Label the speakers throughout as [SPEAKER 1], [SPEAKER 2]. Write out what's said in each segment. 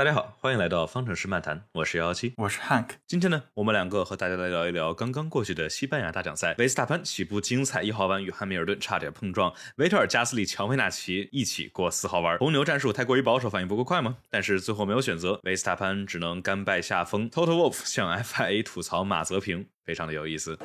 [SPEAKER 1] 大家好，欢迎来到方程式漫谈，我是幺幺七。
[SPEAKER 2] 我是 Hank，
[SPEAKER 1] 今天呢，我们两个和大家来聊一聊刚刚过去的西班牙大奖赛，维斯塔潘起步精彩，一号弯与汉密尔顿差点碰撞，维特尔、加斯利、乔维纳奇一起过四号弯。红牛战术太过于保守，反应不够快吗？但是最后没有选择，维斯塔潘只能甘拜下风。Toto Wolff 向 FIA 吐槽马泽平，非常的有意思。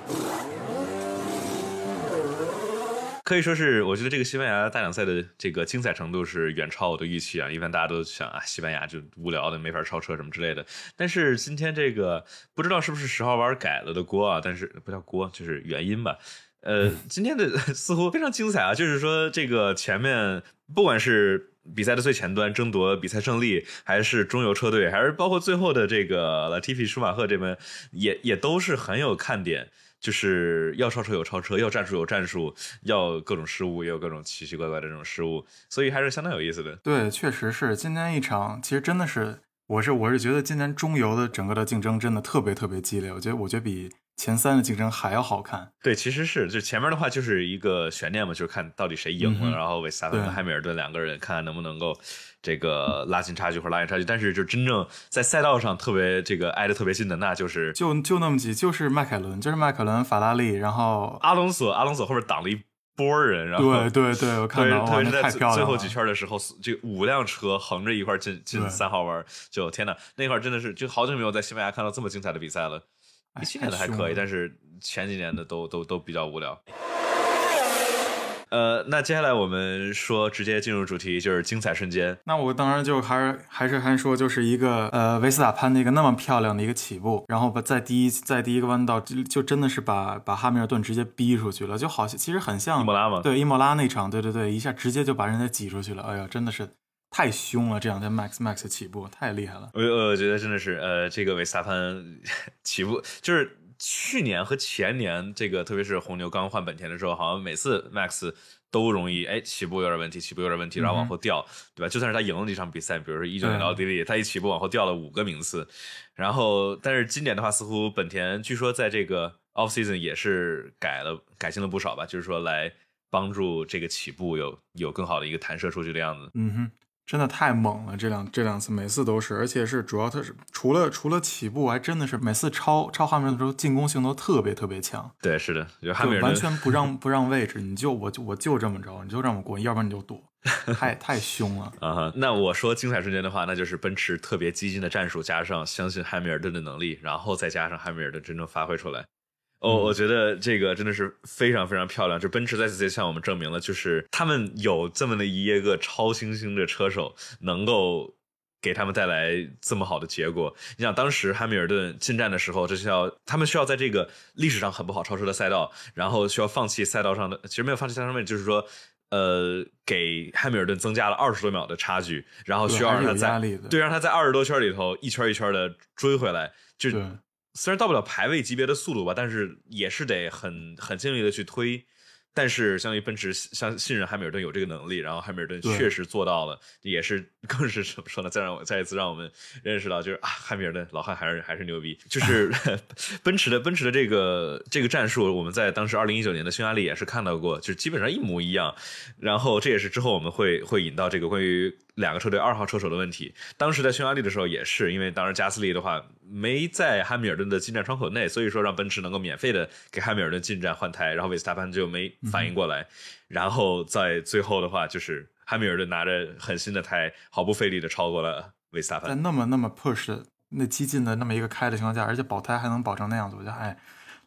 [SPEAKER 1] 可以说是，我觉得这个西班牙大奖赛的这个精彩程度是远超我的预期啊！一般大家都想啊，西班牙就无聊的没法超车什么之类的。但是今天这个不知道是不是十号弯改了的锅啊，但是不叫锅，就是原因吧。呃，今天的 似乎非常精彩啊，就是说这个前面不管是比赛的最前端争夺比赛胜利，还是中游车队，还是包括最后的这个 Latifi 舒马赫这边，也也都是很有看点。就是要超车有超车，要战术有战术，要各种失误也有各种奇奇怪怪的这种失误，所以还是相当有意思的。
[SPEAKER 2] 对，确实是今天一场，其实真的是，我是我是觉得今年中游的整个的竞争真的特别特别激烈，我觉得我觉得比前三的竞争还要好看。
[SPEAKER 1] 对，其实是就前面的话就是一个悬念嘛，就是看到底谁赢了，
[SPEAKER 2] 嗯哼
[SPEAKER 1] 然后维斯塔潘和
[SPEAKER 2] 对
[SPEAKER 1] 汉密尔顿两个人看看能不能够这个拉近差距或者拉远差距。但是就真正在赛道上特别这个挨得特别近的，那就是
[SPEAKER 2] 就就那么几，就是迈凯伦，就是迈凯伦、法拉利，然后
[SPEAKER 1] 阿隆索，阿隆索后面挡了一波人，啊然后
[SPEAKER 2] 对对对，我看
[SPEAKER 1] 对，
[SPEAKER 2] 到
[SPEAKER 1] 特
[SPEAKER 2] 哇，
[SPEAKER 1] 别
[SPEAKER 2] 那
[SPEAKER 1] 是
[SPEAKER 2] 太
[SPEAKER 1] 在最
[SPEAKER 2] 漂亮
[SPEAKER 1] 最
[SPEAKER 2] 了。
[SPEAKER 1] 后几圈的时候，这五辆车横着一块儿进进
[SPEAKER 2] 对
[SPEAKER 1] 三号弯儿，就天哪，那块儿真的是就好久没有在西班牙看到这么精彩的比赛了。
[SPEAKER 2] 哎
[SPEAKER 1] 一七年的还
[SPEAKER 2] 太凶
[SPEAKER 1] 可以，
[SPEAKER 2] 了
[SPEAKER 1] 但是前几年的都都都比较无聊。呃，那接下来我们说直接进入主题，就是精彩瞬间。
[SPEAKER 2] 那我当然就还是还是还说，就是一个呃维斯塔潘的一个那么漂亮的一个起步，然后把在第一在第一个弯道就就真的是把把汉密尔顿直接逼出去了，就好像其实很像
[SPEAKER 1] 伊莫拉嘛
[SPEAKER 2] 对伊莫拉那场，对对对，一下直接就把人家挤出去了，哎呀，真的是太凶了，这两天 Max Max 的起步太厉害了，
[SPEAKER 1] 我我觉得真的是，呃，这个维斯塔潘 起步就是去年和前年，这个特别是红牛刚换本田的时候，好像每次 Max 都容易哎起步有点问题，起步有点问题，然后往后掉，对吧？就算是他赢了这场比赛，比如说一九年的
[SPEAKER 2] 嗯对
[SPEAKER 1] 奥地利，他一起步往后掉了五个名次，然后但是今年的话，似乎本田据说在这个 off season 也是改了改进了不少吧，就是说来帮助这个起步有有更好的一个弹射出去的样子。
[SPEAKER 2] 嗯哼。真的太猛了，这两这两次每次都是，而且是主要它是除了除了起步，还真的是每次超超汉密尔顿的时候进攻性都特别特别强，
[SPEAKER 1] 对，是的，就汉
[SPEAKER 2] 就
[SPEAKER 1] 密尔 顿
[SPEAKER 2] 完全不让不让位置，你就我就我就这么着，你就让我过，要不然你就躲，太太凶了。
[SPEAKER 1] 啊哈，那我说精彩瞬间的话，那就是奔驰特别激进的战术，加上相信汉密尔顿的能力，然后再加上汉密尔顿真正发挥出来。哦，
[SPEAKER 2] 嗯
[SPEAKER 1] 我觉得这个真的是非常非常漂亮。这奔驰再次向我们证明了，就是他们有这么的一个超新星的车手，能够给他们带来这么好的结果。你想，当时汉密尔顿进站的时候，这是要他们需要在这个历史上很不好超车的赛道，然后需要放弃赛道上的，其实没有放弃赛道上面，就是说，呃，给汉密尔顿增加了二十多秒的差距，然后
[SPEAKER 2] 对
[SPEAKER 1] 需要
[SPEAKER 2] 还是
[SPEAKER 1] 让他
[SPEAKER 2] 有
[SPEAKER 1] 在
[SPEAKER 2] 压力的
[SPEAKER 1] 啊对让他在二十多圈里头一圈一圈的追回来，就
[SPEAKER 2] 对
[SPEAKER 1] 虽然到不了排位级别的速度吧，但是也是得很很尽力的去推。但是，相当于奔驰相信任汉密尔顿有这个能力，然后汉密尔顿
[SPEAKER 2] 对
[SPEAKER 1] 确实做到了，也是更是怎么说呢？再让我再一次让我们认识到，就是啊，汉密尔顿老汉还是还是牛逼。就是 奔驰的奔驰的这个这个战术，我们在当时二零一九年的匈牙利也是看到过，就是基本上一模一样。然后这也是之后我们会会引到这个关于两个车队二号车手的问题。当时在匈牙利的时候也是，因为当时加斯利的话没在汉密尔顿的进站窗口内，所以说让奔驰能够免费的给汉密尔顿进站换胎，然后维斯塔潘就没反应过来，然后在最后的话就是汉密尔顿拿着很新的胎，毫不费力的超过了维斯塔
[SPEAKER 2] 在
[SPEAKER 1] 潘。
[SPEAKER 2] 呃那么那么 push 的那激进的那么一个开的情况下，而且保胎还能保成那样子，我觉得哎，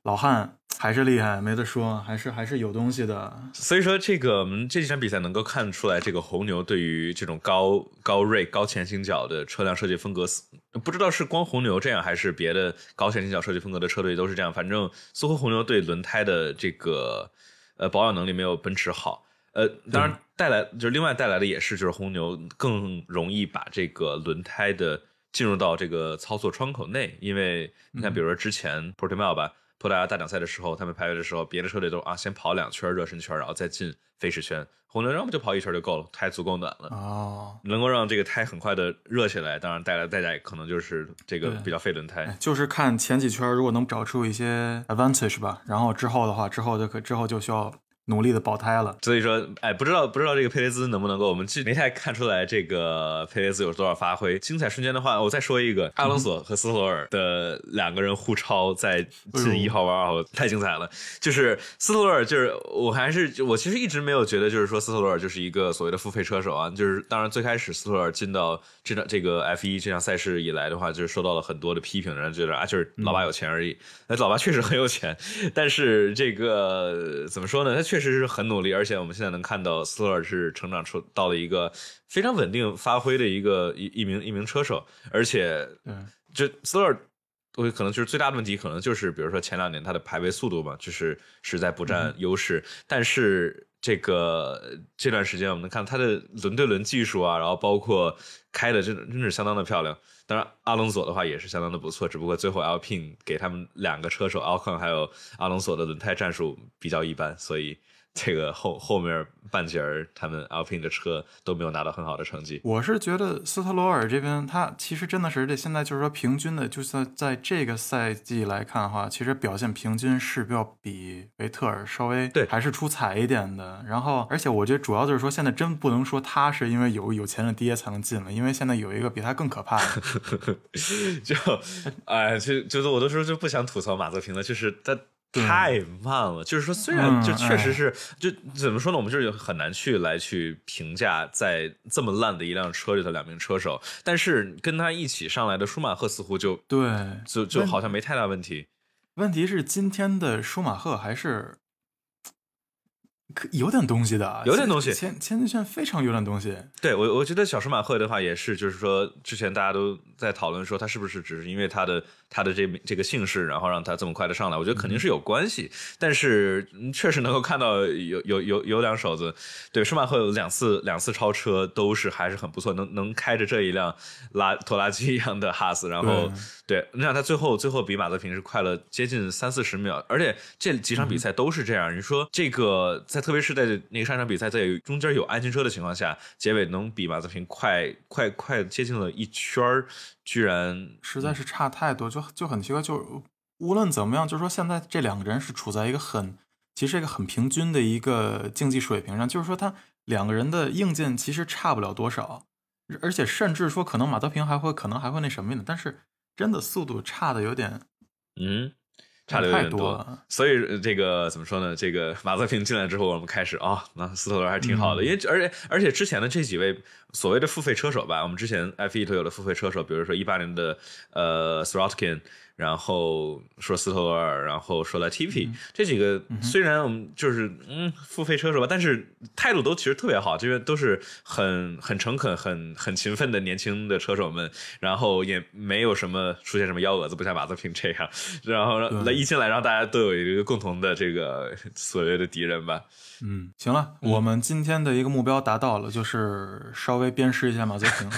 [SPEAKER 2] 老汉还是厉害，没得说，还是还是有东西的。
[SPEAKER 1] 所以说，这个我们这几场比赛能够看出来，这个红牛对于这种高高锐、高前行角的车辆设计风格，似不知道是光红牛这样，还是别的高前行角设计风格的车队都是这样。反正似乎红牛对轮胎的这个呃保养能力没有奔驰好。呃，当然带来就是另外带来的也是，就是红牛更容易把这个轮胎的进入到这个操作窗口内，因为你看，比如说之前 Portimao 吧，葡萄牙大奖赛的时候，他们排位的时候，别的车队都啊先跑两圈热身圈，然后再进飞驰圈，红牛要么就跑一圈就够了，胎足够暖了。
[SPEAKER 2] 哦，
[SPEAKER 1] 能够让这个胎很快的热起来，当然带来的代价也可能就是这个
[SPEAKER 2] 对
[SPEAKER 1] 比较费轮胎
[SPEAKER 2] 哎。就是看前几圈如果能找出一些 advantage 吧，然后之后的话，之后就可之后就需要努力的保胎了。
[SPEAKER 1] 所以说，哎，不知道不知道这个佩雷兹能不能够，我们没太看出来这个佩雷兹有多少发挥。精彩瞬间的话，我再说一个，阿隆索和斯托尔的两个人互超，在进一号弯二号，太精彩了。就是斯托尔，就是我还是我其实一直没有觉得，就是说斯托尔就是一个所谓的付费车手啊。就是当然最开始斯托尔进到这场这个 F 一这项赛事以来的话，就是受到了很多的批评，人觉得啊，就是老爸有钱而已。哎，老爸确实很有钱，但是这个怎么说呢？他确实是很努力，而且我们现在能看到斯托尔是成长出到了一个非常稳定发挥的一个一一名一名车手，而且
[SPEAKER 2] 嗯，
[SPEAKER 1] 就斯托尔，我可能就是最大的问题，可能就是比如说前两年他的排位速度嘛，就是实在不占优势，但是。这个这段时间，我们能看他的轮对轮技术啊，然后包括开的真的真是相当的漂亮。当然，阿隆索的话也是相当的不错，只不过最后 Alpine 给他们两个车手 Alcon 还有阿隆索的轮胎战术比较一般，所以这个后后面半截儿他们 Alpine 的车都没有拿到很好的成绩。
[SPEAKER 2] 我是觉得斯特罗尔这边，他其实真的是，这现在就是说平均的，就算在这个赛季来看的话，其实表现平均是要比维特尔稍微
[SPEAKER 1] 对
[SPEAKER 2] 还是出彩一点的。然后，而且我觉得主要就是说，现在真不能说他是因为有有钱的爹才能进了，因为现在有一个比他更可 怕的。
[SPEAKER 1] 就哎，就就是我都说就不想吐槽马泽平了，就是他。
[SPEAKER 2] 对
[SPEAKER 1] 太慢了，就是说，虽然
[SPEAKER 2] 嗯
[SPEAKER 1] 就确实是，就怎么说呢，我们就是很难去来去评价在这么烂的一辆车里头两名车手，但是跟他一起上来的舒马赫似乎就
[SPEAKER 2] 对，
[SPEAKER 1] 就就好像没太大问题。
[SPEAKER 2] 问题是今天的舒马赫还是可有点东西的啊，
[SPEAKER 1] 有点东西
[SPEAKER 2] 前前前非常有点东西。
[SPEAKER 1] 对我，我觉得小舒马赫的话也是，就是说之前大家都在讨论说他是不是只是因为他的他的这名这个姓氏，然后让他这么快的上来，我觉得肯定是有关系。但是嗯确实能够看到有有有有两手子，对舒马赫有两次两次超车都是还是很不错，能能开着这一辆拉拖拉机一样的哈斯，然后对你想他最后最后比马泽平是快了接近三四十秒，而且这几场
[SPEAKER 2] 嗯
[SPEAKER 1] 比赛都是这样。你说这个在特别是在那个上场比赛在中间有安全车的情况下，结尾能比马泽平快快快接近了一圈儿，居然
[SPEAKER 2] 实在是差太多，就就很奇怪。就无论怎么样，就是说现在这两个人是处在一个很，其实一个很平均的一个竞技水平上，就是说他两个人的硬件其实差不了多少，而且甚至说可能马德平还会可能还会那什么呢，但是真的速度差的有点
[SPEAKER 1] 嗯。差的有
[SPEAKER 2] 太
[SPEAKER 1] 点
[SPEAKER 2] 多了。
[SPEAKER 1] 所以呃这个怎么说呢？这个马泽平进来之后，我们开始啊、那斯特罗还挺好的，
[SPEAKER 2] 嗯
[SPEAKER 1] 因为而且而且之前的这几位所谓的付费车手吧，我们之前 F 一头有的付费车手，比如说一八年的呃 Sorotkin，然后说斯特罗尔，然后说来 Tipi，、这几个虽然我们就是嗯付费车手吧，但是态度都其实特别好，这边都是很很诚恳、很很勤奋的年轻的车手们，然后也没有什么出现什么幺蛾子，不像马泽平这样，然后让来
[SPEAKER 2] 对
[SPEAKER 1] 一进来让大家都有一个共同的这个所谓的敌人吧。
[SPEAKER 2] 嗯，行了，我们今天的一个目标达到了，就是稍微鞭尸一下马泽 平。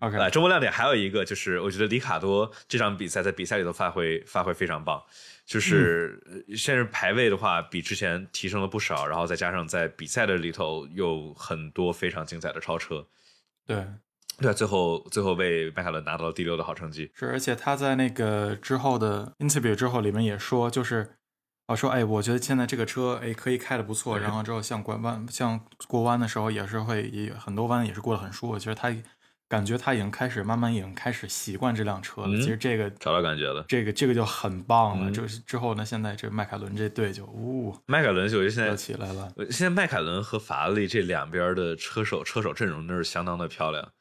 [SPEAKER 2] OK，
[SPEAKER 1] 啊，中国亮点还有一个就是，我觉得里卡多这场比赛在比赛里头发挥发挥非常棒，就是呃先是排位的话比之前提升了不少，然后再加上在比赛的里头有很多非常精彩的超车，
[SPEAKER 2] 对，
[SPEAKER 1] 对啊，最后最后为迈凯伦拿到了第六的好成绩。
[SPEAKER 2] 是，而且他在那个之后的 interview 之后，里面也说，就是啊说，哎，我觉得现在这个车，哎，可以开的不错。然后之后像拐弯，像过弯的时候，也是会以很多弯也是过得很舒服。其实他感觉他已经开始慢慢已经开始习惯这辆车了。
[SPEAKER 1] 嗯
[SPEAKER 2] 其实这个
[SPEAKER 1] 找到感觉了，
[SPEAKER 2] 这个这个就很棒了。
[SPEAKER 1] 嗯
[SPEAKER 2] 就是之后呢，现在这迈凯伦这队就呜
[SPEAKER 1] 迈凯伦，我觉得现在
[SPEAKER 2] 又起来了。
[SPEAKER 1] 呃现在迈凯伦和法拉利这两边的车手车手阵容都是相当的漂亮，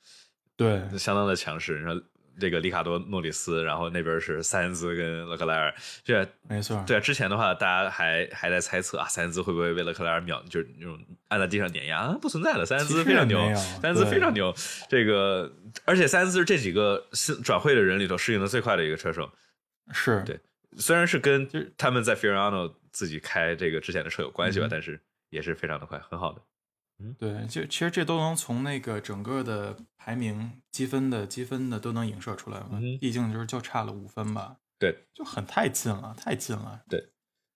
[SPEAKER 2] 对，
[SPEAKER 1] 相当的强势。然后这个里卡多、诺里斯，然后那边是塞恩兹跟勒克莱尔。这
[SPEAKER 2] 没错，
[SPEAKER 1] 对啊，之前的话大家还还在猜测啊，塞恩兹会不会为勒克莱尔秒，就是那种按在地上碾压？啊不存在的，塞恩
[SPEAKER 2] 其
[SPEAKER 1] 兹
[SPEAKER 2] 实
[SPEAKER 1] 非常
[SPEAKER 2] 也
[SPEAKER 1] 牛
[SPEAKER 2] 没，有
[SPEAKER 1] 塞恩兹非
[SPEAKER 2] 对
[SPEAKER 1] 常牛。这个而且塞恩兹是这几个新转会的人里头适应的最快的一个车手，
[SPEAKER 2] 是
[SPEAKER 1] 对虽然是跟
[SPEAKER 2] 就是
[SPEAKER 1] 他们在 Fiorano 自己开这个之前的车有关系吧，
[SPEAKER 2] 嗯
[SPEAKER 1] 但是也是非常的快，很好的。
[SPEAKER 2] 对，就其实这都能从那个整个的排名、积分的积分的都能影射出来嘛。
[SPEAKER 1] 嗯哼
[SPEAKER 2] 毕竟就是就差了五分吧。
[SPEAKER 1] 对，
[SPEAKER 2] 就很太近了，太近了。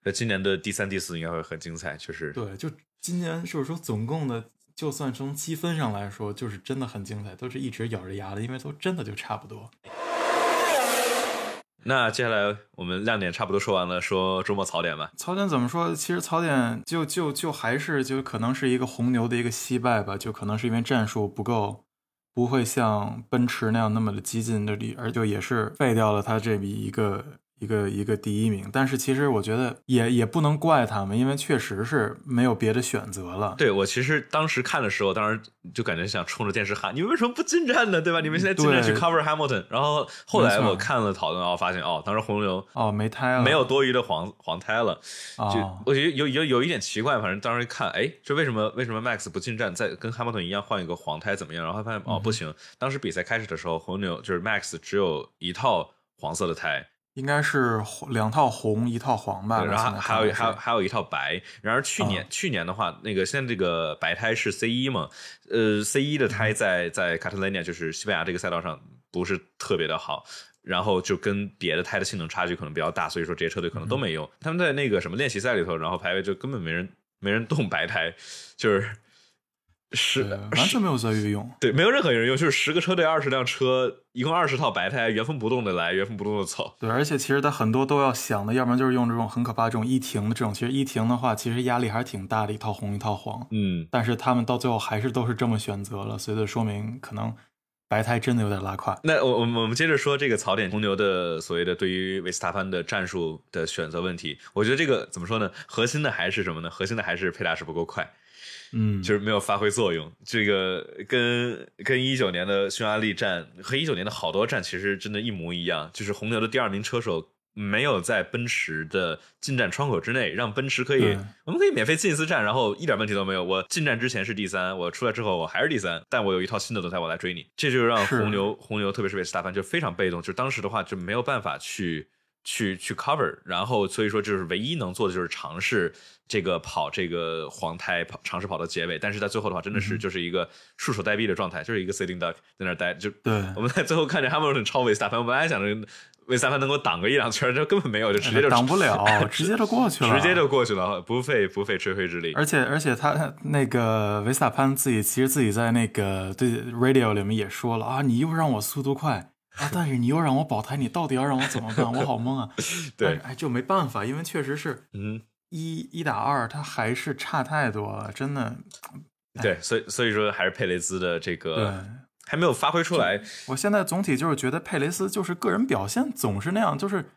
[SPEAKER 1] 那今年的第三、第四应该会很精彩，就是
[SPEAKER 2] 对，就今年就是说总共的，就算从积分上来说，就是真的很精彩，都是一直咬着牙的，因为都真的就差不多。
[SPEAKER 1] 那接下来我们亮点差不多说完了，说周末槽点吧。
[SPEAKER 2] 槽点怎么说？其实槽点就就就还是就可能是一个红牛的一个惜败吧，就可能是因为战术不够，不会像奔驰那样那么的激进的力，而就也是废掉了他这笔一个一个一个第一名。但是其实我觉得也也不能怪他们，因为确实是没有别的选择了。
[SPEAKER 1] 对我其实当时看的时候，当时就感觉想冲着电视喊：“你们为什么不进站呢？对吧？你们现在进站去
[SPEAKER 2] 对
[SPEAKER 1] cover Hamilton。”然后后来
[SPEAKER 2] 没错
[SPEAKER 1] 我看了讨论，然后发现哦，当时红牛
[SPEAKER 2] 哦，没胎了，
[SPEAKER 1] 没有多余的黄黄胎了。就
[SPEAKER 2] 哦，
[SPEAKER 1] 我觉得有有有一点奇怪，反正当时看，哎，这为什么为什么 Max 不进站，再跟汉密尔顿一样换一个黄胎怎么样？然后发现
[SPEAKER 2] 嗯
[SPEAKER 1] 哦不行，当时比赛开始的时候，红牛就是 Max 只有一套黄色的胎，
[SPEAKER 2] 应该是红两套红一套黄吧。
[SPEAKER 1] 对然后
[SPEAKER 2] 现在
[SPEAKER 1] 还
[SPEAKER 2] 看
[SPEAKER 1] 还有
[SPEAKER 2] 来是
[SPEAKER 1] 还有还有一套白。然而去年、
[SPEAKER 2] 啊
[SPEAKER 1] 去年的话，那个现在这个白胎是 C 一嘛，呃，C 一的
[SPEAKER 2] 嗯
[SPEAKER 1] 胎在在 Catalonia 就是西班牙这个赛道上不是特别的好。然后就跟别的胎的性能差距可能比较大，所以说这些车队可能都
[SPEAKER 2] 嗯
[SPEAKER 1] 没用。他们在那个什么练习赛里头，然后排位就根本没人没人动白胎，就是是
[SPEAKER 2] 对完全没有在御用。
[SPEAKER 1] 对没有任何人用，就是十个车队二十辆车，一共二十套白胎，原封不动的来，原封不动的走。
[SPEAKER 2] 对，而且其实他很多都要想的，要不然就是用这种很可怕这种一停的这种。其实一停的话，其实压力还是挺大的，一套红一套黄。
[SPEAKER 1] 嗯，
[SPEAKER 2] 但是他们到最后还是都是这么选择了，所以就说明可能白胎真的有点拉胯。
[SPEAKER 1] 那我我们我们接着说这个槽点，红牛的所谓的对于维斯塔潘的战术的选择问题，我觉得这个怎么说呢？核心的还是什么呢？核心的还是佩达什不够快，
[SPEAKER 2] 嗯，
[SPEAKER 1] 就是没有发挥作用。这个跟跟一九年的匈牙利站和一九年的好多站其实真的一模一样，就是红牛的第二名车手没有在奔驰的进站窗口之内，让奔驰可以
[SPEAKER 2] 对
[SPEAKER 1] 我们可以免费进一次站，然后一点问题都没有。我进站之前是第三，我出来之后我还是第三，但我有一套新的轮胎，我来追你。这就让
[SPEAKER 2] 是
[SPEAKER 1] 红牛红牛特别是维斯塔潘就非常被动，就当时的话就没有办法去。去去 cover，然后所以说就是唯一能做的就是尝试这个跑这个黄胎跑尝试跑到结尾，但是在最后的话真的是
[SPEAKER 2] 嗯
[SPEAKER 1] 就是一个束手待毙的状态，就是一个 sitting duck 在那儿待，就
[SPEAKER 2] 对，
[SPEAKER 1] 我们在最后看见 Hamilton 超维斯塔潘，我本来想着维斯塔潘能够挡个一两圈，这根本没有，就直接就
[SPEAKER 2] 哎挡不了，直接就过去了，
[SPEAKER 1] 直接就过去了，不费不费吹灰之力。
[SPEAKER 2] 而且而且他那个维斯塔潘自己其实自己在那个对 radio 里面也说了啊，你又让我速度快啊，但是你又让我保胎，你到底要让我怎么办？我好懵啊！但
[SPEAKER 1] 对
[SPEAKER 2] 是，哎，就没办法，因为确实是
[SPEAKER 1] 嗯，
[SPEAKER 2] 一一打二，他还是差太多了，真的。
[SPEAKER 1] 对，所以所以说还是佩雷兹的这
[SPEAKER 2] 对
[SPEAKER 1] 个还没有发挥出来，
[SPEAKER 2] 我现在总体就是觉得佩雷斯就是个人表现总是那样，就是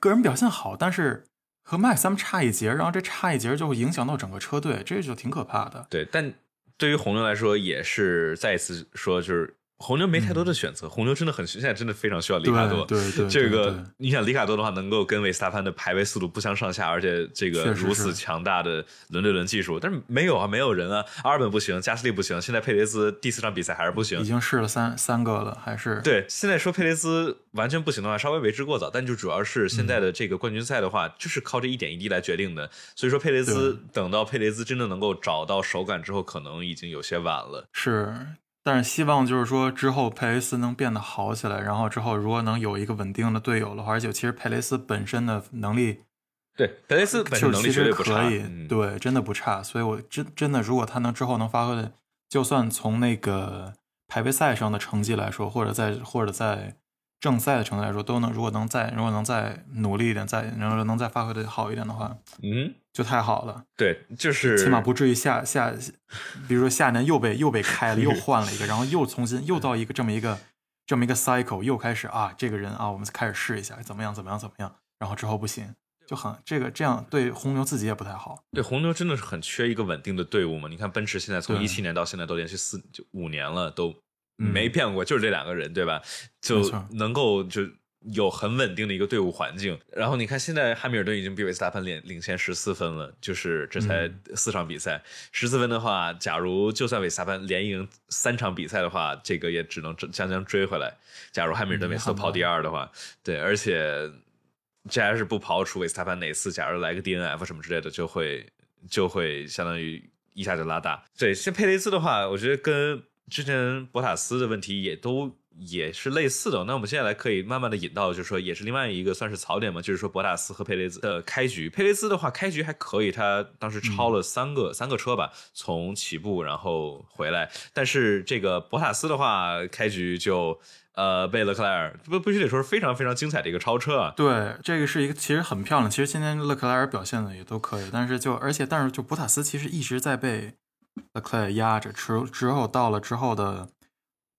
[SPEAKER 2] 个人表现好，但是和麦克斯他们差一截，然后这差一截就会影响到整个车队，这就挺可怕的。
[SPEAKER 1] 对，但对于红牛来说也是再一次说，就是红牛没太多的选择，红牛真的很需现在真的非常需要里
[SPEAKER 2] 嗯对
[SPEAKER 1] 卡多。
[SPEAKER 2] 对对，
[SPEAKER 1] 这
[SPEAKER 2] 对对
[SPEAKER 1] 个你想里卡多的话，能够跟维斯塔潘的排位速度不相上下，而且这个
[SPEAKER 2] 确实
[SPEAKER 1] 如此
[SPEAKER 2] 是
[SPEAKER 1] 强大的轮对轮技术，但是没有啊，没有人啊，阿尔本不行，加斯利不行，现在佩雷兹第四场比赛还是不行
[SPEAKER 2] 已，经试了三三个了，还是
[SPEAKER 1] 对，现在说佩雷兹完全不行的话，稍微为之过早，但就主要是现在的
[SPEAKER 2] 嗯
[SPEAKER 1] 这个冠军赛的话，就是靠这一点一滴来决定的。所以说佩雷兹等到佩雷兹真的能够找到手感之后，可能已经有些晚了。
[SPEAKER 2] 是，但是希望就是说之后佩雷斯能变得好起来，然后之后如果能有一个稳定的队友的话，而且其实佩雷斯本身的能力
[SPEAKER 1] 对，佩雷兹本身
[SPEAKER 2] 就
[SPEAKER 1] 能
[SPEAKER 2] 是
[SPEAKER 1] 力
[SPEAKER 2] 其
[SPEAKER 1] 绝对
[SPEAKER 2] 实
[SPEAKER 1] 不差，
[SPEAKER 2] 可以，
[SPEAKER 1] 嗯、
[SPEAKER 2] 对，真的不差，所以我真真的如果他能之后能发挥的，就算从那个排位赛上的成绩来说，或者在或者在。正赛的成绩来说，都能如果能再如果能再努力一点，再然后能再发挥的好一点的话，
[SPEAKER 1] 嗯，
[SPEAKER 2] 就太好了。
[SPEAKER 1] 对，就是
[SPEAKER 2] 起码不至于下下，比如说下年又被又被开了，又换了一个，然后又重新又到一个这么一个这么一个 cycle，又开始啊，这个人啊，我们开始试一下怎么样怎么样怎么样，然后之后不行，就很这个这样对红牛自己也不太好。
[SPEAKER 1] 对红牛真的是很缺一个稳定的队伍嘛。你看奔驰现在从
[SPEAKER 2] 对
[SPEAKER 1] 一七年到现在都连续四就五年了，都
[SPEAKER 2] 嗯
[SPEAKER 1] 没变过，就是这两个人对吧？
[SPEAKER 2] 没
[SPEAKER 1] 就
[SPEAKER 2] 错
[SPEAKER 1] 能够就有很稳定的一个队伍环境。然后你看现在汉密尔顿已经比维斯塔潘领领先十四分了，就是这才
[SPEAKER 2] 嗯
[SPEAKER 1] 四场比赛，十四、分的话，假如就算维斯塔潘连赢三场比赛的话，这个也只能将将追回来。假如汉密尔顿
[SPEAKER 2] 嗯
[SPEAKER 1] 每次都
[SPEAKER 2] 汉
[SPEAKER 1] 跑
[SPEAKER 2] 堡
[SPEAKER 1] 第二的话，对，而且这还是不刨除维斯塔潘哪次假如来个 DNF 什么之类的，就会就会相当于一下就拉大。对，像佩雷兹的话，我觉得跟之前博塔斯的问题也都也是类似的。那我们接下来可以慢慢的引到，就是说也是另外一个算是槽点嘛，就是说博塔斯和佩雷兹的开局。佩雷兹的话，开局还可以，他当时超了三个、三个车吧，从起步然后回来。但是这个博塔斯的话，开局就呃，贝勒克莱尔不必须得说是非常非常精彩的一个超车啊。
[SPEAKER 2] 对，这个是一个其实很漂亮。其实今天勒克莱尔表现的也都可以，但是就而且但是就博塔斯其实一直在被勒克莱尔压着，之之后到了之后的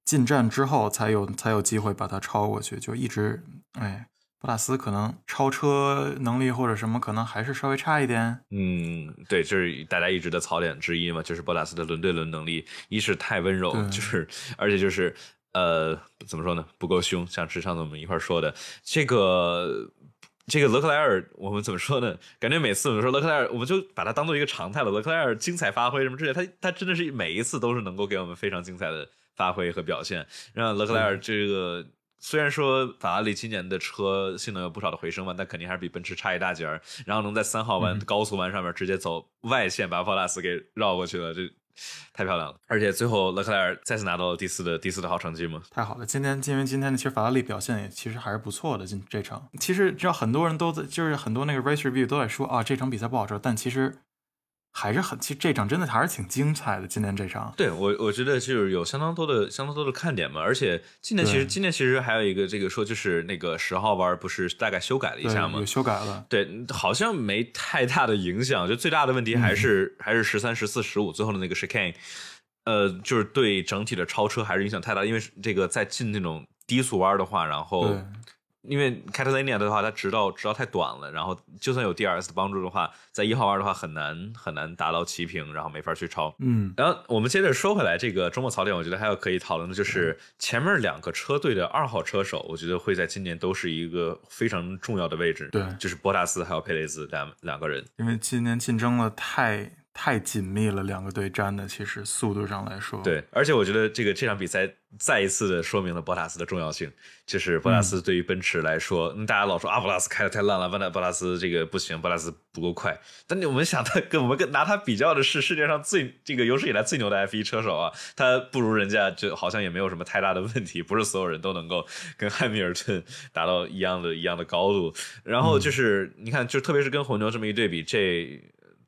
[SPEAKER 2] 进站之后才有才有机会把他超过去，就一直哎，博塔斯可能超车能力或者什么可能还是稍微差一点。
[SPEAKER 1] 嗯，对，这是大家一直的槽点之一嘛，就是博塔斯的轮对轮能力，一是太温柔，
[SPEAKER 2] 对
[SPEAKER 1] 就是而且就是呃，怎么说呢，不够凶，像之上次我们一块儿说的这个。这个勒克莱尔，我们怎么说呢？感觉每次我们说勒克莱尔，我们就把它当做一个常态了。勒克莱尔精彩发挥什么之类，他他真的是每一次都是能够给我们非常精彩的发挥和表现。让勒克莱尔这个虽然说法拉利今年的车性能有不少的回升嘛，但肯定还是比奔驰差一大截儿。然后能在三号弯、
[SPEAKER 2] 嗯
[SPEAKER 1] 高速弯上面直接走外线把博拉斯给绕过去了，这太漂亮了。而且最后勒克莱尔再次拿到了第四的第四的好成绩嘛。
[SPEAKER 2] 太好了，今天因为今天的其实法拉利表现也其实还是不错的，今这场其实知道很多人都在，就是很多那个 race review 都在说啊这场比赛不好车，但其实还是很，其实这场真的还是挺精彩的，今天这场。
[SPEAKER 1] 对我，我觉得就是有相当多的、相当多的看点嘛。而且今年其实
[SPEAKER 2] 对
[SPEAKER 1] 今年其实还有一个这个说，就是那个十号弯不是大概修改了一
[SPEAKER 2] 对，
[SPEAKER 1] 下嘛
[SPEAKER 2] 有，修改了，
[SPEAKER 1] 对，好像没太大的影响。就最大的问题还是、还是十三、十四、十五最后的那个 chicane，呃，就是对整体的超车还是影响太大。因为这个在进那种低速弯的话，然后
[SPEAKER 2] 对
[SPEAKER 1] 因为 Catalonia 的话，它直道直道太短了，然后就算有 DRS 的帮助的话，在一号弯的话很难很难达到齐平，然后没法去超。
[SPEAKER 2] 嗯，
[SPEAKER 1] 然后我们接着说回来，这个周末槽点，我觉得还有可以讨论的就是
[SPEAKER 2] 嗯
[SPEAKER 1] 前面两个车队的二号车手，我觉得会在今年都是一个非常重要的位置。
[SPEAKER 2] 对
[SPEAKER 1] 就是博塔斯还有佩雷兹两两个人。
[SPEAKER 2] 因为今天竞争了太太紧密了，两个队粘的，其实速度上来说，，
[SPEAKER 1] 对，而且我觉得这个这场比赛再一次的说明了博塔斯的重要性，就是博塔
[SPEAKER 2] 嗯
[SPEAKER 1] 斯对于奔驰来说，嗯大家老说啊，博塔斯开的太烂了，博塔博塔斯这个不行，博塔斯不够快。但你我们想他跟我们跟拿他比较的是世界上最这个有史以来最牛的 F 一车手啊，他不如人家，就好像也没有什么太大的问题，不是所有人都能够跟汉密尔顿达到一样的一样的高度。然后
[SPEAKER 2] 嗯
[SPEAKER 1] 就是、你看，就特别是跟红牛这么一对比，这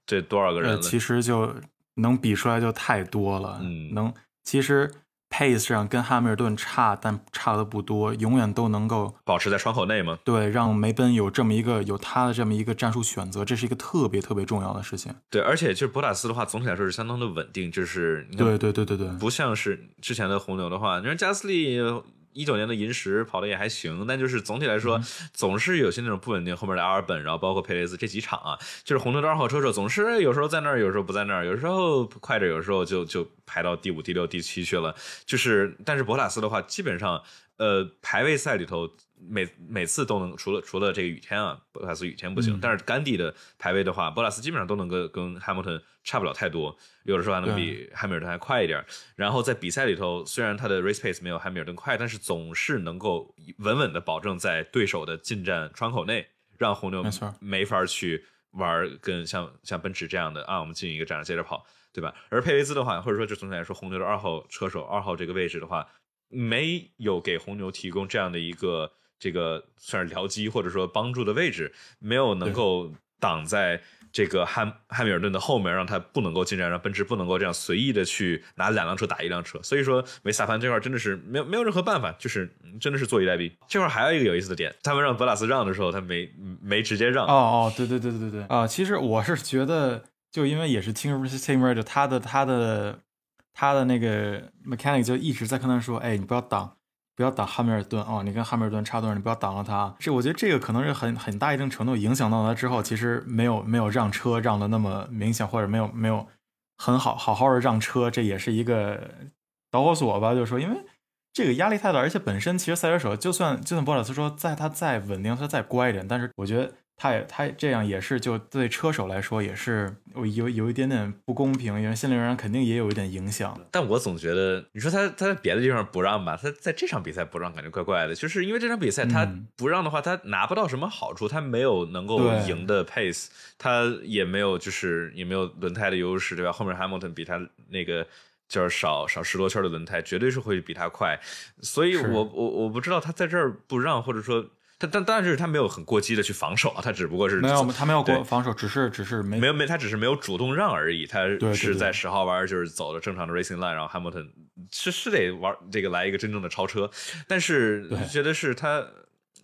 [SPEAKER 1] 这多少个人
[SPEAKER 2] 呃，
[SPEAKER 1] 了？
[SPEAKER 2] 其实就能比出来就太多了，
[SPEAKER 1] 嗯
[SPEAKER 2] 能其实 pace 上跟汉密尔顿差，但差的不多，永远都能够。
[SPEAKER 1] 保持在窗口内嘛。
[SPEAKER 2] 对，让梅奔有这么一个有他的这么一个战术选择，这是一个特别特别重要的事情。
[SPEAKER 1] 对，而且就是博塔斯的话，总体来说是相当的稳定，就是你看
[SPEAKER 2] 对对对对对，
[SPEAKER 1] 不像是之前的红牛的话，你说加斯利一九年的银石跑的也还行，但就是总体来
[SPEAKER 2] 嗯
[SPEAKER 1] 说、总是有些那种不稳定。后面的阿尔本，然后包括佩雷斯这几场啊，就是红牛的二号车手总是有时候在那儿，有时候不在那儿，有时候快着，有时候就就排到第五、第六、第七去了。就是，但是博塔斯的话，基本上呃排位赛里头。每每次都能，除了除了这个雨天啊，博塔斯雨天不行，
[SPEAKER 2] 嗯
[SPEAKER 1] 但是甘地的排位的话，博塔斯基本上都能跟跟汉密尔顿差不了太多，有的时候还能比汉密尔顿还快一点儿。然后在比赛里头，虽然他的 race pace 没有汉密尔顿快，但是总是能够稳稳的保证在对手的进站窗口内，让红牛
[SPEAKER 2] 没错
[SPEAKER 1] 没法去玩儿跟像像奔驰这样的啊，我们进一个站接着跑，对吧？而佩雷兹的话，或者说就总体来说，红牛的二号车手二号这个位置的话，没有给红牛提供这样的一个这个算是僚机或者说帮助的位置，没有能够挡在这个汉汉密尔顿的后面，让他不能够进站，让奔驰不能够这样随意的去拿两辆车打一辆车。所以说，维斯塔潘这块真的是没有没有任何办法，就是嗯真的是坐以待毙。这块还有一个有意思的点，他们让博拉斯让的时候，他没没直接让。
[SPEAKER 2] 哦哦，对对对对对对啊、其实我是觉得，就因为也是听 Team Radio，他的他的他的那个 mechanic 就一直在跟他说，哎，你不要挡，不要挡汉密尔顿哦，你跟汉密尔顿差多少，你不要挡了他。这我觉得这个可能是很很大一定程度影响到他之后，其实没有没有让车让的那么明显，或者没有没有很好好好的让车，这也是一个导火索吧，就是说因为。这个压力太大，而且本身其实赛车手就算就算博尔斯说在他再稳定，他再乖一点，但是我觉得他也他这样也是就对车手来说也是有有有一点点不公平，因为心理上肯定也有一点影响。
[SPEAKER 1] 但我总觉得，你说他他在别的地方不让吧，他在这场比赛不让，感觉怪怪的。就是因为这场比赛他
[SPEAKER 2] 嗯
[SPEAKER 1] 不让的话，他拿不到什么好处，他没有能够
[SPEAKER 2] 对
[SPEAKER 1] 赢的 pace，他也没有就是也没有轮胎的优势，对吧？后面 Hamilton 比他那个就是少少十多圈的轮胎，绝对是会比他快。所以
[SPEAKER 2] 是
[SPEAKER 1] 我我我不知道他在这儿不让，或者说他但但是他没有很过激的去防守啊，他只不过是
[SPEAKER 2] 没有，他没有
[SPEAKER 1] 对
[SPEAKER 2] 过防守，只是只是没
[SPEAKER 1] 没有没，他只是没有主动让而已。他
[SPEAKER 2] 对
[SPEAKER 1] 是
[SPEAKER 2] 对
[SPEAKER 1] 在十号弯就是走了正常的 racing line，然后 Hamilton 是是得玩这个来一个真正的超车，但是
[SPEAKER 2] 对
[SPEAKER 1] 觉得是他，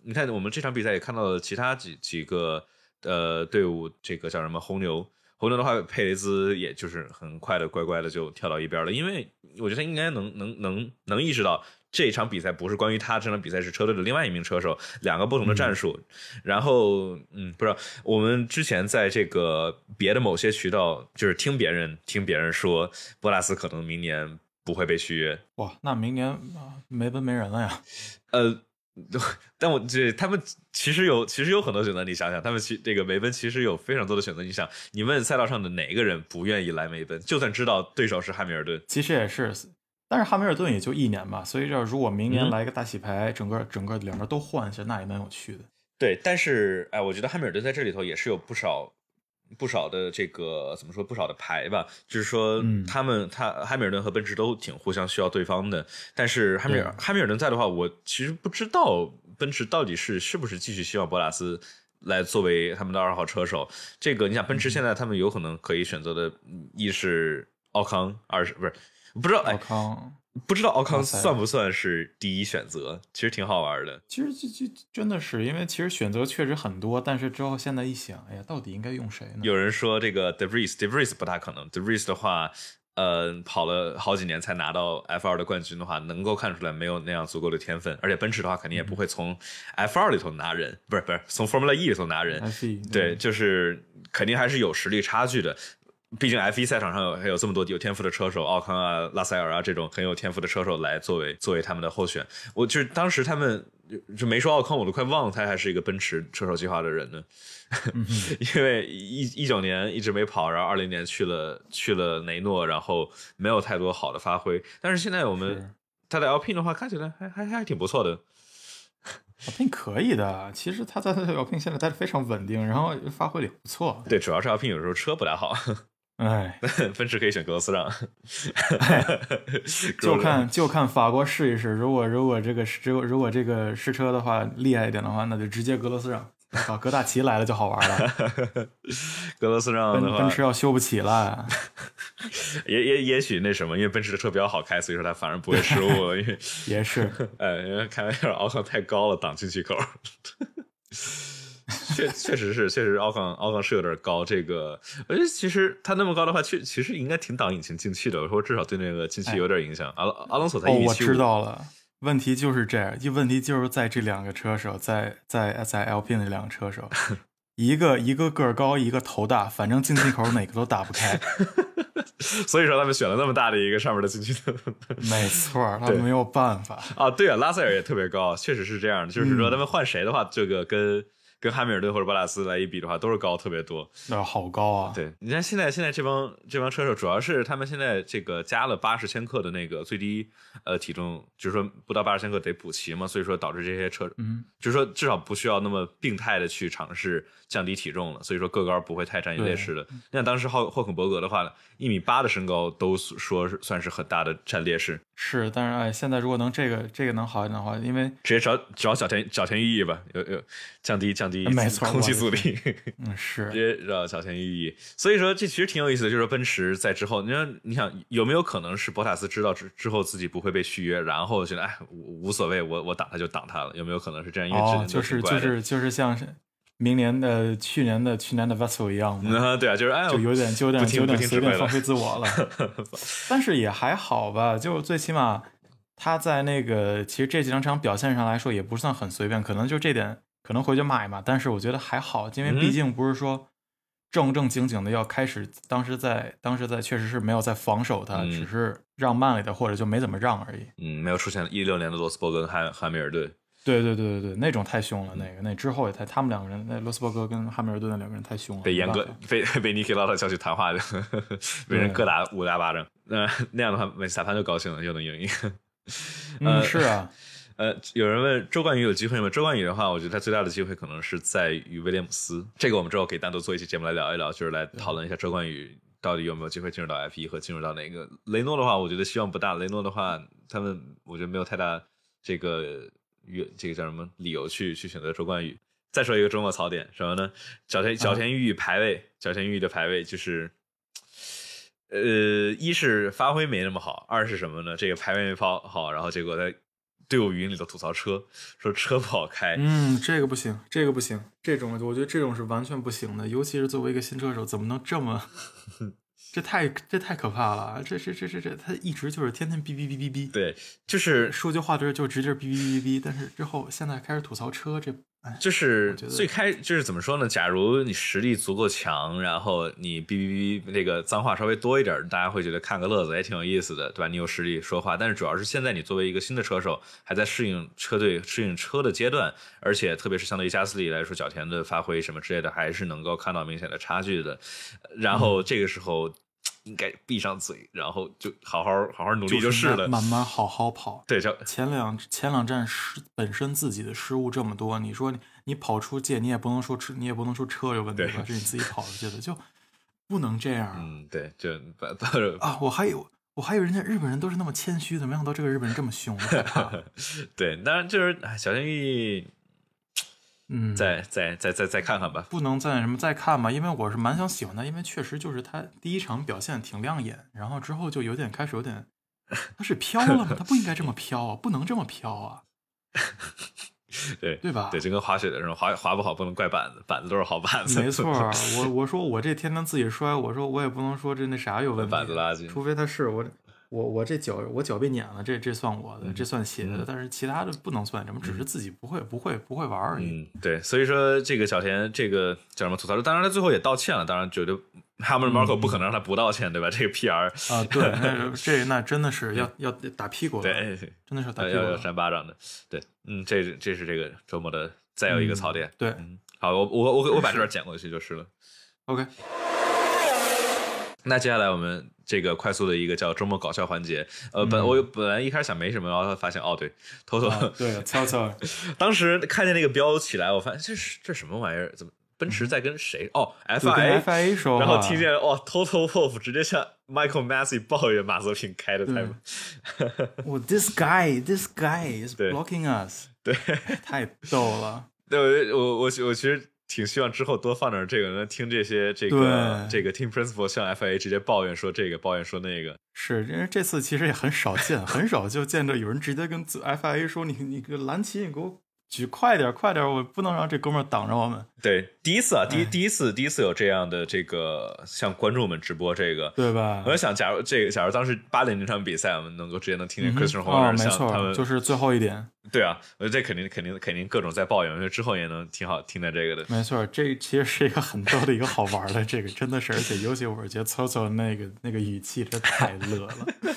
[SPEAKER 1] 你看我们这场比赛也看到了其他几几个呃队伍，这个叫什么红牛。红牛的话，佩雷兹也就是很快的乖乖的就跳到一边了，因为我觉得他应该能能能能意识到这一场比赛不是关于他，这场比赛是车队的另外一名车手，两个不同的
[SPEAKER 2] 嗯
[SPEAKER 1] 战术。然后，嗯，不知道我们之前在这个别的某些渠道，就是听别人听别人说，博拉斯可能明年不会被续约。
[SPEAKER 2] 哇，那明年啊没门没人了呀。
[SPEAKER 1] 呃， 但我这他们其实有其实有很多选择，你想想，他们其这个梅奔其实有非常多的选择。你想，你问赛道上的哪个人不愿意来梅奔？就算知道对手是汉密尔顿，
[SPEAKER 2] 其实也是，但是汉密尔顿也就一年吧，所以这如果明
[SPEAKER 1] 嗯
[SPEAKER 2] 年来一个大洗牌，整个整个两边都换一下，那也蛮有趣的。
[SPEAKER 1] 对，但是哎，我觉得汉密尔顿在这里头也是有不少不少的这个怎么说不少的牌吧，就是说
[SPEAKER 2] 嗯
[SPEAKER 1] 他们、他汉密尔顿和奔驰都挺互相需要对方的，但是汉密尔
[SPEAKER 2] 对
[SPEAKER 1] 汉密尔顿在的话，我其实不知道奔驰到底是是不是继续希望博拉斯。来作为他们的二号车手，这个你想，奔
[SPEAKER 2] 嗯
[SPEAKER 1] 驰现在他们有可能可以选择的，一是奥康，二是不是不知道
[SPEAKER 2] 老
[SPEAKER 1] 哎，
[SPEAKER 2] 康，
[SPEAKER 1] 不知道奥康
[SPEAKER 2] 奥塞
[SPEAKER 1] 算不算是第一选择，其实挺好玩的。
[SPEAKER 2] 其实这这真的是因为其实选择确实很多，但是之后现在一想，哎呀，到底应该用谁呢？
[SPEAKER 1] 有人说这个 De Vries，De Vries 不大可能。De Vries 的话，呃，跑了好几年才拿到 F 2的冠军的话，能够看出来没有那样足够的天分。而且奔驰的话，肯定也不会从 F 2里头拿人，不是不是从 Formula E 里头拿人。
[SPEAKER 2] F E
[SPEAKER 1] 对，就是肯定还是有实力差距的。毕竟 F 一赛场上有还有这么多有天赋的车手，奥康啊、拉塞尔啊这种很有天赋的车手来作为作为他们的候选。我就是当时他们就就没说奥康，我都快忘了他还是一个奔驰车手计划的人呢， 因为一一九年一直没跑，然后二零年去了去了雷诺，然后没有太多好的发挥。但是现在我
[SPEAKER 2] 是
[SPEAKER 1] 们他在 LP 的话，看起来还还还挺不错的。
[SPEAKER 2] 老聘可以的，其实他在老聘现在待的非常稳定，然后发挥的也不错。
[SPEAKER 1] 对，主要是 LP 有时候车不太好。
[SPEAKER 2] 哎，
[SPEAKER 1] 奔驰可以选格罗斯让，
[SPEAKER 2] 就看就看法国试一试，如果如果这个如果如果这个试车的话厉害一点的话，那就直接格罗斯让，啊，格大齐来了就 好玩了，
[SPEAKER 1] 格罗斯让
[SPEAKER 2] 奔
[SPEAKER 1] 的
[SPEAKER 2] 奔
[SPEAKER 1] 话，
[SPEAKER 2] 驰要修不起了。
[SPEAKER 1] 也也也许那什么，因为奔驰的车比较好开，所以说它反而不会失误。 因为
[SPEAKER 2] 也是，哦
[SPEAKER 1] 呃，因为开玩笑，奥康太高了，挡进气口。确确实是，确实奥康奥康是有点高。这个我觉得其实他那么高的话，确其实应该挺挡引擎进气的，或者至少对那个进气有点影响。阿隆阿隆索才
[SPEAKER 2] 哎哦
[SPEAKER 1] 一，米
[SPEAKER 2] 我
[SPEAKER 1] 七五，
[SPEAKER 2] 知道了，问题就是这样，一问题就是在这两个车手，在在在 LP 那两个车 手，一个一个个儿高，一个头大，反正进气口哪个都打 不开，
[SPEAKER 1] 所以说他们选了那么大的一个上面的进气的。
[SPEAKER 2] 没错儿，他
[SPEAKER 1] 对
[SPEAKER 2] 没有办 法。
[SPEAKER 1] 啊，对啊，拉塞尔也特别高，确实是这样的。就是说，他们换谁的话，这个跟跟汉密尔顿或者巴拉斯来一比的话，都是高特别多。
[SPEAKER 2] 那好高啊！
[SPEAKER 1] 对，你看现在现在这帮这帮车手，主要是他们现在这个加了八十千克的那个最低呃体重，就是说不到八十千克得补齐嘛，所以说导致这些车，
[SPEAKER 2] 嗯，
[SPEAKER 1] 就是说至少不需要那么病态的去尝试降低体重了，所以说个高不会太占优劣势的。你像当时霍霍肯伯格的话，一米八的身高都说是算是很大的占劣势，
[SPEAKER 2] 是，但是哎，现在如果能这个这个能好一点的话，因 为
[SPEAKER 1] 直接找找小田小田裕一吧，有有降低降低
[SPEAKER 2] 没错
[SPEAKER 1] 空气
[SPEAKER 2] 我
[SPEAKER 1] 阻力，
[SPEAKER 2] 嗯
[SPEAKER 1] 直
[SPEAKER 2] 是
[SPEAKER 1] 接找小田裕一。所以说这其实挺有意思的，就是说奔驰在之后，你说你想有没有可能是博塔斯知道之之后自己不会被续约，然后觉得哎无无所谓，我我挡他就挡他了，有没有可能是这样？因为之前，
[SPEAKER 2] 哦就
[SPEAKER 1] 都挺
[SPEAKER 2] 是
[SPEAKER 1] 怪
[SPEAKER 2] 就
[SPEAKER 1] 的
[SPEAKER 2] 是就是像是明年的去年的去年的 Vessel 一样嘛，
[SPEAKER 1] 嗯对啊，就是哎
[SPEAKER 2] 就有点就有点
[SPEAKER 1] 不听
[SPEAKER 2] 有点
[SPEAKER 1] 不听
[SPEAKER 2] 随
[SPEAKER 1] 指挥
[SPEAKER 2] 便
[SPEAKER 1] 了
[SPEAKER 2] 放飞自我了。 但是也还好吧，就最起码他在那个其实这几两场表现上来说也不算很随便，可能就这点可能回去骂一骂，但是我觉得还好，因为
[SPEAKER 1] 嗯
[SPEAKER 2] 毕竟不是说正正经经的要开始，当时在当时在确实是没有在防守他，
[SPEAKER 1] 嗯
[SPEAKER 2] 只是让慢了一点或者就没怎么让而已。
[SPEAKER 1] 嗯没有出现一六年的罗斯伯格跟汉汉密尔顿，
[SPEAKER 2] 对对对对对，那种太凶了，那
[SPEAKER 1] 嗯
[SPEAKER 2] 个那之后也太他们两个人，那罗斯伯格跟汉密尔顿那两个人太哦凶了，
[SPEAKER 1] 被
[SPEAKER 2] 没
[SPEAKER 1] 严
[SPEAKER 2] 办
[SPEAKER 1] 格呃
[SPEAKER 2] 法
[SPEAKER 1] 被被尼克劳特叫去谈话的， 被人
[SPEAKER 2] 对
[SPEAKER 1] 各打五大巴掌。那、那样的话，维斯塔潘就高兴了，又能赢一个。呃
[SPEAKER 2] 嗯是啊，
[SPEAKER 1] 呃，有人问周冠宇有机会吗？周冠宇的话，我觉得他最大的机会可能是在于威廉姆斯。这个我们之后可以单独做一期节目来聊一聊，就是来讨论一下周冠宇到底有没有机会进入到 F 一和进入到哪个。雷诺的话，我觉得希望不大。雷诺的话，他们我觉得没有太大这个原这个叫什么理由去去选择周冠宇。再说一个周末槽点什么呢？角田角田裕排位，角田裕的排位就是，呃，一是发挥没那么好，二是什么呢？这个排位没跑好，然后结果在队伍语音里头吐槽车，说车不好开。
[SPEAKER 2] 嗯，这个不行，这个不行，这种我觉得这种是完全不行的，尤其是作为一个新车手，怎么能这么，
[SPEAKER 1] 嗯
[SPEAKER 2] 这太这太可怕了，这这这这这，他一直就是天天哔哔哔哔哔，
[SPEAKER 1] 对，就是
[SPEAKER 2] 说句话的时候就直接哔哔哔哔，但是之后现在开始吐槽车，这哎，
[SPEAKER 1] 就是
[SPEAKER 2] 我觉得
[SPEAKER 1] 最开就是怎么说呢？假如你实力足够强，然后你哔哔哔那个脏话稍微多一点儿，大家会觉得看个乐子也挺有意思的，对吧？你有实力说话，但是主要是现在你作为一个新的车手，还在适应车队、适应车的阶段，而且特别是相对于加斯利来说，角田的发挥什么之类的，还是能够看到明显的差距的。然
[SPEAKER 2] 嗯
[SPEAKER 1] 后这个时候。应该闭上嘴，然后就好好好好努力就是
[SPEAKER 2] 慢
[SPEAKER 1] 了。
[SPEAKER 2] 慢慢好好跑。
[SPEAKER 1] 对，叫
[SPEAKER 2] 前两前两站失本身自己的失误这么多，你说你你跑出界，你也不能说车，你也不能说车有问题
[SPEAKER 1] 对
[SPEAKER 2] 吧？是你自己跑出去的，就不能这样啊。
[SPEAKER 1] 嗯，对，就把 把
[SPEAKER 2] 啊，我还以为我还以为人家日本人都是那么谦虚的，没想到这个日本人这么凶，太怕 了
[SPEAKER 1] 对，当然就是哎小天玉，
[SPEAKER 2] 嗯，
[SPEAKER 1] 再再再再再看看吧。
[SPEAKER 2] 不能再什么再看吧，因为我是蛮想喜欢他，因为确实就是他第一场表现挺亮眼，然后之后就有点开始有点，他是飘了吗？他不应该这么飘啊，不能这么飘啊，
[SPEAKER 1] 对
[SPEAKER 2] 对吧？
[SPEAKER 1] 对，就跟滑雪的时候，滑滑不好不能怪板子，板子都是好板子。
[SPEAKER 2] 没错 儿，我我说我这天天自己摔，我说我也不能说这那啥有问题，
[SPEAKER 1] 板子垃圾
[SPEAKER 2] 除非他是我我我这脚我脚被碾了，这这算我的，
[SPEAKER 1] 嗯
[SPEAKER 2] 这算鞋的，但是其他的不能算什么，只是自己不会不会不会玩而已。
[SPEAKER 1] 嗯，对，所以说这个小田这个叫什么吐槽，当然他最后也道歉了，当然觉得哈
[SPEAKER 2] 嗯
[SPEAKER 1] 姆 Marco 不可能让他不道歉，对吧？这个 PR
[SPEAKER 2] 啊，对，那是这那真的是要要打屁股了，
[SPEAKER 1] 嗯对，
[SPEAKER 2] 真的是打
[SPEAKER 1] 要
[SPEAKER 2] 屁股
[SPEAKER 1] 要
[SPEAKER 2] 了。
[SPEAKER 1] 扇巴掌的，对，嗯，这是这是这个周末的再有一个槽点。
[SPEAKER 2] 对
[SPEAKER 1] 嗯，好，我我我我把这段剪过去就是了。
[SPEAKER 2] ，OK，
[SPEAKER 1] 那接下来我们这个快速的一个叫周末搞笑环节，呃，本、我本来一开始想没什么，然后发现哦，对，偷偷、
[SPEAKER 2] 嗯啊对，悄悄，
[SPEAKER 1] 当时看见那个标起来，我发现这是这什么玩意儿？怎么奔驰在跟谁？哦
[SPEAKER 2] 就嗯跟
[SPEAKER 1] ，FIA。
[SPEAKER 2] FIA 说话，
[SPEAKER 1] 然后听见哦，Total Wolf 直接向 Michael Massey 抱怨马泽平开的太
[SPEAKER 2] 嗯
[SPEAKER 1] 慢。
[SPEAKER 2] 我哦 this guy this guy is
[SPEAKER 1] 对
[SPEAKER 2] blocking us，
[SPEAKER 1] 对，
[SPEAKER 2] 太逗了，
[SPEAKER 1] 对，我我我其我其实挺希望之后多放点这个，能听这些这个这
[SPEAKER 2] 对
[SPEAKER 1] 个 Team Principal 向 FIA 直接抱怨说这个，抱怨说那个。
[SPEAKER 2] 是，因为这次其实也很少见，很少就见着有人直接跟 FIA 说你你个蓝旗你给我举快点快点，我不能让这哥们儿挡着我们，
[SPEAKER 1] 对，第一次啊，第一
[SPEAKER 2] 哎
[SPEAKER 1] 第一次第一次有这样的这个向观众们直播这个，
[SPEAKER 2] 对吧
[SPEAKER 1] 我？在想，假如这个，假如当时八零那场比赛，我们能够直接能听见
[SPEAKER 2] 嗯
[SPEAKER 1] Christian
[SPEAKER 2] 哼
[SPEAKER 1] Horner、
[SPEAKER 2] 哦，没
[SPEAKER 1] 向他
[SPEAKER 2] 错，
[SPEAKER 1] 们
[SPEAKER 2] 就是最后一点，
[SPEAKER 1] 对啊，我觉得这肯定肯定肯定各种在抱怨，我觉得之后也能挺好听的这个的。
[SPEAKER 2] 没错，这其实是一个很逗的一个好玩儿的，这个真的是，而且尤其我是觉得 Toto 那个那个语气真太乐 了，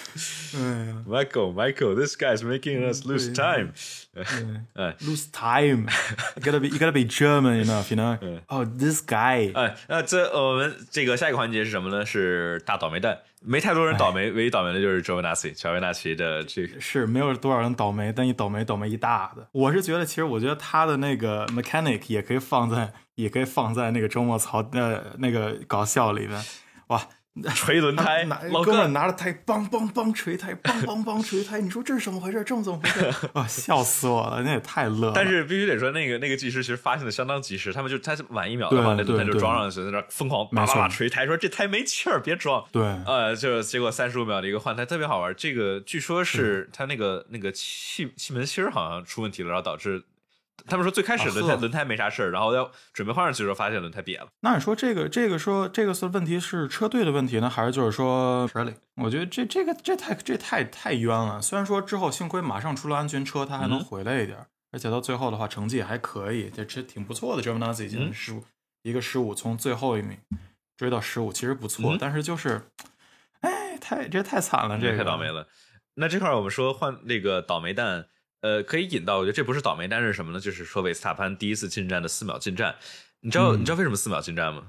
[SPEAKER 2] 哎呀，
[SPEAKER 1] Michael, Michael, this guy's making us lose
[SPEAKER 2] 对
[SPEAKER 1] time。哎
[SPEAKER 2] 哎，lose time, you gotta be you gotta be German enough, you know?
[SPEAKER 1] 嗯
[SPEAKER 2] Oh, this guy，
[SPEAKER 1] 哎，那这我们这个下一个环节是什么呢？是大倒霉蛋，没太多人倒霉，唯一倒霉的就是 Jovinassi，乔维纳奇的这 个。
[SPEAKER 2] 是没有多少人倒霉，但一倒霉倒霉一大的。我是觉得，其实我觉得他的那个 mechanic 也可以放在也可以放在那个周末槽呃那个搞笑里边，哇。
[SPEAKER 1] 锤轮胎
[SPEAKER 2] 拿
[SPEAKER 1] 老
[SPEAKER 2] 哥们儿
[SPEAKER 1] 哥
[SPEAKER 2] 拿着胎，梆梆梆锤胎，梆梆梆锤胎，你说这是怎么回事？这么怎么回 事？啊，笑死我了，那也太乐了。
[SPEAKER 1] 但是必须得说，那个那个技师其实发现的相当及时，他们就他晚一秒的话，那
[SPEAKER 2] 对
[SPEAKER 1] 轮胎
[SPEAKER 2] 对
[SPEAKER 1] 就
[SPEAKER 2] 对
[SPEAKER 1] 装上去，在那儿疯狂叭
[SPEAKER 2] 没
[SPEAKER 1] 叭
[SPEAKER 2] 错
[SPEAKER 1] 叭锤胎，说这胎没气儿，别装。
[SPEAKER 2] 对，
[SPEAKER 1] 呃，就是结果三十五秒的一个换胎特别好玩。这个据说是它那个那个气气门芯儿好像出问题了，然后导致他们说最开始
[SPEAKER 2] 啊
[SPEAKER 1] 轮胎、
[SPEAKER 2] 呵
[SPEAKER 1] 轮胎没啥事儿，然后要准备换上去的时候发现轮胎瘪了。
[SPEAKER 2] 那你说这个这个说这个是问题是车队的问题呢，还是就是说实力？我觉得这这个这太这太太冤了。虽然说之后幸亏马上出了安全车，他还能
[SPEAKER 1] 嗯
[SPEAKER 2] 回来一点儿，而且到最后的话成绩也还可以，这这挺不错的。这 n a z i
[SPEAKER 1] 嗯
[SPEAKER 2] 进十五、一个十五，从最后一名追到十五，其实不错，
[SPEAKER 1] 嗯
[SPEAKER 2] 但是就是，哎，太这太惨了，这个
[SPEAKER 1] 太倒霉。了。那这块儿我们说换那个倒霉蛋，呃，可以引到，我觉得这不是倒霉蛋是什么呢？就是说维斯塔潘第一次进站的四秒进站，你知道、
[SPEAKER 2] 嗯
[SPEAKER 1] 你知道为什么四秒进站吗？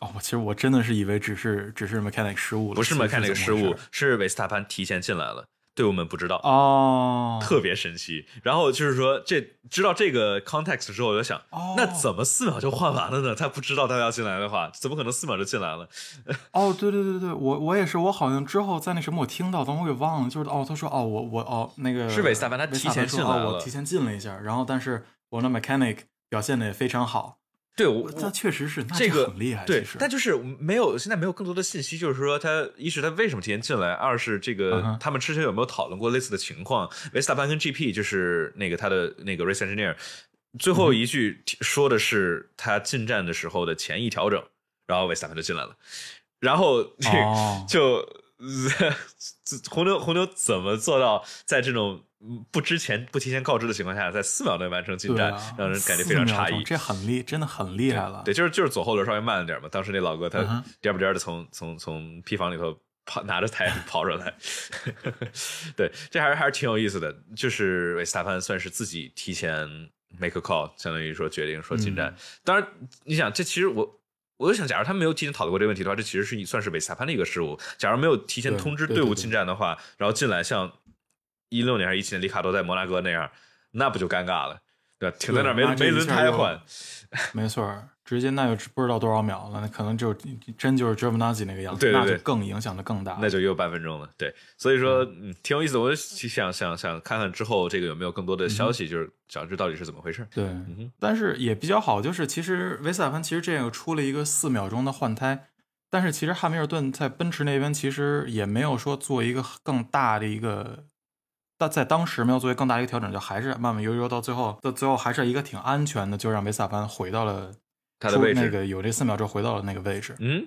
[SPEAKER 2] 哦，我其实我真的是以为只是只是 mechanic 失误了，
[SPEAKER 1] 不是
[SPEAKER 2] 其实
[SPEAKER 1] mechanic
[SPEAKER 2] 怎么
[SPEAKER 1] 失
[SPEAKER 2] 回事
[SPEAKER 1] 误，是维斯塔潘提前进来了。对我们不知道，
[SPEAKER 2] 哦，
[SPEAKER 1] 特别神奇。然后就是说，这知道这个 context 之后，我就想，
[SPEAKER 2] 哦
[SPEAKER 1] 那怎么四秒就换完了呢？他不知道他要进来的话，怎么可能四秒就进来了？
[SPEAKER 2] 哦，对对对对，我我也是，我好像之后在那什么我听到，但我给忘了，就是哦，他说哦我我哦那个
[SPEAKER 1] 是维斯塔潘他
[SPEAKER 2] 维斯
[SPEAKER 1] 提
[SPEAKER 2] 塔
[SPEAKER 1] 前
[SPEAKER 2] 潘说
[SPEAKER 1] 进来
[SPEAKER 2] 哦，我
[SPEAKER 1] 了
[SPEAKER 2] 提前进了一下，然后但是我那 mechanic 表现的也非常好，
[SPEAKER 1] 对我，
[SPEAKER 2] 那
[SPEAKER 1] 我
[SPEAKER 2] 确实是，那
[SPEAKER 1] 这个
[SPEAKER 2] 很厉害，
[SPEAKER 1] 对
[SPEAKER 2] 其，实
[SPEAKER 1] 但就是没有现在没有更多的信息，就是说他一是他为什么提前进来，二是这个、
[SPEAKER 2] 嗯哼
[SPEAKER 1] 他们之前有没有讨论过类似的情况？维斯塔潘跟 GP 就是那个他的那个 race engineer 最
[SPEAKER 2] 嗯
[SPEAKER 1] 后一句提说的是他进站的时候的前翼调整，然后维斯塔潘就进来了，然后这个、
[SPEAKER 2] 哦
[SPEAKER 1] 就 呃红牛红牛怎么做到在这种嗯不之前不提前告知的情况下，在四秒内完成进
[SPEAKER 2] 对
[SPEAKER 1] 站，
[SPEAKER 2] 啊，
[SPEAKER 1] 让人感觉
[SPEAKER 2] 四
[SPEAKER 1] 非常
[SPEAKER 2] 秒
[SPEAKER 1] 诧
[SPEAKER 2] 钟
[SPEAKER 1] 异。
[SPEAKER 2] 这很厉，真的很厉害了，
[SPEAKER 1] 对，就是就是左后轮稍微慢了点嘛。当时那老哥
[SPEAKER 2] 嗯
[SPEAKER 1] 他
[SPEAKER 2] 哼
[SPEAKER 1] 颠不颠的从从从坯房里头跑拿着台跑出来， 对，这还是还是挺有意思的。就是维斯塔潘算是自己提前 make a call，相当于说决定说
[SPEAKER 2] 嗯
[SPEAKER 1] 进站。当然，你想这其实我。我就想，假如他没有提前讨论过这个问题的话，这其实是一算是维斯塔潘的一个失误。假如没有提前
[SPEAKER 2] 对
[SPEAKER 1] 通知
[SPEAKER 2] 对
[SPEAKER 1] 队
[SPEAKER 2] 对
[SPEAKER 1] 伍
[SPEAKER 2] 对
[SPEAKER 1] 进站的话，然后进来像一六年还是一七年里卡多在摩纳哥那样，那不就尴尬了，对吧？停在那儿没
[SPEAKER 2] 对那这
[SPEAKER 1] 没
[SPEAKER 2] 一
[SPEAKER 1] 轮
[SPEAKER 2] 下
[SPEAKER 1] 胎
[SPEAKER 2] 就
[SPEAKER 1] 换，
[SPEAKER 2] 没错儿，直接那就不知道多少秒了，那可能就真就是 d r i v n a z i 那个样子，
[SPEAKER 1] 对对
[SPEAKER 2] 那
[SPEAKER 1] 对
[SPEAKER 2] 就更影响的更大，
[SPEAKER 1] 那就又半分钟了。对，所以说嗯，挺有意思的。我就想想想看看之后这个有没有更多的
[SPEAKER 2] 嗯
[SPEAKER 1] 消息，就是想知道底是怎么回事。
[SPEAKER 2] 对，
[SPEAKER 1] 嗯哼
[SPEAKER 2] 但是也比较好，就是其实维斯塔潘其实这样出了一个四秒钟的换胎，但是其实汉密尔顿在奔驰那边其实也没有说做一个更大的一个，但在当时没有做一个更大的一个调整，就还是慢慢悠悠到最后，到最后还是一个挺安全的，就让维斯塔潘回到了
[SPEAKER 1] 他的位置
[SPEAKER 2] 出那个有这四秒之后回到了那个位置，
[SPEAKER 1] 嗯，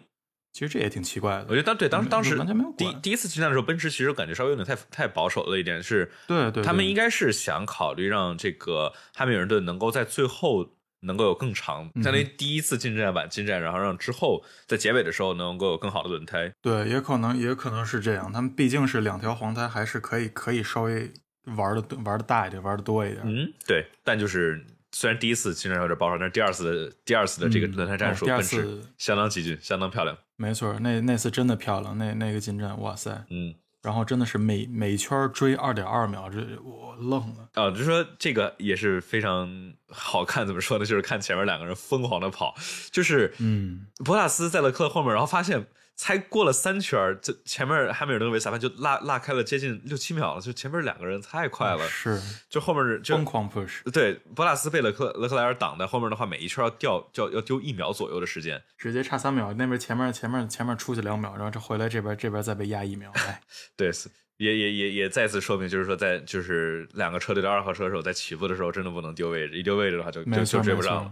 [SPEAKER 2] 其实这也挺奇怪
[SPEAKER 1] 我觉得
[SPEAKER 2] 的，
[SPEAKER 1] 当对当时
[SPEAKER 2] 嗯
[SPEAKER 1] 当时
[SPEAKER 2] 完全没有
[SPEAKER 1] 第
[SPEAKER 2] 管
[SPEAKER 1] 第一次进站的时候，奔驰其实感觉稍微有点太太保守了一点，是
[SPEAKER 2] 对对对
[SPEAKER 1] 他们应该是想考虑让这个汉密尔顿能够在最后。能够有更长，
[SPEAKER 2] 嗯
[SPEAKER 1] 相当于第一次进站晚进站，然后让之后在结尾的时候能够有更好的轮胎。
[SPEAKER 2] 对，也可能也可能是这样，他们毕竟是两条黄胎，还是可以可以稍微玩的玩的大一点，玩的多一点，
[SPEAKER 1] 嗯，对。但就是虽然第一次进站有点保守，但是第二次的第二次的这个
[SPEAKER 2] 嗯
[SPEAKER 1] 轮胎战
[SPEAKER 2] 哦
[SPEAKER 1] 术，
[SPEAKER 2] 第二
[SPEAKER 1] 奔驰
[SPEAKER 2] 次
[SPEAKER 1] 相当激进，相当漂亮。
[SPEAKER 2] 没错儿，那那次真的漂亮，那那个进站，哇塞！
[SPEAKER 1] 嗯，
[SPEAKER 2] 然后真的是每每圈儿追二点二秒，这我愣了。
[SPEAKER 1] 啊，就是说这个也是非常好看，怎么说呢？就是看前面两个人疯狂的跑，就是
[SPEAKER 2] 嗯，
[SPEAKER 1] 博塔斯在勒克勒后面，然后发现才过了三圈儿，这前面汉密尔顿、维斯塔潘就拉拉开了接近六七秒了，就前面两个人太快了，
[SPEAKER 2] 是
[SPEAKER 1] 就后面就
[SPEAKER 2] 哦疯狂 push，
[SPEAKER 1] 对博塔斯被勒克勒克莱尔挡在后面的话，每一圈要掉要要丢一秒左右的时间，
[SPEAKER 2] 直接差三秒，那边前面前面前面出去两秒，然后这回来这边这边再被压一秒， 哎，
[SPEAKER 1] 对，是也也也也再次说明，就是说在就是两个车队的二号车手在起步的时候，真的不能丢位置，一丢位置的话就就
[SPEAKER 2] 没
[SPEAKER 1] 就
[SPEAKER 2] 错
[SPEAKER 1] 追
[SPEAKER 2] 没
[SPEAKER 1] 不上
[SPEAKER 2] 错
[SPEAKER 1] 了。。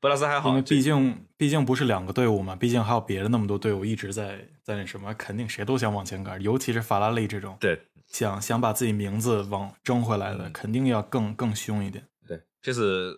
[SPEAKER 1] 博拉斯还
[SPEAKER 2] 因
[SPEAKER 1] 好
[SPEAKER 2] 为，毕竟毕竟不是两个队伍嘛，毕竟还有别的那么多队伍一直在在那什么，肯定谁都想往前赶，尤其是法拉利这种
[SPEAKER 1] 对
[SPEAKER 2] 想想把自己名字往争回来的，
[SPEAKER 1] 嗯
[SPEAKER 2] 肯定要更更凶一点。
[SPEAKER 1] 对，这次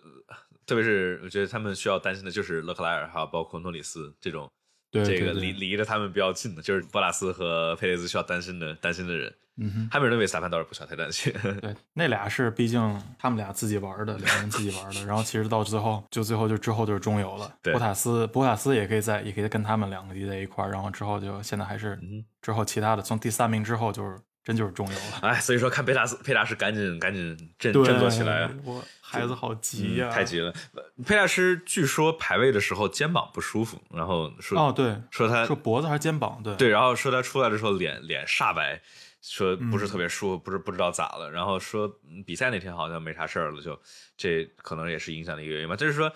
[SPEAKER 1] 特别是我觉得他们需要担心的就是勒克莱尔还有包括诺里斯这种
[SPEAKER 2] 对
[SPEAKER 1] 这
[SPEAKER 2] 对
[SPEAKER 1] 个
[SPEAKER 2] 对
[SPEAKER 1] 离离着他们比较近的，就是博拉斯和佩雷兹需要担心的担心的人。
[SPEAKER 2] 嗯哼。
[SPEAKER 1] 汉密尔顿、维斯塔潘倒是不需要太担心。
[SPEAKER 2] 对，那俩是毕竟他们俩自己玩的，两个人自己玩的，然后其实到最后就最后就之后就是中游了。
[SPEAKER 1] 对
[SPEAKER 2] 博塔斯博塔斯也可以在也可以跟他们两个离在一块儿，然后之后就现在还是
[SPEAKER 1] 嗯
[SPEAKER 2] 之后其他的从第三名之后就是真就是中游 了。
[SPEAKER 1] 哎，所以说看佩塔斯佩塔是赶紧赶紧振
[SPEAKER 2] 对，
[SPEAKER 1] 振作起来啊！
[SPEAKER 2] 我孩子好急呀、
[SPEAKER 1] 嗯太急了。呃佩大师据说排位的时候肩膀不舒服，然后说、
[SPEAKER 2] 哦，对，
[SPEAKER 1] 说他
[SPEAKER 2] 说脖子还是肩膀？对，
[SPEAKER 1] 呃对，然后说他出来的时候脸脸煞白，说不是
[SPEAKER 2] 嗯
[SPEAKER 1] 特别舒服，不是不知道咋了。然后说嗯比赛那天好像没啥事儿了，就这可能也是影响的一个原因吧。就是说，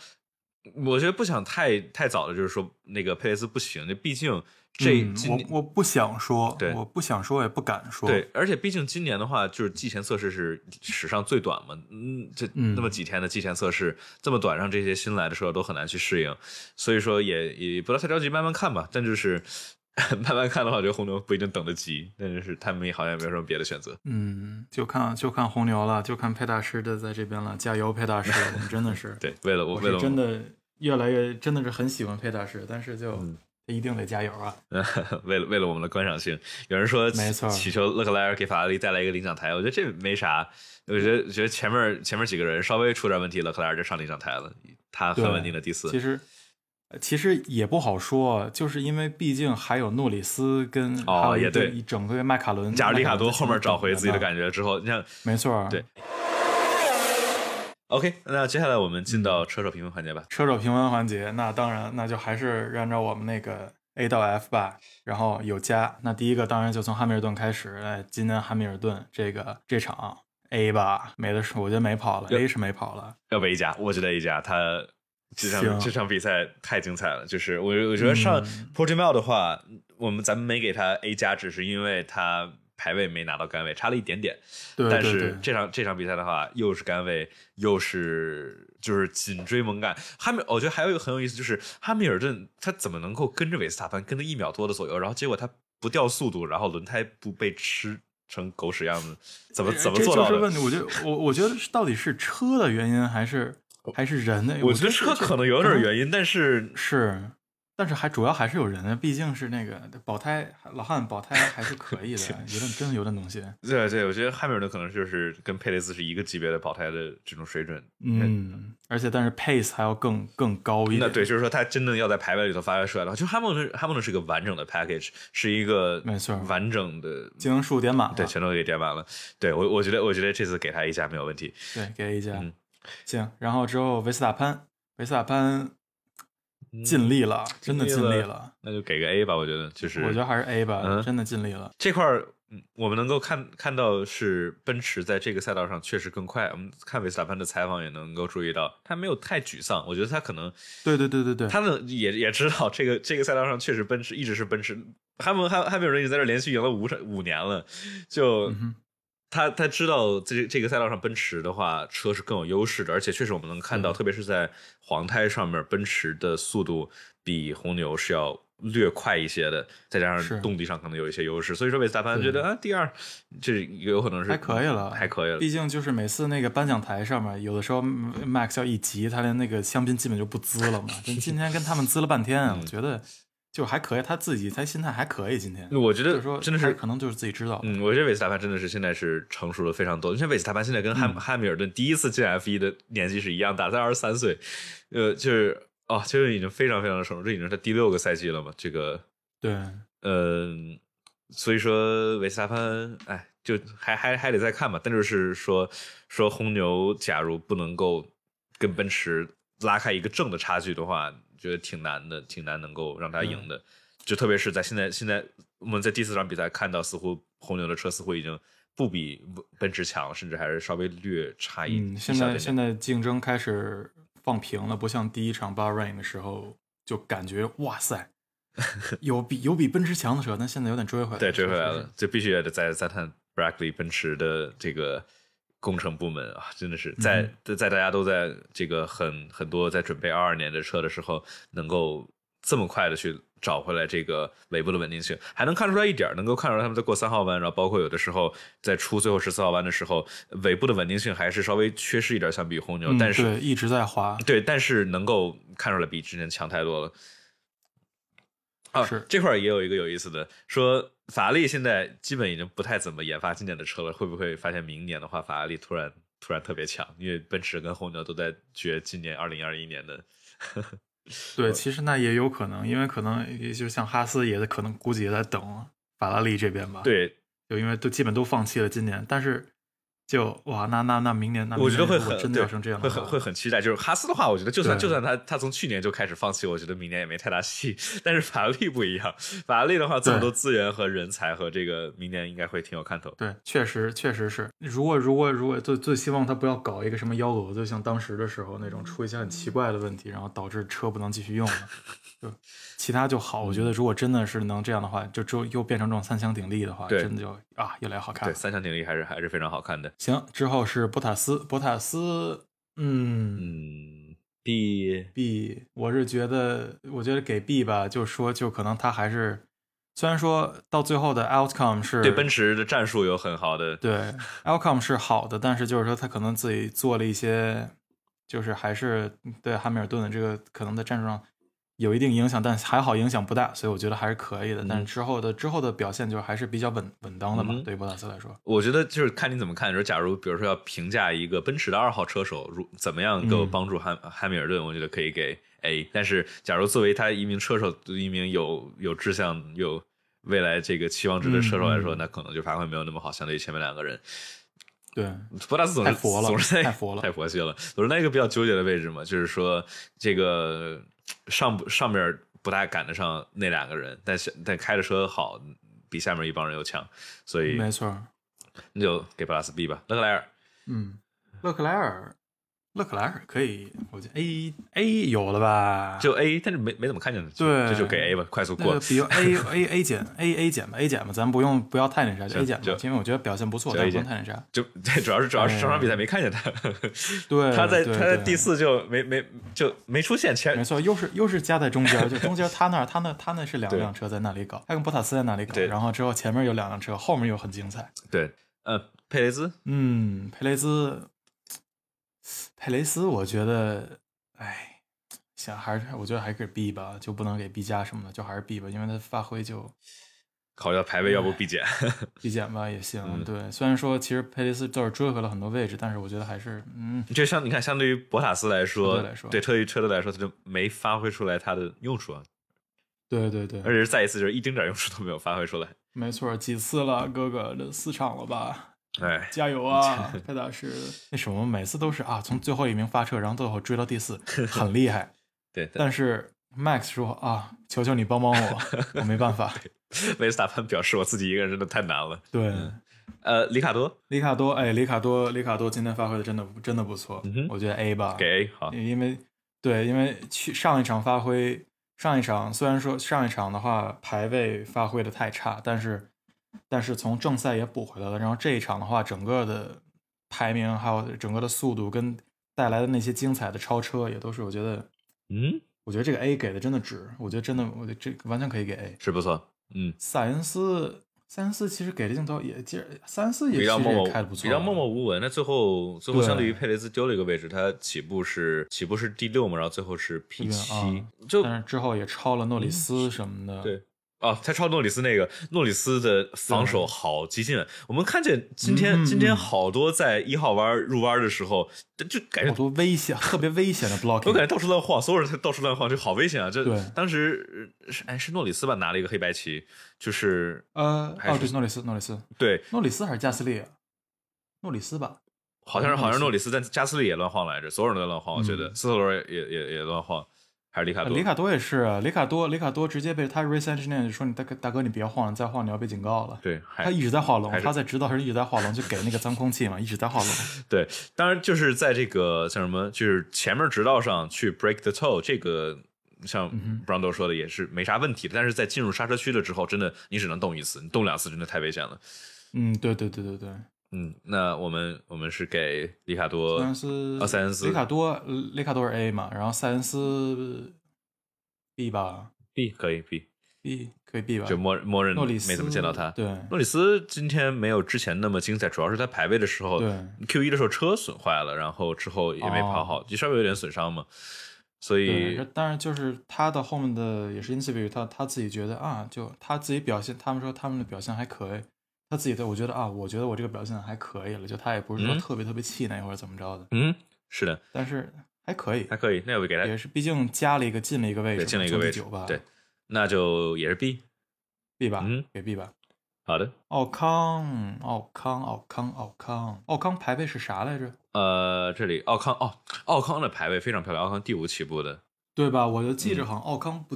[SPEAKER 1] 我觉得不想太太早的，就是说那个佩雷斯不行，就毕竟这
[SPEAKER 2] 嗯
[SPEAKER 1] 今年、
[SPEAKER 2] 我我不想说
[SPEAKER 1] 对，
[SPEAKER 2] 我不想说，也不敢说。
[SPEAKER 1] 对，而且毕竟今年的话，就是季前测试是史上最短嘛，嗯，这
[SPEAKER 2] 嗯
[SPEAKER 1] 那么几天的季前测试这么短，让这些新来的车手都很难去适应，所以说也也不要太着急，慢慢看吧。但就是 慢慢看的话，我觉得红牛不一定等得及，但就是他们也好像也没有什么别的选择。
[SPEAKER 2] 嗯，就看就看红牛了，就看佩大师的在这边了，加油，佩大师，我们真的是
[SPEAKER 1] 对，为了我
[SPEAKER 2] 我
[SPEAKER 1] 为
[SPEAKER 2] 是
[SPEAKER 1] 了
[SPEAKER 2] 真的越来越真的是很喜欢佩大师，但是就、
[SPEAKER 1] 嗯
[SPEAKER 2] 一定得加油啊！
[SPEAKER 1] 为了为了我们的 观赏性，有人说
[SPEAKER 2] 没错
[SPEAKER 1] 祈求勒克莱尔给法拉利带来一个领奖台，我觉得这没啥，我觉得觉得前面前面几个人稍微出点问题，勒克莱尔就上领奖台了，他很
[SPEAKER 2] 对
[SPEAKER 1] 稳定的第四。
[SPEAKER 2] 其实呃其实也不好说，就是因为毕竟还有诺里斯跟
[SPEAKER 1] 哦
[SPEAKER 2] 还有一
[SPEAKER 1] 也对
[SPEAKER 2] 一整个麦卡伦，
[SPEAKER 1] 假如里卡多
[SPEAKER 2] 麦卡
[SPEAKER 1] 后
[SPEAKER 2] 伦
[SPEAKER 1] 面找回自己的
[SPEAKER 2] 觉，
[SPEAKER 1] 感觉之后，你像
[SPEAKER 2] 没错，
[SPEAKER 1] 对 OK，那接下来我们进到车手评分环节吧。
[SPEAKER 2] 车手评分环节，那当然，那就还是按照我们那个 A 到 F 吧，然后有加。那第一个当然就从汉密尔顿开始，哎，今天汉密尔顿这个这场 A 吧，没得说，我觉得没跑了
[SPEAKER 1] 有
[SPEAKER 2] ，A 是没跑了，
[SPEAKER 1] 要不一家，我觉得一家他这
[SPEAKER 2] 行
[SPEAKER 1] 场这场比赛太精彩了。就是我我觉得上
[SPEAKER 2] 嗯
[SPEAKER 1] Portimao 的话，我们咱们没给他 A 加，只是因为他排位没拿到杆位，差了一点点。
[SPEAKER 2] 对
[SPEAKER 1] 但
[SPEAKER 2] 对
[SPEAKER 1] 是
[SPEAKER 2] 对
[SPEAKER 1] 这场这场比赛的话，又是杆位，又是就是紧追猛赶。汉密，我觉得还有一个很有意思，就是汉密尔顿他怎么能够跟着维斯塔潘跟了一秒多的左右，然后结果他不掉速度，然后轮胎不被吃成狗屎样子，怎么怎么做到
[SPEAKER 2] 呃这就是
[SPEAKER 1] 的？
[SPEAKER 2] 问题，我觉得我我觉得是到底是车的原因还是还是嗯人的？
[SPEAKER 1] 哦我
[SPEAKER 2] 我
[SPEAKER 1] 觉得车可能有点原因，但是
[SPEAKER 2] 是，但是还主要还是有人的，毕竟是那个保胎老汉保胎还是可以的，有点真的有点东西。
[SPEAKER 1] 对对，我觉得汉密尔顿可能就是跟佩雷斯是一个级别的保胎的这种水准。
[SPEAKER 2] 嗯，而且但是 pace 还要更更高一点。
[SPEAKER 1] 那对，就是说他真的要在排位里头发挥出来的话，就汉密尔顿，汉密尔顿是一个完整的 package，是一个
[SPEAKER 2] 没错
[SPEAKER 1] 完整的
[SPEAKER 2] 精英数点满了。
[SPEAKER 1] 对，全都给点满了。对我，我觉得，我觉得这次给他一加没有问题。
[SPEAKER 2] 对，给 A 加。
[SPEAKER 1] 嗯
[SPEAKER 2] 行，然后之后维斯塔潘，维斯塔潘
[SPEAKER 1] 嗯
[SPEAKER 2] 尽力了，真的
[SPEAKER 1] 尽
[SPEAKER 2] 尽
[SPEAKER 1] 力
[SPEAKER 2] 力
[SPEAKER 1] 了
[SPEAKER 2] 了。
[SPEAKER 1] 那就给个 A 吧，我觉得就是，
[SPEAKER 2] 我觉得还是 A 吧，
[SPEAKER 1] 嗯
[SPEAKER 2] 真的尽力了。
[SPEAKER 1] 这块儿，嗯，我们能够看看到是奔驰在这个赛道上确实更快。我们看维斯塔潘的采访也能够注意到，他没有太沮丧。我觉得他可能
[SPEAKER 2] 对对对对对，
[SPEAKER 1] 他们也也知道这个这个赛道上确实奔驰一直是奔驰，汉姆汉汉密尔顿已经在这连续赢了五场五年了，就。
[SPEAKER 2] 嗯哼
[SPEAKER 1] 他他知道这这个赛道上奔驰的话，车是更有优势的，而且确实我们能看到，
[SPEAKER 2] 嗯
[SPEAKER 1] 特别是在黄胎上面，奔驰的速度比红牛是要略快一些的，再加
[SPEAKER 2] 是
[SPEAKER 1] 上动力上可能有一些优势，所以说维斯塔潘
[SPEAKER 2] 对
[SPEAKER 1] 觉得啊，第二这有可能是
[SPEAKER 2] 还可以了，
[SPEAKER 1] 还可以了
[SPEAKER 2] 毕，竟就是每次那个颁奖台上面，有的时候嗯 Max 要一急，他连那个香槟基本就不滋了嘛。就今天跟他们滋了半天啊，
[SPEAKER 1] 嗯
[SPEAKER 2] 我觉得就还可以，他自己他心态还可以。今天
[SPEAKER 1] 我觉
[SPEAKER 2] 就
[SPEAKER 1] 得
[SPEAKER 2] 是说
[SPEAKER 1] 真的
[SPEAKER 2] 他
[SPEAKER 1] 是
[SPEAKER 2] 可能就是自己知道，
[SPEAKER 1] 嗯，我觉得韦斯塔潘真的是现在是成熟了非常多。你像韦斯塔潘现在跟
[SPEAKER 2] 嗯
[SPEAKER 1] 汉、汉密尔顿第一次进 F 一的年纪是一样大，才二十三岁，呃，就是哦，就是已经非常非常的成熟，这已经是他第六个赛季了嘛。这个，
[SPEAKER 2] 对，
[SPEAKER 1] 嗯、所以说韦斯塔潘，哎，就还还还得再看吧。但就是说说红牛，假如不能够跟奔驰拉开一个正的差距的话，觉得挺难的，挺难能够让他
[SPEAKER 2] 嗯
[SPEAKER 1] 赢的。就特别是在现在现在我们在第四场比赛看到，似乎红牛的车似乎已经不比奔驰强了，甚至还是稍微略差一
[SPEAKER 2] 嗯，
[SPEAKER 1] 一
[SPEAKER 2] 现
[SPEAKER 1] 小点
[SPEAKER 2] 在
[SPEAKER 1] 点
[SPEAKER 2] 现在竞争开始放平了，不像第一场 Bahrain 的时候，就感觉哇 塞，有比有比奔驰强的车，但现在有点追回来，
[SPEAKER 1] 对，追回来
[SPEAKER 2] 确实是
[SPEAKER 1] 了，就必须也得再赞叹 Brackley 奔驰的这个工程部门啊，真的是
[SPEAKER 2] 嗯
[SPEAKER 1] 在、在大家都在这个很很多在准备二二年的车的时候，能够这么快的去找回来这个尾部的稳定性，还能看出来一点儿，能够看出来他们在过三号弯，然后包括有的时候在出最后十四号弯的时候，尾部的稳定性还是稍微缺失一点，相比于红牛，
[SPEAKER 2] 嗯
[SPEAKER 1] 但是
[SPEAKER 2] 对一直在滑，
[SPEAKER 1] 对，但是能够看出来比之前强太多了。啊，
[SPEAKER 2] 是
[SPEAKER 1] 这块儿也有一个有意思的，说法拉利现在基本已经不太怎么研发今年的车了，会不会发现明年的话，法拉利突然突然特别强？因为奔驰跟红牛都在决今年二零二一年的。
[SPEAKER 2] 对，其实那也有可能，因为可能也就像哈斯也可能估计也在等法拉利这边吧。，
[SPEAKER 1] 对，
[SPEAKER 2] 就因为都基本都放弃了今年，但是就哇，那那那明年那
[SPEAKER 1] 我觉得会
[SPEAKER 2] 明年如
[SPEAKER 1] 很
[SPEAKER 2] 果真的
[SPEAKER 1] 对
[SPEAKER 2] 要成这样
[SPEAKER 1] 会
[SPEAKER 2] 的
[SPEAKER 1] 很
[SPEAKER 2] 话
[SPEAKER 1] 会很期待。就是哈斯的话，我觉得就算
[SPEAKER 2] 对
[SPEAKER 1] 就算他他从去年就开始放弃，我觉得明年也没太大戏。但是法拉利不一样，法拉利的话这么
[SPEAKER 2] 对
[SPEAKER 1] 多资源和人才和这个明年应该会挺有看头。
[SPEAKER 2] 对，确实确实是。如果如果如果最最希望他不要搞一个什么幺蛾子，像当时的时候那种出一些很奇怪的问题，然后导致车不能继续用了。 就其他就好，我觉
[SPEAKER 1] 嗯
[SPEAKER 2] 得如果真的是能这样的话，就就又变成这种三强鼎立的话，
[SPEAKER 1] 对
[SPEAKER 2] 真的就啊越来越好看
[SPEAKER 1] 对，
[SPEAKER 2] 了。
[SPEAKER 1] 三强鼎立还是还是非常好看的。
[SPEAKER 2] 行，之后是博塔斯，博塔斯，嗯
[SPEAKER 1] 嗯，第
[SPEAKER 2] B，我是觉得，我觉得给 B 吧，就说就可能他还是，虽然说到最后的 outcome 是
[SPEAKER 1] 对奔驰的战术有很好的，
[SPEAKER 2] 对 outcome 是好的，但是就是说他可能自己做了一些，就是还是对汉密尔顿的这个可能在战术上有一定影响，但还好影响不大，所以我觉得还是可以的。但是之后的之后的表现就还是比较稳稳当的吧，
[SPEAKER 1] 嗯
[SPEAKER 2] 对于博塔斯来说。
[SPEAKER 1] 我觉得就是看你怎么看。说，假如比如说要评价一个奔驰的二号车手，如怎么样够
[SPEAKER 2] 嗯
[SPEAKER 1] 帮助汉、汉密尔顿，我觉得可以给 A。但是，假如作为他一名车手，一名有有志向、有未来这个期望值的车手来说，
[SPEAKER 2] 嗯嗯
[SPEAKER 1] 那可能就发挥没有那么好，相对于前面两个人。
[SPEAKER 2] 对，
[SPEAKER 1] 博达斯总是
[SPEAKER 2] 太佛了
[SPEAKER 1] 总是在
[SPEAKER 2] 太佛了
[SPEAKER 1] 太佛系了，总是在一个比较纠结的位置嘛，就是说这个上不上面不大赶得上那两个人，但是但开着车好，比下面一帮人又强，所以
[SPEAKER 2] 没错儿。
[SPEAKER 1] 那就给博达斯 B 吧。勒克莱尔，
[SPEAKER 2] 嗯，勒克莱尔，勒克莱尔可以，我觉得 A A 有了吧？
[SPEAKER 1] 就 A，但是没没怎么看见他，
[SPEAKER 2] 对
[SPEAKER 1] 这就给 A 吧，快速
[SPEAKER 2] 那
[SPEAKER 1] 过
[SPEAKER 2] 个。比如 A A A 减 A A 减吧，A 减吧，咱不用不要太那啥，就
[SPEAKER 1] 行
[SPEAKER 2] A 减吧
[SPEAKER 1] 就，
[SPEAKER 2] 因为我觉得表现不错，
[SPEAKER 1] 就
[SPEAKER 2] 但
[SPEAKER 1] A
[SPEAKER 2] 不
[SPEAKER 1] 减
[SPEAKER 2] 用太那啥。
[SPEAKER 1] 就 对，主要是主要是整场比赛没看见他，
[SPEAKER 2] 对，
[SPEAKER 1] 他在
[SPEAKER 2] 哎对
[SPEAKER 1] 他在
[SPEAKER 2] 对
[SPEAKER 1] 第四就没没就没出现，前
[SPEAKER 2] 没错，又是又是夹在中间儿，就中间儿他那儿他那他那是两
[SPEAKER 1] 对
[SPEAKER 2] 辆车在那里搞，他跟博塔斯在那里搞，
[SPEAKER 1] 对
[SPEAKER 2] 然后之后前面有两辆车，后面又很精彩。
[SPEAKER 1] 对，呃，佩雷兹
[SPEAKER 2] 嗯，佩雷兹，佩雷斯，我觉得，哎，想还是我觉得还是 B 吧，就不能给 B 加什么的，就还是 B 吧，因为他发挥就
[SPEAKER 1] 考虑到排位，要不必减。
[SPEAKER 2] B 减吧也行。
[SPEAKER 1] 嗯
[SPEAKER 2] 对，虽然说其实佩雷斯倒是追回了很多位置，但是我觉得还是嗯，
[SPEAKER 1] 就像你看，相对于博塔斯来
[SPEAKER 2] 车
[SPEAKER 1] 说，
[SPEAKER 2] 队来说
[SPEAKER 1] 对车队车队来说，他就没发挥出来他的用处啊，
[SPEAKER 2] 对对对
[SPEAKER 1] 而，且是再一次就是一丁点儿用处都没有发挥出来。
[SPEAKER 2] 没错，几次了，哥哥，这四场了吧？
[SPEAKER 1] 哎，
[SPEAKER 2] 加 油啊，佩大师！那什么，每次都是啊，从最后一名发车，然后最后追到第四， 很厉害。
[SPEAKER 1] 对，但
[SPEAKER 2] 但是 Max 说啊，求求你帮帮我，我没办法。
[SPEAKER 1] 维斯塔潘表示我自己一个人真的太难了。
[SPEAKER 2] 对，嗯
[SPEAKER 1] 呃，里卡多
[SPEAKER 2] 里卡多，哎，里卡多，里卡多今天发挥的真的真的不错，
[SPEAKER 1] 嗯哼
[SPEAKER 2] 我觉得 A 吧，
[SPEAKER 1] 给 A 好，
[SPEAKER 2] 因为对，因为去上一场发挥，上一场虽然说上一场的话排位发挥的太差，但是但是从正赛也补回来了。然后这一场的话，整个的排名还有整个的速度跟带来的那些精彩的超车，也都是我觉得，
[SPEAKER 1] 嗯，
[SPEAKER 2] 我觉得这个 A 给的真的值，我觉得真的，我觉得这个完全可以给 A。
[SPEAKER 1] 是不错，嗯，
[SPEAKER 2] 塞恩斯，塞恩斯其实给的镜头也，其实塞恩斯也
[SPEAKER 1] 比较
[SPEAKER 2] 其实
[SPEAKER 1] 默
[SPEAKER 2] 也
[SPEAKER 1] 默
[SPEAKER 2] 开的不错，
[SPEAKER 1] 比较默默无闻。那最后最后
[SPEAKER 2] 对
[SPEAKER 1] 相对于佩雷兹丢了一个位置，他起步是起步是第六嘛，然后最后是 P 七
[SPEAKER 2] 嗯，
[SPEAKER 1] 就嗯
[SPEAKER 2] 但是之后也超了诺里斯什么的，
[SPEAKER 1] 对哦，他超诺里斯那个，诺里斯的防守好激进。啊我们看见今天、
[SPEAKER 2] 嗯嗯
[SPEAKER 1] 今天
[SPEAKER 2] 嗯
[SPEAKER 1] 好多在一号弯入弯的时候，就就感
[SPEAKER 2] 好
[SPEAKER 1] 觉
[SPEAKER 2] 多危险，特别危险的 blocking。
[SPEAKER 1] 我感觉到处乱晃，所有人都到处乱晃，就好危险啊！这
[SPEAKER 2] 对
[SPEAKER 1] 当时呃是哎是诺里斯吧，拿了一个黑白旗，就是
[SPEAKER 2] 呃，
[SPEAKER 1] 还
[SPEAKER 2] 哦，
[SPEAKER 1] 是
[SPEAKER 2] 对，诺里斯，诺里斯，
[SPEAKER 1] 对，
[SPEAKER 2] 诺里斯还是加斯利？啊？诺里斯吧，
[SPEAKER 1] 好像是
[SPEAKER 2] 嗯诺里斯
[SPEAKER 1] 好像是诺里斯，但加斯利也乱晃来着，所有人都乱晃，我觉得
[SPEAKER 2] 嗯
[SPEAKER 1] 斯特罗也也也也乱晃，还是里卡
[SPEAKER 2] 呃
[SPEAKER 1] 多
[SPEAKER 2] 里卡多也是啊，里卡多，里卡多直接被他 race engineer 就说你大哥大哥你别晃了，你再晃你要被警告了。
[SPEAKER 1] 对，还
[SPEAKER 2] 他一直在画龙
[SPEAKER 1] 还，是
[SPEAKER 2] 他在指导时一直在画龙，就给那个脏空气嘛，一直在 画龙。
[SPEAKER 1] 对，当然就是在这个像什么，就是前面直道上去 break the toe 这个。像
[SPEAKER 2] 嗯
[SPEAKER 1] Brando 说的也是没啥问题的，但是在进入刹车区了之后，真的你只能动一次，你动两次真的太危险了。
[SPEAKER 2] 嗯，对对对对对，
[SPEAKER 1] 嗯，那我们我们是给里卡多
[SPEAKER 2] 塞恩斯，
[SPEAKER 1] 啊塞恩斯
[SPEAKER 2] 里卡多，呃里卡多是 A 嘛，然后塞恩斯 B 吧
[SPEAKER 1] B 可以 B，
[SPEAKER 2] ，B 可以 B 吧，
[SPEAKER 1] 就默默认
[SPEAKER 2] 啊诺里斯
[SPEAKER 1] 没怎么见到他。
[SPEAKER 2] 对
[SPEAKER 1] 诺里斯今天没有之前那么精彩，主要是他排位的时候
[SPEAKER 2] 对
[SPEAKER 1] ，Q 一的时候车损坏了，然后之后也没跑好，就稍微有点损伤嘛。所以
[SPEAKER 2] 哦对，当然就是他的后面的也是 interview，他他自己觉得啊，就他自己表现，他们说他们的表现还可以，他自己的我觉得啊，我觉得我这个表现还可以了，就他也不是说
[SPEAKER 1] 嗯
[SPEAKER 2] 特别特别气馁或者怎么着的，
[SPEAKER 1] 嗯，是的，
[SPEAKER 2] 但是还可以
[SPEAKER 1] 还，可以。那我给他
[SPEAKER 2] 也是毕竟加了一个进了一个位置
[SPEAKER 1] 对，
[SPEAKER 2] 嘛，
[SPEAKER 1] 进了一个位置
[SPEAKER 2] 九吧，，啊
[SPEAKER 1] 对，那就也是 B。
[SPEAKER 2] ，B 吧，
[SPEAKER 1] 嗯
[SPEAKER 2] 给 B 吧。
[SPEAKER 1] 好的，
[SPEAKER 2] 奥康，奥康，奥康，奥康，奥康排位是啥来着？
[SPEAKER 1] 呃，这里奥康哦，奥康的排位非常漂亮，奥康第五起步的，
[SPEAKER 2] 对吧？我就记着好像奥康不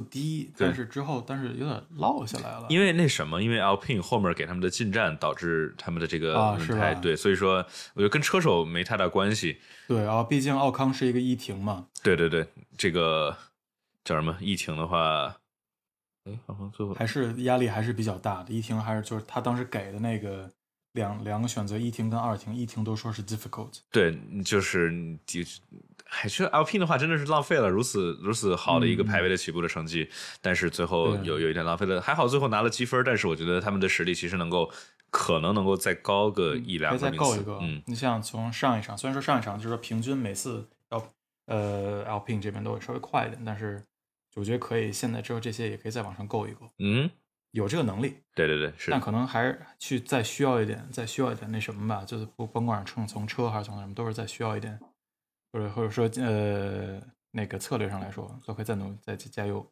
[SPEAKER 1] 嗯
[SPEAKER 2] 低，
[SPEAKER 1] 对
[SPEAKER 2] 但是之后但是有点落下来了。
[SPEAKER 1] 因为那什么，因为 Alpine 后面给他们的进站导致他们的这个
[SPEAKER 2] 啊
[SPEAKER 1] 轮
[SPEAKER 2] 是
[SPEAKER 1] 胎、
[SPEAKER 2] 吧
[SPEAKER 1] 对，所以说我觉得跟车手没太大关系。
[SPEAKER 2] 对啊，毕竟奥康是一个一停嘛，
[SPEAKER 1] 对对对，这个叫什么？疫情的话，哎，奥康最后
[SPEAKER 2] 还是压力还是比较大的。一停还是就是他当时给的那个两两个选择，一停跟二停，一停都说是 difficult。
[SPEAKER 1] 对，就是你的，还是 LP 的话，真的是浪费了如此如此好的一个
[SPEAKER 2] 嗯
[SPEAKER 1] 排位的起步的成绩，但是最后
[SPEAKER 2] 对啊
[SPEAKER 1] 有有一点浪费了。还好最后拿了积分，但是我觉得他们的实力其实能够可能能够再高个一两
[SPEAKER 2] 嗯可以
[SPEAKER 1] 个
[SPEAKER 2] 再
[SPEAKER 1] 名
[SPEAKER 2] 够
[SPEAKER 1] 次。
[SPEAKER 2] 一个。
[SPEAKER 1] 嗯，
[SPEAKER 2] 你像从上一场，虽然说上一场就是说平均每次要呃 Alpine 这边都会稍微快一点，但是我觉得可以，现在之后这些也可以在网上购一购，
[SPEAKER 1] 嗯，
[SPEAKER 2] 有这个能力，
[SPEAKER 1] 对对对，是
[SPEAKER 2] 但可能还是去再需要一点，再需要一点那什么吧，就是不甭管是从从车还是从什么，都是再需要一点，或者或者说呃那个策略上来说，都可以再努再加油。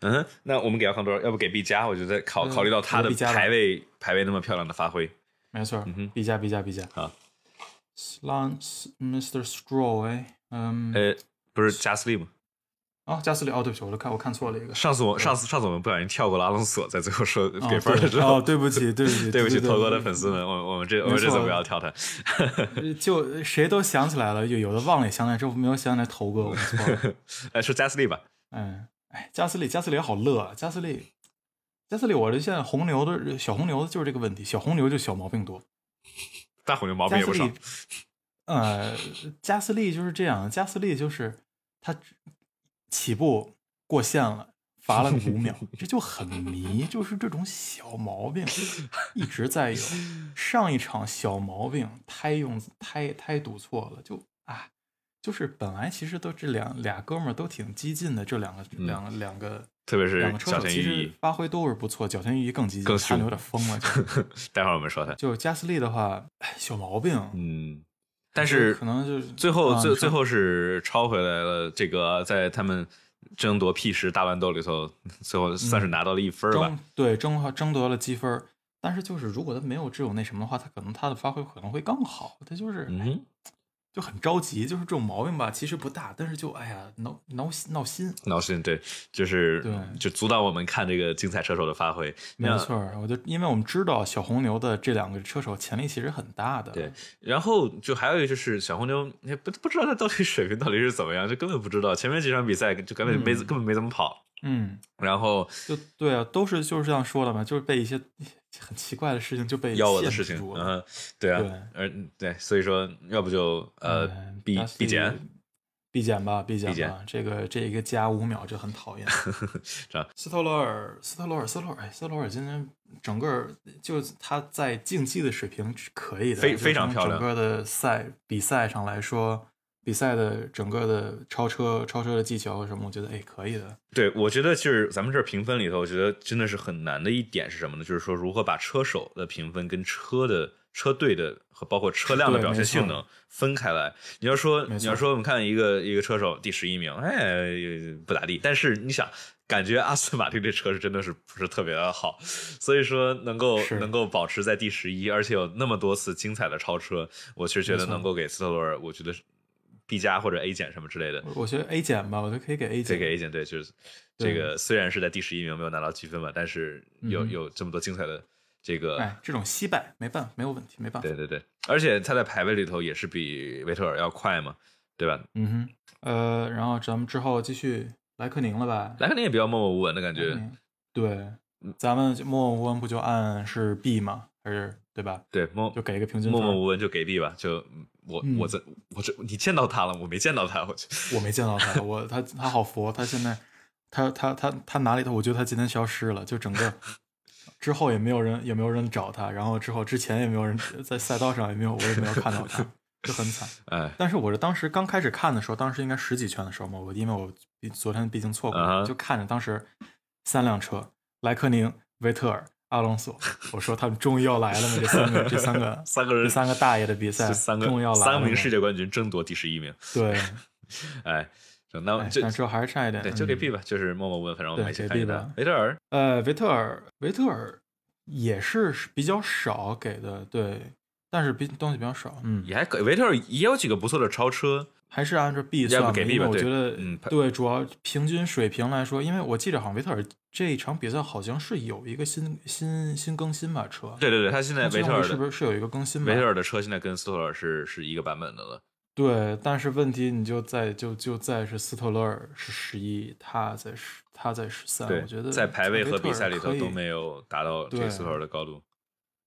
[SPEAKER 1] 嗯，那我们给他放多少？要不给 B 加？我觉得考
[SPEAKER 2] 嗯
[SPEAKER 1] 考虑到他的
[SPEAKER 2] B 加吧
[SPEAKER 1] 排位排位那么漂亮的发挥，
[SPEAKER 2] 没错
[SPEAKER 1] 嗯哼
[SPEAKER 2] ，B 加 B 加 B 加。
[SPEAKER 1] 好
[SPEAKER 2] s l a n Mr. Straw，哎，嗯，
[SPEAKER 1] 呃，不是加斯利吗？
[SPEAKER 2] 哦，加斯利，哦，对不起，我都看我看错了一个。
[SPEAKER 1] 上次我上次上次我们不小心跳过了阿隆索，在最后说
[SPEAKER 2] 哦
[SPEAKER 1] 给分的时
[SPEAKER 2] 对
[SPEAKER 1] 候
[SPEAKER 2] 哦，，对不起，对不 起，
[SPEAKER 1] 对不起，
[SPEAKER 2] 对
[SPEAKER 1] 投哥的粉丝，们，我我们这我们
[SPEAKER 2] 没错
[SPEAKER 1] 这次不要跳他。
[SPEAKER 2] 对 就谁都想起来了，有有的忘了也想起来，这没有想起来头哥，我错了。
[SPEAKER 1] 呃，说加斯利吧，
[SPEAKER 2] 嗯，哎，加斯利，加斯利好乐啊，加斯利，加斯利，我这现在红牛的小红牛的就是这个问题，小红牛就小毛病多，
[SPEAKER 1] 大红牛毛病
[SPEAKER 2] 加
[SPEAKER 1] 也
[SPEAKER 2] 斯
[SPEAKER 1] 不少
[SPEAKER 2] 利。，呃，加斯利就是这样，加斯利就是他只起步过线了。罚了五秒，这就很迷，就是这种小毛病一直在有。上一场小毛病，胎用胎胎堵错了，就啊，就是本来其实都这两俩哥们儿都挺激进的，这两个、两个两个
[SPEAKER 1] 特别是
[SPEAKER 2] 两个
[SPEAKER 1] 嗯
[SPEAKER 2] 车
[SPEAKER 1] 小
[SPEAKER 2] 手
[SPEAKER 1] 田
[SPEAKER 2] 其
[SPEAKER 1] 裕
[SPEAKER 2] 实
[SPEAKER 1] 一，
[SPEAKER 2] 发挥都是不错，角田裕一更激进，
[SPEAKER 1] 更
[SPEAKER 2] 差
[SPEAKER 1] 凶
[SPEAKER 2] 点有点疯了。 就
[SPEAKER 1] 待会儿我们说他。
[SPEAKER 2] 就加斯利的话，哎小毛病，
[SPEAKER 1] 嗯，但是
[SPEAKER 2] 可能就是
[SPEAKER 1] 最后
[SPEAKER 2] 啊
[SPEAKER 1] 最
[SPEAKER 2] 你说
[SPEAKER 1] 最后是抄回来了。这个在他们争夺 P 十大乱斗里头，最
[SPEAKER 2] 嗯
[SPEAKER 1] 后算是拿到了一分吧。
[SPEAKER 2] 争对争争夺了积分儿，但是就是如果他没有这种那什么的话，他可能他的发挥可能会更好。他就是
[SPEAKER 1] 嗯哼，
[SPEAKER 2] 就很着急，就是这种毛病吧，其实不大，但是就哎呀挠挠心闹心。
[SPEAKER 1] 闹心对，就是
[SPEAKER 2] 对
[SPEAKER 1] 就阻挡我们看这个竞赛车手的发挥。
[SPEAKER 2] 没
[SPEAKER 1] 那
[SPEAKER 2] 错儿，我就因为我们知道小红牛的这两个车手潜力其实很大的，
[SPEAKER 1] 对，然后就还有一个就是小红牛，也不不知道他到底水平到底是怎么样，就根本不知道。前面几场比赛就根本没、
[SPEAKER 2] 嗯
[SPEAKER 1] 根本没怎么跑，
[SPEAKER 2] 嗯，
[SPEAKER 1] 然后
[SPEAKER 2] 就对啊，都是就是这样说的嘛，就是被一些很奇怪的事情就被
[SPEAKER 1] 要我的
[SPEAKER 2] 限
[SPEAKER 1] 事
[SPEAKER 2] 制
[SPEAKER 1] 情，
[SPEAKER 2] 住了
[SPEAKER 1] 嗯，对啊
[SPEAKER 2] 对，
[SPEAKER 1] 呃，对，所以说要不就呃
[SPEAKER 2] 嗯
[SPEAKER 1] 必
[SPEAKER 2] 但是
[SPEAKER 1] 必减，
[SPEAKER 2] 必减吧，必减
[SPEAKER 1] 必减。
[SPEAKER 2] 吧。这个这一个加五秒就很讨厌
[SPEAKER 1] 这样
[SPEAKER 2] 斯特罗尔，斯特罗尔，斯特罗尔，哎斯特罗尔今天整个就是他在竞技的水平是可以的，
[SPEAKER 1] 非
[SPEAKER 2] 就是
[SPEAKER 1] 非常
[SPEAKER 2] 从
[SPEAKER 1] 漂亮
[SPEAKER 2] 整个的赛比赛上来说，比赛的整个的超车、超车的技巧和什么，我觉得哎可以的。
[SPEAKER 1] 对，我觉得就是咱们这儿评分里头，我觉得真的是很难的一点是什么呢？就是说如何把车手的评分跟车的车队的和包括车辆的
[SPEAKER 2] 对
[SPEAKER 1] 表现
[SPEAKER 2] 没错
[SPEAKER 1] 性能分开来。你要说
[SPEAKER 2] 没
[SPEAKER 1] 你
[SPEAKER 2] 错
[SPEAKER 1] 要说我们看一个一个车手第十一名，哎不咋地，但是你想。感觉阿斯顿马丁这车是真的是不是特别的好，所以说能够
[SPEAKER 2] 是
[SPEAKER 1] 能够保持在第十一，而且有那么多次精彩的超车，我其实觉得
[SPEAKER 2] 没错
[SPEAKER 1] 能够给斯特罗尔，我觉得是 B 加或者 A 减什么之类的，
[SPEAKER 2] 我我觉得 A 减吧，我觉得可以给 A
[SPEAKER 1] 这
[SPEAKER 2] 减。
[SPEAKER 1] 个 A 减对，就是这
[SPEAKER 2] 嗯对
[SPEAKER 1] 个虽然是在第十一名没有拿到积分吧，但是有
[SPEAKER 2] 嗯哼
[SPEAKER 1] 有这么多精彩的这个，
[SPEAKER 2] 哎，这种惜败没办法，没有问题，没办法
[SPEAKER 1] 对。对对，而且他在排位里头也是比维特尔要快嘛，对吧？
[SPEAKER 2] 嗯哼，呃，然后咱们之后继续莱克宁了吧？
[SPEAKER 1] 莱克宁也比较默默无闻的感觉，嗯
[SPEAKER 2] 嗯对，咱们就默默无闻不就按是 B 吗？还是对吧？
[SPEAKER 1] 对默
[SPEAKER 2] 就给一个平均
[SPEAKER 1] 默
[SPEAKER 2] 分。
[SPEAKER 1] 默无闻就给 B 吧，就我
[SPEAKER 2] 嗯
[SPEAKER 1] 我在我这你见到他了，我没见到他，我去，
[SPEAKER 2] 我没见到他，我他他好佛，他现在他他他他哪里头？我觉得他今天消失了，就整个之后也没有人也没有人找他，然后之后之前也没有人在赛道上也没有我也没有看到他， 就很惨。
[SPEAKER 1] 哎，
[SPEAKER 2] 但是我是当时刚开始看的时候，当时应该十几圈的时候嘛，我因为我毕昨天毕竟错过
[SPEAKER 1] 啊哈
[SPEAKER 2] 了，就看着当时三辆车，莱克宁、维特尔、阿隆 索，我说他们终于要来了吗？这三个这三个
[SPEAKER 1] 三个
[SPEAKER 2] 这
[SPEAKER 1] 人
[SPEAKER 2] 三个大爷的比赛
[SPEAKER 1] 这三
[SPEAKER 2] 终于要
[SPEAKER 1] 个
[SPEAKER 2] 来了吗，
[SPEAKER 1] 三名世界冠军争夺第十一名，
[SPEAKER 2] 对，
[SPEAKER 1] 哎，那
[SPEAKER 2] 哎
[SPEAKER 1] 就
[SPEAKER 2] 但之后还是差一点，
[SPEAKER 1] 对就给
[SPEAKER 2] 嗯
[SPEAKER 1] B 吧，就是默默无闻，反正我
[SPEAKER 2] 对
[SPEAKER 1] 没去
[SPEAKER 2] 给
[SPEAKER 1] 看见
[SPEAKER 2] B
[SPEAKER 1] 他
[SPEAKER 2] 吧。
[SPEAKER 1] 维特尔
[SPEAKER 2] 呃，维特尔，维特尔也是比较少给的，对，但是比东西比较少，嗯，
[SPEAKER 1] 也还可以，维特尔也有几个不错的超车，
[SPEAKER 2] 还是按照 B
[SPEAKER 1] 要
[SPEAKER 2] 算
[SPEAKER 1] 不
[SPEAKER 2] 吧，
[SPEAKER 1] 给 B
[SPEAKER 2] 因为
[SPEAKER 1] 吧
[SPEAKER 2] 我
[SPEAKER 1] 对
[SPEAKER 2] 觉得，
[SPEAKER 1] 嗯排
[SPEAKER 2] 对，主要平均水平来说，因为我记得好像维特尔这一场比赛好像是有一个新新新更新吧车，
[SPEAKER 1] 对对对，他现在
[SPEAKER 2] 但这
[SPEAKER 1] 维特
[SPEAKER 2] 场
[SPEAKER 1] 尔
[SPEAKER 2] 是
[SPEAKER 1] 的
[SPEAKER 2] 不是是有一个更新吧？
[SPEAKER 1] 维特尔的车现在跟斯托尔是是一个版本的了。
[SPEAKER 2] 对，但是问题你就在就就在是斯特勒尔是十一，他在十他在十三，我觉得
[SPEAKER 1] 在排位和
[SPEAKER 2] 维特
[SPEAKER 1] 比
[SPEAKER 2] 尔
[SPEAKER 1] 赛里头
[SPEAKER 2] 可以
[SPEAKER 1] 都没有达到这个
[SPEAKER 2] 对
[SPEAKER 1] 斯托尔的高度。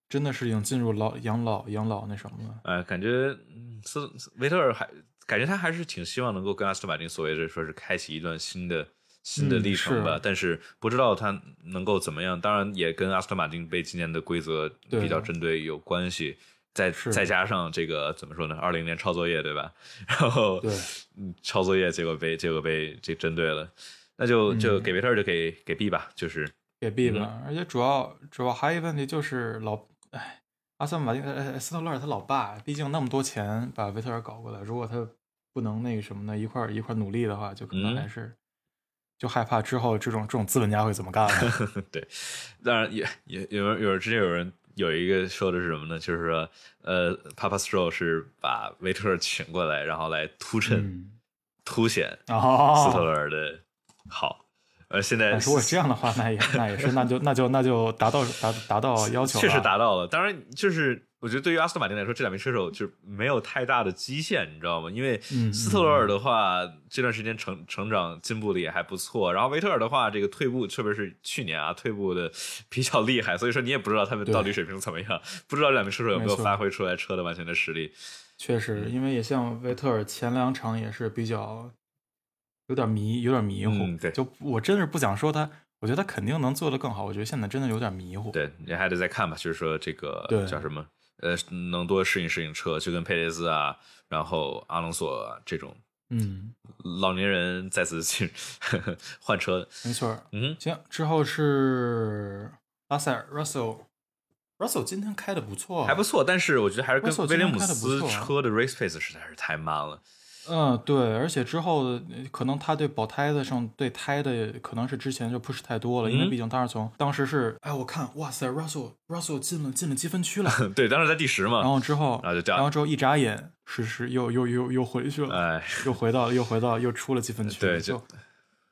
[SPEAKER 2] 真的是已经进入老养老养老那什么了。
[SPEAKER 1] 呃，感觉嗯斯斯维特尔还感觉他还是挺希望能够跟阿斯顿马丁所谓的说是开启一段新的新的
[SPEAKER 2] 嗯
[SPEAKER 1] 历程吧，
[SPEAKER 2] 是
[SPEAKER 1] 但是不知道他能够怎么样。当然也跟阿斯顿马丁被今年的规则
[SPEAKER 2] 对
[SPEAKER 1] 比较针对有关系。再
[SPEAKER 2] 是
[SPEAKER 1] 再加上这个怎么说呢？二零年抄作业对吧？然后
[SPEAKER 2] 对
[SPEAKER 1] 嗯抄作业，结果被结果被这针对了。那就就给维特尔就给给 B 吧，就是
[SPEAKER 2] 给
[SPEAKER 1] 嗯
[SPEAKER 2] B 吧。而且主要主要还有一个问题就是老，哎，阿斯顿马丁呃斯特勒尔他老爸，毕竟那么多钱把维特尔搞过来，如果他不能那个什么呢，一块儿一块儿努力的话，就可
[SPEAKER 1] 嗯
[SPEAKER 2] 能还是。就害怕之后这种这种资本家会怎么干 呢？
[SPEAKER 1] 对，当然也也有人有人之前有人有一个说的是什么呢？就是说，呃，Papa Stroh 是把维特尔请过来，然后来突衬、
[SPEAKER 2] 嗯
[SPEAKER 1] 凸显
[SPEAKER 2] 哦，
[SPEAKER 1] 斯特勒尔的好。呃，现在
[SPEAKER 2] 哎如果这样的话，那也那也是，那就那就那就达到达达到哦要求了，
[SPEAKER 1] 确实达到了。当然，就是我觉得对于阿斯顿马丁来说，这两名车手就是没有太大的基线，你知道吗？因为
[SPEAKER 2] 嗯
[SPEAKER 1] 斯特罗尔的话，这段时间成成长进步的也还不错。然后维特尔的话，这个退步，特别是去年啊，退步的比较厉害，所以说你也不知道他们
[SPEAKER 2] 对
[SPEAKER 1] 到底水平怎么样，不知道这两名车手有没有
[SPEAKER 2] 没错
[SPEAKER 1] 发挥出来车的完全的实力。
[SPEAKER 2] 确
[SPEAKER 1] 嗯
[SPEAKER 2] 实，因为也像维特尔前两场也是比较有点迷，有点迷糊。
[SPEAKER 1] 嗯对
[SPEAKER 2] 就我真是不想说他，我觉得他肯定能做得更好。我觉得现在真的有点迷糊。，
[SPEAKER 1] 对，你还得再看吧，就是说这个
[SPEAKER 2] 对
[SPEAKER 1] 叫什么，呃，能多适应适应车，就跟佩雷兹啊，然后阿隆索、啊、这种
[SPEAKER 2] 嗯，
[SPEAKER 1] 老年人再次去 换车，
[SPEAKER 2] 没错儿。
[SPEAKER 1] 嗯，
[SPEAKER 2] 行，之后是拉塞尔 Russell，Russell 今天开的不错，啊
[SPEAKER 1] 还不。错，但是我觉得还是跟
[SPEAKER 2] 波索
[SPEAKER 1] 威
[SPEAKER 2] 今
[SPEAKER 1] 廉
[SPEAKER 2] 天
[SPEAKER 1] 姆
[SPEAKER 2] 开得不
[SPEAKER 1] 斯
[SPEAKER 2] 错啊
[SPEAKER 1] 车的 race pace 实在是太慢了。
[SPEAKER 2] 嗯，对，而且之后呃可能他对保胎的上对胎的可能是之前就 push 太多了，因
[SPEAKER 1] 嗯
[SPEAKER 2] 为毕竟当时从当时是，哎，我看，哇塞，Russell Russell 进了进了积分区了，
[SPEAKER 1] 对，当时在第十
[SPEAKER 2] 然
[SPEAKER 1] 嘛，
[SPEAKER 2] 后之后，
[SPEAKER 1] 然后就掉了
[SPEAKER 2] 然后之后一眨眼，是是又又又又回去了，
[SPEAKER 1] 哎，呃
[SPEAKER 2] 又回到又回到又出了积分区。
[SPEAKER 1] 对就
[SPEAKER 2] 就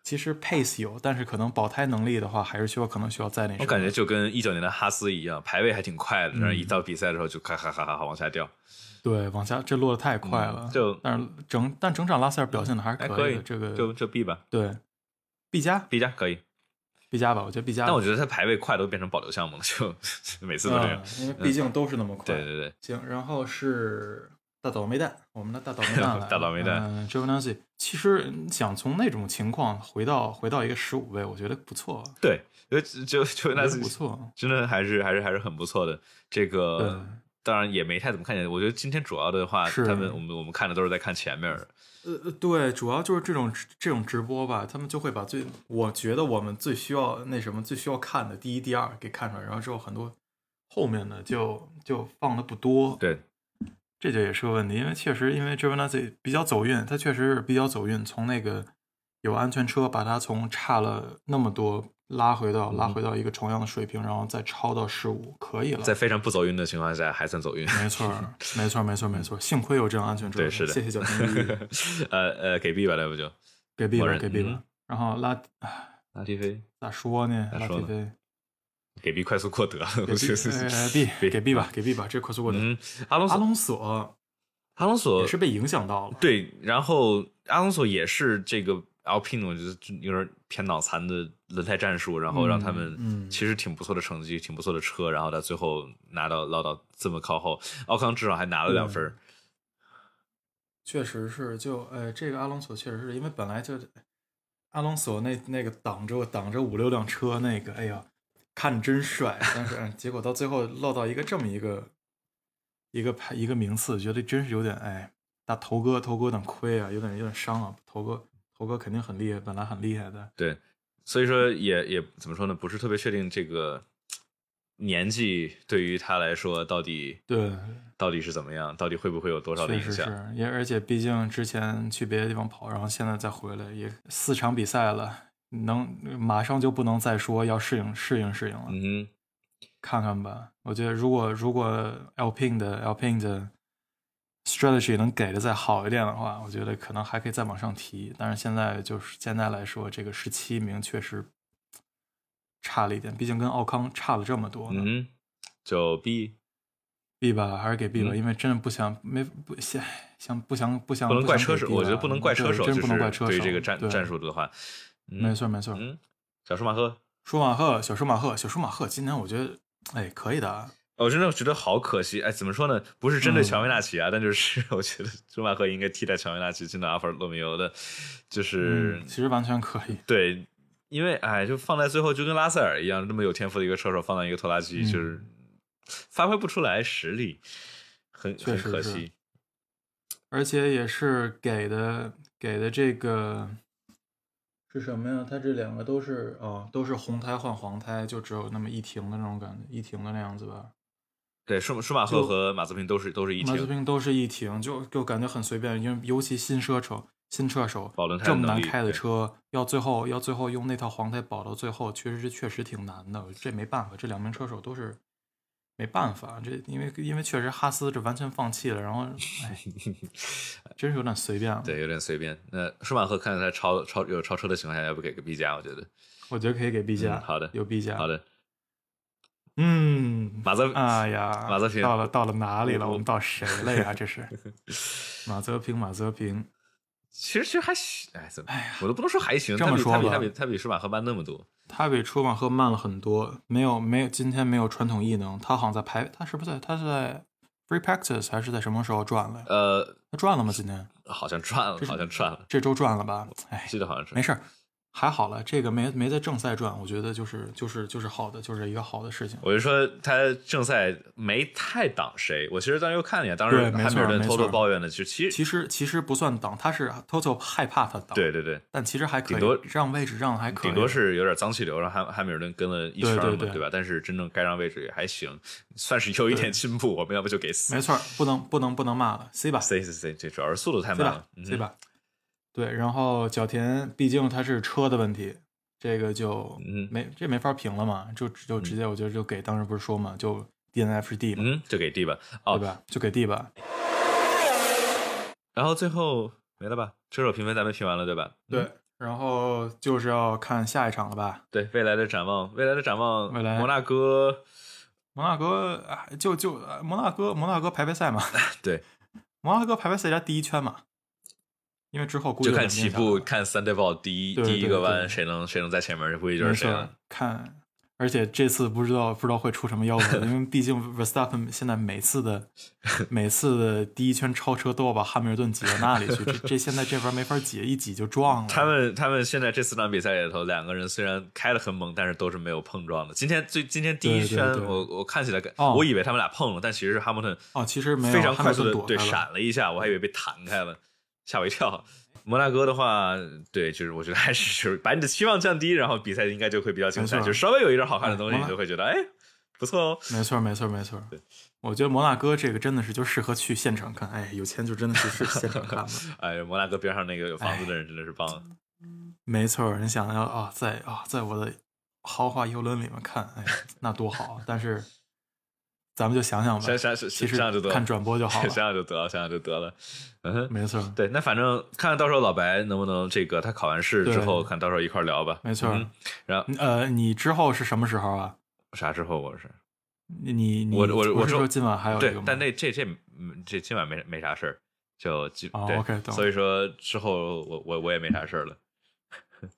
[SPEAKER 2] 其实 pace 有，但是可能保胎能力的话，还是需要可能需要再那什么。
[SPEAKER 1] 我感觉就跟一九年的哈斯一样，排位还挺快的，
[SPEAKER 2] 嗯
[SPEAKER 1] 然后一到比赛的时候就咔咔咔咔咔往下掉。
[SPEAKER 2] 对往下这落的太快了。
[SPEAKER 1] 嗯就
[SPEAKER 2] 但是整但整场拉塞尔表现的还是
[SPEAKER 1] 还
[SPEAKER 2] 可
[SPEAKER 1] 哎可
[SPEAKER 2] 以的，
[SPEAKER 1] 以，
[SPEAKER 2] 这个
[SPEAKER 1] 就就 B 吧
[SPEAKER 2] 对 B 加
[SPEAKER 1] ，B 加可以。
[SPEAKER 2] B 加吧，我觉得 B 加吧。
[SPEAKER 1] 但我觉得他排位快都变成保留项目了，就 每次都这样。
[SPEAKER 2] 嗯因为毕竟都是那么快。
[SPEAKER 1] 对对对，
[SPEAKER 2] 行，然后是大倒霉蛋，我们的大倒 霉蛋来了，
[SPEAKER 1] 大倒霉蛋
[SPEAKER 2] 嗯、j o v a n a n c y 其实你想从那种情况回到回到一个十五位，我觉得不错，
[SPEAKER 1] 对，就呃就就那
[SPEAKER 2] 我觉
[SPEAKER 1] 次
[SPEAKER 2] 得不错。呃
[SPEAKER 1] 真的还是还是还是很不错的。这个当然也没太怎么看见，我觉得今天主要的话，
[SPEAKER 2] 是
[SPEAKER 1] 他们我们我们看的都是在看前面的。
[SPEAKER 2] 呃，呃对，主要就是这种这种直播吧，他们就会把最我觉得我们最需要那什么最需要看的第一、第二给看出来，然后之后很多后面的就就放的不多，
[SPEAKER 1] 对，
[SPEAKER 2] 这就也是个问题，因为确实因为 j o v a n a z i 比较走运，他确实是比较走运，从那个有安全车把他从差了那么多拉回到
[SPEAKER 1] 嗯
[SPEAKER 2] 拉回到一个同样的水平，然后再超到十五，可以了。
[SPEAKER 1] 在非常不走运的情况下还算走运。
[SPEAKER 2] 没 错儿，没错儿，没错儿，没错儿，幸亏有这样安全车。
[SPEAKER 1] 对是的
[SPEAKER 2] 谢谢 小天一，
[SPEAKER 1] 呃呃，给 B 吧，要不就
[SPEAKER 2] 给 B
[SPEAKER 1] 默
[SPEAKER 2] 吧，
[SPEAKER 1] 认
[SPEAKER 2] 给 B 吧。
[SPEAKER 1] 嗯
[SPEAKER 2] 然后拉唉
[SPEAKER 1] 拉蒂菲，
[SPEAKER 2] 咋说呢？
[SPEAKER 1] 咋
[SPEAKER 2] 拉
[SPEAKER 1] 说
[SPEAKER 2] 蒂
[SPEAKER 1] 呢
[SPEAKER 2] 菲，
[SPEAKER 1] 给 B 快速过德，我
[SPEAKER 2] 给
[SPEAKER 1] 觉
[SPEAKER 2] B，
[SPEAKER 1] 得
[SPEAKER 2] 呃
[SPEAKER 1] B
[SPEAKER 2] B，给 B 吧，给 B 吧，这快速过的。
[SPEAKER 1] 嗯，阿隆
[SPEAKER 2] 阿
[SPEAKER 1] 索，
[SPEAKER 2] 隆索
[SPEAKER 1] 阿隆索
[SPEAKER 2] 也是被影响到了。
[SPEAKER 1] 对，然后阿隆索也是这个 Alpine，我觉得就有点偏脑残的轮胎战术，然后让他
[SPEAKER 2] 嗯
[SPEAKER 1] 们
[SPEAKER 2] 嗯
[SPEAKER 1] 其实挺不错的成绩，挺不错的车，然后到最后拿到落到这么靠后，奥康至少还拿了两分儿。
[SPEAKER 2] 确实是，就呃，这个阿隆索确实是因为本来就阿隆索那那个挡着挡着五六辆车那个，哎呀，看着真帅，但是、哎结果到最后落到一个这么一个一个排一个名次，觉得真是有点哎，那头哥头哥有点亏啊，有点有点伤啊，头哥头哥肯定很厉害，本来很厉害的，
[SPEAKER 1] 对，所以说也也怎么说呢，不是特别确定这个年纪对于他来说到底
[SPEAKER 2] 对，
[SPEAKER 1] 到底是怎么样，到底会不会有多少的
[SPEAKER 2] 确
[SPEAKER 1] 影
[SPEAKER 2] 实
[SPEAKER 1] 响？
[SPEAKER 2] 是，也而且毕竟之前去别的地方跑，然后现在再回来也四场比赛了，能马上就不能再说要适应适应适应了。
[SPEAKER 1] 嗯哼。
[SPEAKER 2] 看看吧。我觉得如果如果 Alpine 的 Alpine 的 strategy 能给的再好一点的话，我觉得可能还可以再往上提。但是现在就是现在来说，这个十七名确实差了一点，毕竟跟奥康差了这么多呢。
[SPEAKER 1] 嗯，就 B
[SPEAKER 2] B 吧，还是给 B 吧，
[SPEAKER 1] 嗯
[SPEAKER 2] 因为真的不想没不想想不想不想
[SPEAKER 1] 不能怪车手，
[SPEAKER 2] 手，
[SPEAKER 1] 我觉得不能怪车手，就
[SPEAKER 2] 对真
[SPEAKER 1] 是
[SPEAKER 2] 不能怪车手。
[SPEAKER 1] 对于这个战
[SPEAKER 2] 对
[SPEAKER 1] 战，术的话，嗯
[SPEAKER 2] 没错没错。
[SPEAKER 1] 嗯，小舒马赫，
[SPEAKER 2] 舒马赫，小舒马赫，小舒马赫，今年我觉得哎可以的啊。
[SPEAKER 1] 我哦真的觉得好可惜。哎，怎么说呢？不是针
[SPEAKER 2] 嗯
[SPEAKER 1] 对乔维纳奇啊，但就是 我觉得舒马赫应该替代乔维纳奇进到阿尔法罗密欧的，就是、
[SPEAKER 2] 嗯，其实完全可以。
[SPEAKER 1] 对，因为哎，就放在最后就跟拉塞尔一样，这么有天赋的一个车手放到一个拖拉机，
[SPEAKER 2] 嗯
[SPEAKER 1] 就是发挥不出来实力，很
[SPEAKER 2] 确
[SPEAKER 1] 很
[SPEAKER 2] 实
[SPEAKER 1] 可
[SPEAKER 2] 是
[SPEAKER 1] 惜。
[SPEAKER 2] 而且也是给的给的这个是什么呀？它这两个都是啊，都是红胎换黄胎，就只有那么一停的那种感觉，一停的那样子吧。
[SPEAKER 1] 对，舒舒马赫和马自平都是都是一
[SPEAKER 2] 马自
[SPEAKER 1] 停，
[SPEAKER 2] 平都是一停，就就感觉很随便，因为尤其新车手、新车手
[SPEAKER 1] 保轮胎
[SPEAKER 2] 这么
[SPEAKER 1] 能
[SPEAKER 2] 难
[SPEAKER 1] 力
[SPEAKER 2] 开
[SPEAKER 1] 对
[SPEAKER 2] 的车，要最后要最后用那套黄胎保到最后，确实是确实挺难的。这没办法，这两名车手都是没办法，这因为因为确实哈斯这完全放弃了，然后 哎，真是有点随便了。
[SPEAKER 1] 对，有点随便。那舒马赫看到他超超有超车的情况下，要不给个 B 加？我觉得
[SPEAKER 2] 我觉得可以给 B 加、
[SPEAKER 1] 嗯好的
[SPEAKER 2] 有 B 加，
[SPEAKER 1] 好，的。
[SPEAKER 2] 嗯，
[SPEAKER 1] 马泽
[SPEAKER 2] 哎呀，
[SPEAKER 1] 马泽平
[SPEAKER 2] 到了到了哪里了？
[SPEAKER 1] 我
[SPEAKER 2] 我们到谁了呀？这是马泽平，马泽平，
[SPEAKER 1] 其实其实还行，哎，怎么我都不能说还行，
[SPEAKER 2] 这
[SPEAKER 1] 他
[SPEAKER 2] 么
[SPEAKER 1] 比
[SPEAKER 2] 说
[SPEAKER 1] 他比
[SPEAKER 2] 吧
[SPEAKER 1] 他比他比舒马赫慢那么多。
[SPEAKER 2] 他比舒马赫慢了很多，没有没有，今天没有传统异能，他好像在排，他是不是在他是在 free practice 还是在什么时候转了呀？
[SPEAKER 1] 呃，
[SPEAKER 2] 他转了吗？今天
[SPEAKER 1] 好像赚了，
[SPEAKER 2] 这是
[SPEAKER 1] 好像赚了，
[SPEAKER 2] 这周转了吧？哎，
[SPEAKER 1] 记得好像是
[SPEAKER 2] 没事儿，还好了，这个没没在正赛转，我觉得就是就是就是好的，就是一个好的事情。
[SPEAKER 1] 我就说他正赛没太挡谁，我其实当时又看了一眼，当时
[SPEAKER 2] 对没错
[SPEAKER 1] 汉密尔顿
[SPEAKER 2] 没
[SPEAKER 1] 偷
[SPEAKER 2] 错
[SPEAKER 1] 偷抱怨的，其实其
[SPEAKER 2] 其
[SPEAKER 1] 实
[SPEAKER 2] 实其实不算挡，他是 Toto 害怕他挡，
[SPEAKER 1] 对对对，
[SPEAKER 2] 但其实还可
[SPEAKER 1] 顶
[SPEAKER 2] 以，
[SPEAKER 1] 多
[SPEAKER 2] 让位置让的还可以，
[SPEAKER 1] 顶多是有点脏气流，让汉汉密尔顿跟了一圈嘛，
[SPEAKER 2] 对对对
[SPEAKER 1] 吧？但是真正该让位置也还行，算是有一点进步。我们要不就给
[SPEAKER 2] 没
[SPEAKER 1] C
[SPEAKER 2] 错儿，不能不能不能骂了，C 吧
[SPEAKER 1] C C C，这主要是速度太
[SPEAKER 2] 对啊
[SPEAKER 1] 慢
[SPEAKER 2] 吧
[SPEAKER 1] 了，嗯
[SPEAKER 2] 对？吧？对，然后角田毕竟它是车的问题，这个就
[SPEAKER 1] 嗯
[SPEAKER 2] 没这没法评了嘛，就就直接我觉得就给当时不是说嘛，就 DNF 是 D 嘛，
[SPEAKER 1] 嗯，就给 D 吧。
[SPEAKER 2] 对
[SPEAKER 1] 哦，
[SPEAKER 2] 吧？就给 D 吧。
[SPEAKER 1] 然后最后没了吧？车手评分咱们评完了，对吧？嗯
[SPEAKER 2] 对，然后就是要看下一场了吧？
[SPEAKER 1] 对，未来的展望，未来的展望，
[SPEAKER 2] 未来
[SPEAKER 1] 摩纳哥，
[SPEAKER 2] 摩纳哥啊，就就啊摩纳哥摩纳哥排 排赛嘛，
[SPEAKER 1] 对，
[SPEAKER 2] 摩纳哥排排赛加第一圈嘛，因为之后估计
[SPEAKER 1] 就看
[SPEAKER 2] 稳定
[SPEAKER 1] 起
[SPEAKER 2] 下来
[SPEAKER 1] 步，
[SPEAKER 2] 了
[SPEAKER 1] 看三对报第一
[SPEAKER 2] 对
[SPEAKER 1] 第一
[SPEAKER 2] 对
[SPEAKER 1] 个
[SPEAKER 2] 对
[SPEAKER 1] 弯谁能谁能在前面，这估计就
[SPEAKER 2] 没
[SPEAKER 1] 是谁
[SPEAKER 2] 事
[SPEAKER 1] 了
[SPEAKER 2] 儿。，看，而且这次不知道不知道会出什么幺蛾子，因为毕竟 Verstappen 现在每 次的每次的第一圈超车都要把汉密尔顿挤到那里去，这这现在这玩意儿没法挤，一挤就撞了。
[SPEAKER 1] 他们他们现在这四场比赛里头，两个人虽然开的很猛，但是都是没有碰撞的。今天最今天第一
[SPEAKER 2] 对对
[SPEAKER 1] 圈，
[SPEAKER 2] 对
[SPEAKER 1] 我我看起来跟、
[SPEAKER 2] 哦
[SPEAKER 1] 我以为他们俩碰了，但其实是哈姆顿
[SPEAKER 2] 哦，其实没有，
[SPEAKER 1] 非常
[SPEAKER 2] 汉
[SPEAKER 1] 快
[SPEAKER 2] 密
[SPEAKER 1] 速
[SPEAKER 2] 尔顿
[SPEAKER 1] 的对
[SPEAKER 2] 躲开了嗯
[SPEAKER 1] 闪了一下，我还以为被弹开了，吓我一跳。摩纳哥的话，对，就是我觉得还是就是把你的期望降低，然后比赛应该就会比较精彩，
[SPEAKER 2] 没错
[SPEAKER 1] 就稍微有一点好看的东西，
[SPEAKER 2] 哎
[SPEAKER 1] 你就会觉得哎不错哦。
[SPEAKER 2] 没错，没错，没错。我觉得摩纳哥这个真的是就适合去现场看，哎，有钱就真的是去现 场看了。
[SPEAKER 1] 哎，摩纳哥边上那个有房子的人真的是棒，
[SPEAKER 2] 哎没错，你想要啊，在啊，在我的豪华游轮里面看，哎，那多好啊！但是咱们就想想吧，
[SPEAKER 1] 想想想
[SPEAKER 2] 其
[SPEAKER 1] 想想就
[SPEAKER 2] 实
[SPEAKER 1] 得了
[SPEAKER 2] 看转播就好
[SPEAKER 1] 想
[SPEAKER 2] 了。
[SPEAKER 1] 想就得了，想想就得了。嗯哼，
[SPEAKER 2] 没错，
[SPEAKER 1] 对，那反正看看到时候老白能不能这个他考完试之后，
[SPEAKER 2] 对
[SPEAKER 1] 看到时候一块儿聊吧。
[SPEAKER 2] 没错
[SPEAKER 1] 嗯然后
[SPEAKER 2] 呃，你之后是什么时候啊？
[SPEAKER 1] 啥之后我是
[SPEAKER 2] 你你你
[SPEAKER 1] 我我
[SPEAKER 2] 不
[SPEAKER 1] 我
[SPEAKER 2] 是
[SPEAKER 1] 说
[SPEAKER 2] 说今晚还有一
[SPEAKER 1] 对
[SPEAKER 2] 个吗，
[SPEAKER 1] 但那这这嗯这今晚没没啥事儿，就就
[SPEAKER 2] 哦
[SPEAKER 1] 对
[SPEAKER 2] OK，懂
[SPEAKER 1] 所以说之后我我我也没啥事儿了。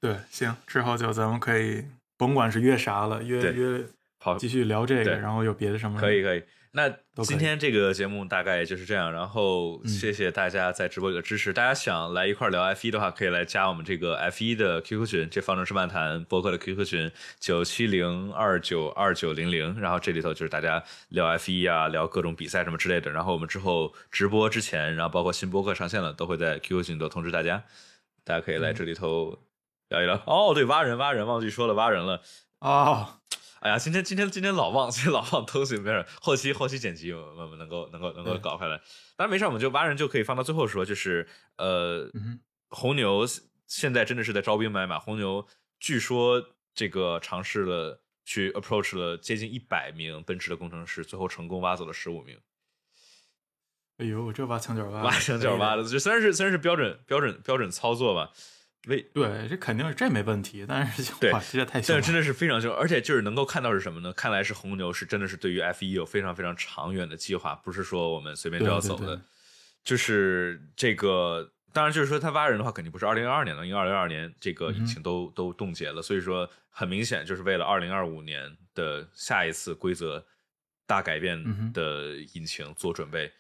[SPEAKER 2] 对行，之后就咱们可以甭管是约啥了，约
[SPEAKER 1] 对
[SPEAKER 2] 约
[SPEAKER 1] 好，
[SPEAKER 2] 继续聊这
[SPEAKER 1] 对
[SPEAKER 2] 个，然后有别的什么
[SPEAKER 1] 可以可以。那
[SPEAKER 2] 可以嗯
[SPEAKER 1] 今天这个节目大概就是这样，然后谢谢大家在直播里的支持。大家想来一块儿聊 F 一的话，可以来加我们这个 F 一的 QQ 群，这方程式漫谈播客的 QQ 群九七零二九二九零零。然后这里头就是大家聊 F 一啊，聊各种比赛什么之类的。然后我们之后直播之前，然后包括新播客上线了，都会在 QQ 群里头通知大家，大家可以来这里头聊一聊。哦，对，挖人挖人，忘记说了，挖人了。
[SPEAKER 2] 哦，
[SPEAKER 1] 哎呀，今天今天今天老忘，今天老忘东西，没事儿，后期后期剪辑我们我们能够能够能够
[SPEAKER 2] 对
[SPEAKER 1] 搞回来。当然没事儿，我们就挖人就可以放到最后说，就是呃，
[SPEAKER 2] 嗯
[SPEAKER 1] 红牛现在真的是在招兵买马，红牛据说这个尝试了去 approach 了接近一百名奔驰的工程师，最后成功挖走了十五名，
[SPEAKER 2] 哼，哎呦，这挖墙角挖哎
[SPEAKER 1] 挖墙角挖
[SPEAKER 2] 的，
[SPEAKER 1] 的，就虽然是虽然是标准标准标准操作吧，为
[SPEAKER 2] 对，这肯定是这没问题，但是就
[SPEAKER 1] 对
[SPEAKER 2] 哇，这也太
[SPEAKER 1] 但
[SPEAKER 2] 凶
[SPEAKER 1] 是
[SPEAKER 2] 了，
[SPEAKER 1] 真的是非常凶，而且就是能够看到是什么呢？看来是红牛是真的是对于 F 一有非常非常长远的计划，不是说我们随便就要
[SPEAKER 2] 对对
[SPEAKER 1] 走的。
[SPEAKER 2] 对
[SPEAKER 1] 就是这个，当然就是说他挖人的话，肯定不是二零二二年了，因为二零二二年这个
[SPEAKER 2] 嗯
[SPEAKER 1] 疫情都、都冻结了，所以说很明显就是为了二零二五年的下一次规则大改
[SPEAKER 2] 嗯
[SPEAKER 1] 变
[SPEAKER 2] 哼
[SPEAKER 1] 的引擎做准备。